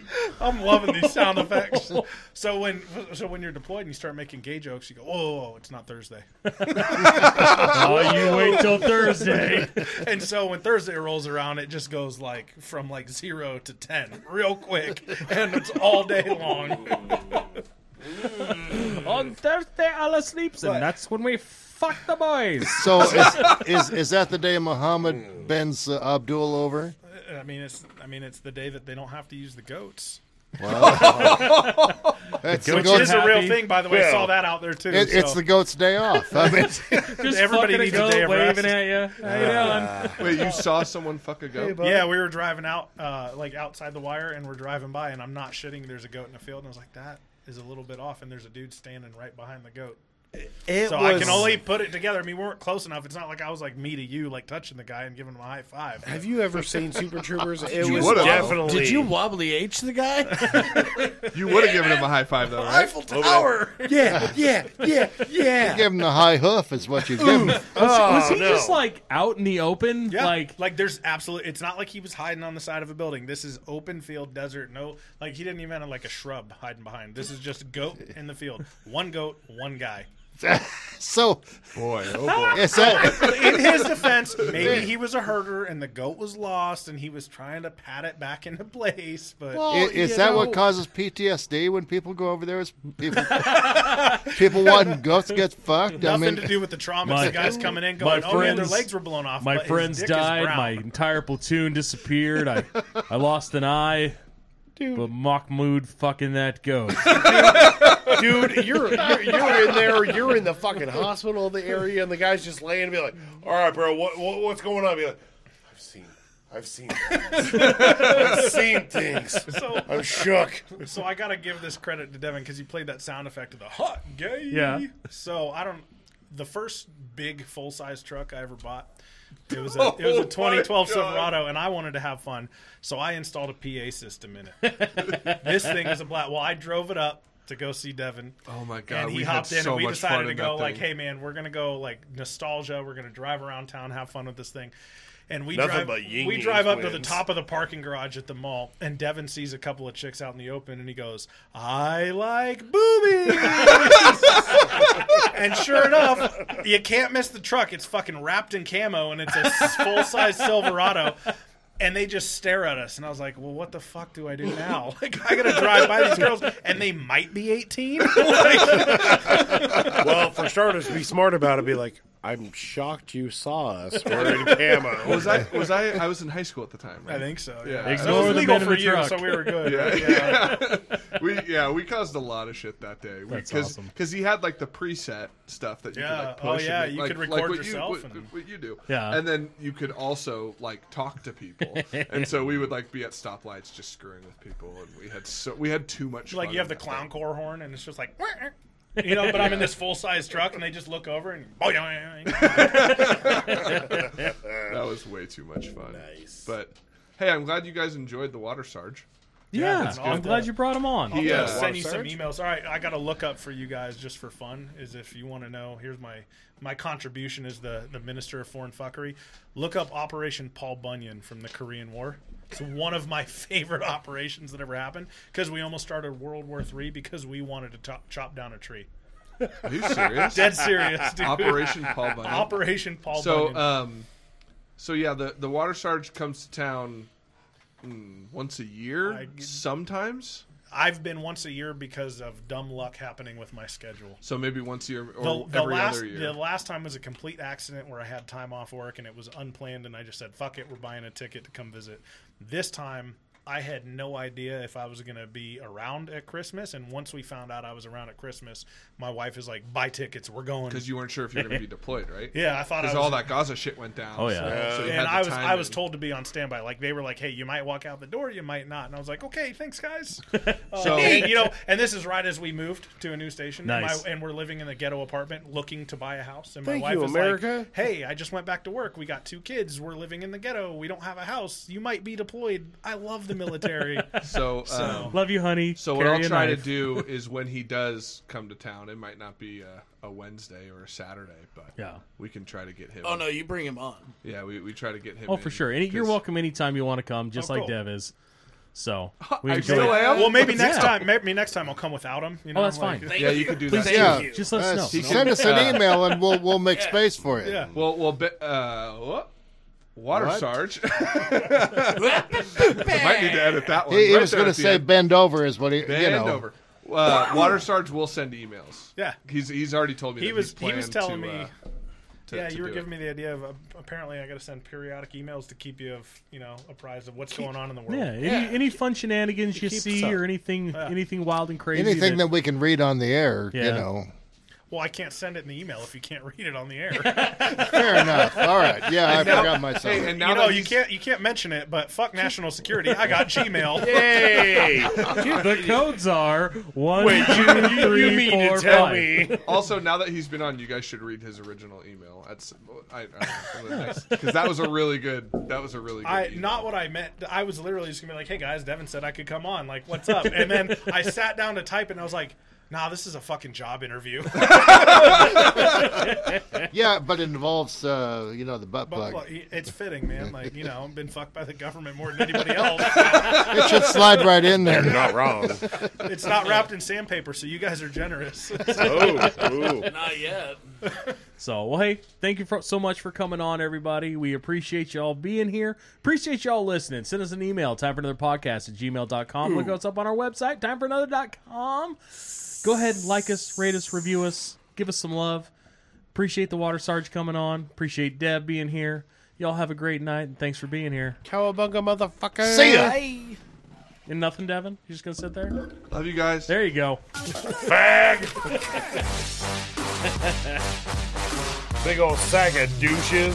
S7: I'm loving these sound effects. So when, so when you're deployed and you start making gay jokes, you go, "Oh, it's not Thursday."
S2: Oh, you wait till Thursday.
S7: And so when Thursday rolls around, it just goes like from like zero to ten real quick, and it's all day long.
S2: On Thursday, Allah sleeps, and that's when we fuck the boys.
S4: So is, is is that the day Muhammad bends uh, Abdul over?
S7: I mean, it's I mean, it's the day that they don't have to use the goats,
S4: That's
S2: goat
S4: the
S7: which
S4: goat-
S7: is
S2: happy.
S7: a real thing, by the way. I saw that out there too.
S4: it- it's
S7: so-
S4: the goat's day off. I mean,
S2: Just
S7: Everybody
S2: fucking
S7: needs a
S2: goat
S7: day of
S2: waving
S7: rest.
S2: at you. How you doing?
S5: Wait, you saw someone fuck a goat?
S7: yeah, we were driving out, uh, like outside the wire, and we're driving by, and I'm not shitting. There's a goat in a field, and I was like, that is a little bit off, and there's a dude standing right behind the goat.
S6: It
S7: So I
S6: was-
S7: can only put it together. I mean, we weren't close enough. It's not like I was like me to you, like touching the guy and giving him a high five.
S6: Have you ever seen Super Troopers? It was
S5: would've.
S6: definitely.
S3: Did you wobbly H the guy?
S5: You would have given him a high five though, right? Oh,
S3: Eiffel Tower.
S6: Yeah, yeah, yeah, yeah.
S4: give him the high hoof is what you give him.
S5: Oh,
S2: was he
S6: no.
S2: just like out in the open?
S7: Yeah,
S2: Like,
S7: like, there's absolute. It's not like he was hiding on the side of a building. This is open field, desert. No, like he didn't even have like a shrub hiding behind. This is just goat in the field. One goat, one guy.
S4: So
S5: Boy, oh boy.
S4: is that
S7: In his defense, maybe he was a herder and the goat was lost, and he was trying to pat it back into place. But
S4: i- is, that what causes PTSD when people go over there? Is people people wanting goats get fucked? I
S7: nothing
S4: mean,
S7: to do with the trauma.
S2: My-
S7: the guys coming in going,
S2: my
S7: "Oh man, their
S2: friends-
S7: legs were blown off."
S2: my
S7: but his
S2: friends
S7: dick is
S2: died.
S7: brown."
S2: My entire platoon disappeared. I, I lost an eye. But Mahmoud fucking that goes.
S6: dude, you're, you're you're in there, you're in the fucking hospital, the area, and the guy's just laying and be like, "All right, bro, what, what what's going on?" Be like, "I've seen, I've seen, things. I've seen things.
S7: So,
S6: I'm shook."
S7: so I gotta give this credit to Devin because he played that sound effect of the hot gay.
S2: Yeah.
S7: So I don't. The first big full size truck I ever bought. It was a it was a 2012 Silverado, and I wanted to have fun, so I installed a PA system in it. this thing is a black. Well, I drove it up to go see Devin.
S5: Oh my god!
S7: and he
S5: we
S7: hopped
S5: had
S7: in
S5: so
S7: and we
S5: much fun
S7: decided to
S5: in that
S7: go like
S5: thing.
S7: hey man we're gonna go like nostalgia we're gonna drive around town have fun with this thing and we
S6: Nothing
S7: drive
S6: but yin
S7: we
S6: yang
S7: drive up to the
S6: twins.
S7: top of the parking garage at the mall and devin sees a couple of chicks out in the open and he goes i like boobies and sure enough you can't miss the truck it's fucking wrapped in camo and it's a full-size silverado and they just stare at us and i was like well what the fuck do i do now like i gotta drive by these girls and they might be 18
S6: Well, for starters, be smart about it. Be like, "I'm shocked you saw us wearing camo."
S5: Was I? Was I? I was in high school at the time. Right?
S7: I think so.
S5: Yeah.
S7: Yeah.
S5: Ignore
S7: That was
S2: the
S7: legal
S2: man in
S7: for
S2: the
S7: you,
S2: truck.
S7: so we were good.
S5: Yeah. we yeah we caused a lot of shit that day.
S2: That's
S5: because
S2: awesome.
S5: because he had like the preset stuff that you could
S7: Yeah.
S5: like
S7: Oh,
S5: push.
S7: yeah,
S5: and,
S7: you
S5: like,
S7: could
S5: like
S7: record
S5: what
S7: yourself
S5: You, what-
S7: and-
S5: what you do.
S2: Yeah.
S5: and then you could also like talk to people, and so we would like be at stoplights just screwing with people, and we had so we had too much.
S7: Like
S5: fun
S7: you have
S5: in
S7: the
S5: that
S7: clown
S5: thing.
S7: core horn, and it's just like, you know. But I'm in this full size truck, and they just look over and oh yeah, yeah, yeah.
S5: That was way too much fun. Nice, but. Hey, I'm glad you guys enjoyed the water sarge.
S2: yeah,
S7: that's
S2: I'm
S7: good.
S2: glad you brought him on.
S5: Yeah.
S7: I'll send you some
S6: Sarge?
S7: emails. All right, I got a look up for you guys just for fun. Is if you want to know, here's my my contribution is the the minister of foreign fuckery. Look up Operation Paul Bunyan from the Korean War. It's one of my favorite operations that ever happened because we almost started World War Three because we wanted to chop, chop down a tree.
S5: Are you serious?
S7: Dead serious, dude.
S5: Operation Paul Bunyan.
S7: Operation Paul
S5: um, so
S7: Bunyan.
S5: um so yeah the the water sarge comes to town mm, once a year
S7: I-
S5: sometimes
S7: I've been once a year because of dumb luck happening with my schedule.
S5: so maybe once a year
S7: The,
S5: or
S7: the
S5: every
S7: last
S5: other year
S7: the last time was a complete accident where I had time off work and it was unplanned and I just said fuck it we're buying a ticket to come visit. This time I had no idea if I was going to be around at Christmas and once we found out I was around at Christmas my wife is like buy tickets we're going.
S5: because you weren't sure if you were going to be deployed right
S7: yeah, I thought I
S5: because
S7: was
S5: all that Gaza shit went down
S2: Oh,
S5: so-
S2: yeah.
S5: so, you had
S7: Uh, and
S5: the
S7: I was I
S5: timing.
S7: was told to be on standby. Like they were like, "Hey, you might walk out the door, you might not." And I was like, "Okay, thanks, guys." Uh,
S5: So-
S7: and, you know, and this is right as we moved to a new station,
S2: Nice.
S7: and, my, and we're living in the ghetto apartment, looking to buy a house. And my
S6: Thank
S7: wife
S6: you,
S7: is
S6: America.
S7: like, "Hey, I just went back to work. We got two kids. We're living in the ghetto. We don't have a house. You might be deployed. I love the military."
S5: so um,
S2: Love you, honey.
S5: So what I'll
S2: Carry a
S5: try to
S2: knife.
S5: do is when he does come to town, it might not be a, a Wednesday or a Saturday, but
S2: Yeah.
S5: we can try to get him.
S3: Oh no, you bring him on.
S5: Yeah, we, we try to get him.
S2: Oh, for
S5: in,
S2: sure. Any, you're
S5: 'cause-
S2: welcome anytime you want to come, just
S7: Oh,
S2: like
S7: cool.
S2: Dev is. So we
S5: I
S2: enjoy
S5: still
S2: it.
S5: am.
S7: well, maybe next
S2: Yeah.
S7: time, maybe next time I'll come without him. You know,
S2: Oh, that's
S7: like-
S2: fine.
S5: Yeah, you could do that.
S3: Thank
S4: Yeah.
S3: you.
S2: Just let
S4: Uh,
S2: us know.
S4: Send us an email and we'll we'll make space for you.
S7: Yeah.
S5: Well, well, be, uh, what? Water
S4: What?
S5: Sarge. I might need to edit that one.
S4: He, he
S5: Right
S4: was
S5: there
S4: going to
S5: at the
S4: say
S5: end.
S4: bend over is what he
S5: bend
S4: you know.
S5: over. Uh, Water Sarge will send emails.
S7: Yeah.
S5: he's he's already told me.
S7: He
S5: that
S7: was
S5: he's
S7: he was
S5: planned
S7: telling
S5: to,
S7: me.
S5: uh, to-
S7: yeah,
S5: to
S7: you were
S5: do
S7: giving
S5: it.
S7: me the idea of uh, apparently I got to send periodic emails to keep you of you know apprised of what's going on in the world.
S2: Yeah, any, any fun shenanigans you see
S7: up.
S2: or anything anything wild and crazy.
S4: Anything
S2: that,
S4: that we can read on the air, you
S2: Yeah.
S4: know.
S7: Well, I can't send it in the email if you can't read it on the air.
S4: Fair enough. All right. Yeah, I forgot myself.
S5: Hey, and now
S7: you know,
S5: that
S7: you
S5: he's-
S7: can't you can't mention it. But fuck national security. I got Gmail.
S6: Hey,
S2: the codes are one,
S6: wait, you, you, you mean to tell me?
S5: Also, now that he's been on, you guys should read his original email. That's I, because that was a really good. That was a really good.
S7: I
S5: email.
S7: not what I meant. I was literally just gonna be like, "Hey guys, Devin said I could come on. Like, what's up?" And then I sat down to type, and I was like, "Nah, this is a fucking job interview."
S4: yeah, but it involves uh, you know, the butt
S7: but
S4: plug.
S7: well, it's fitting, man. Like, you know, I've been fucked by the government more than anybody else.
S4: It should slide right in there.
S6: Not wrong.
S7: It's not wrapped in sandpaper, so you guys are generous.
S6: Oh, ooh.
S3: Not yet.
S2: So, well, hey, thank you for, so much for coming on, everybody. We appreciate y'all being here. Appreciate y'all listening. Send us an email, time for another podcast at gmail.com. Look us up on our website, time for another.com. Go ahead, like us, rate us, review us, give us some love. Appreciate the Water Sarge coming on. Appreciate Deb being here. Y'all have a great night, and thanks for being here.
S6: Cowabunga, motherfucker.
S4: See ya.
S2: And nothing, Devin? You just gonna sit there?
S5: Love you guys.
S2: There you go.
S6: Big old sack of douches.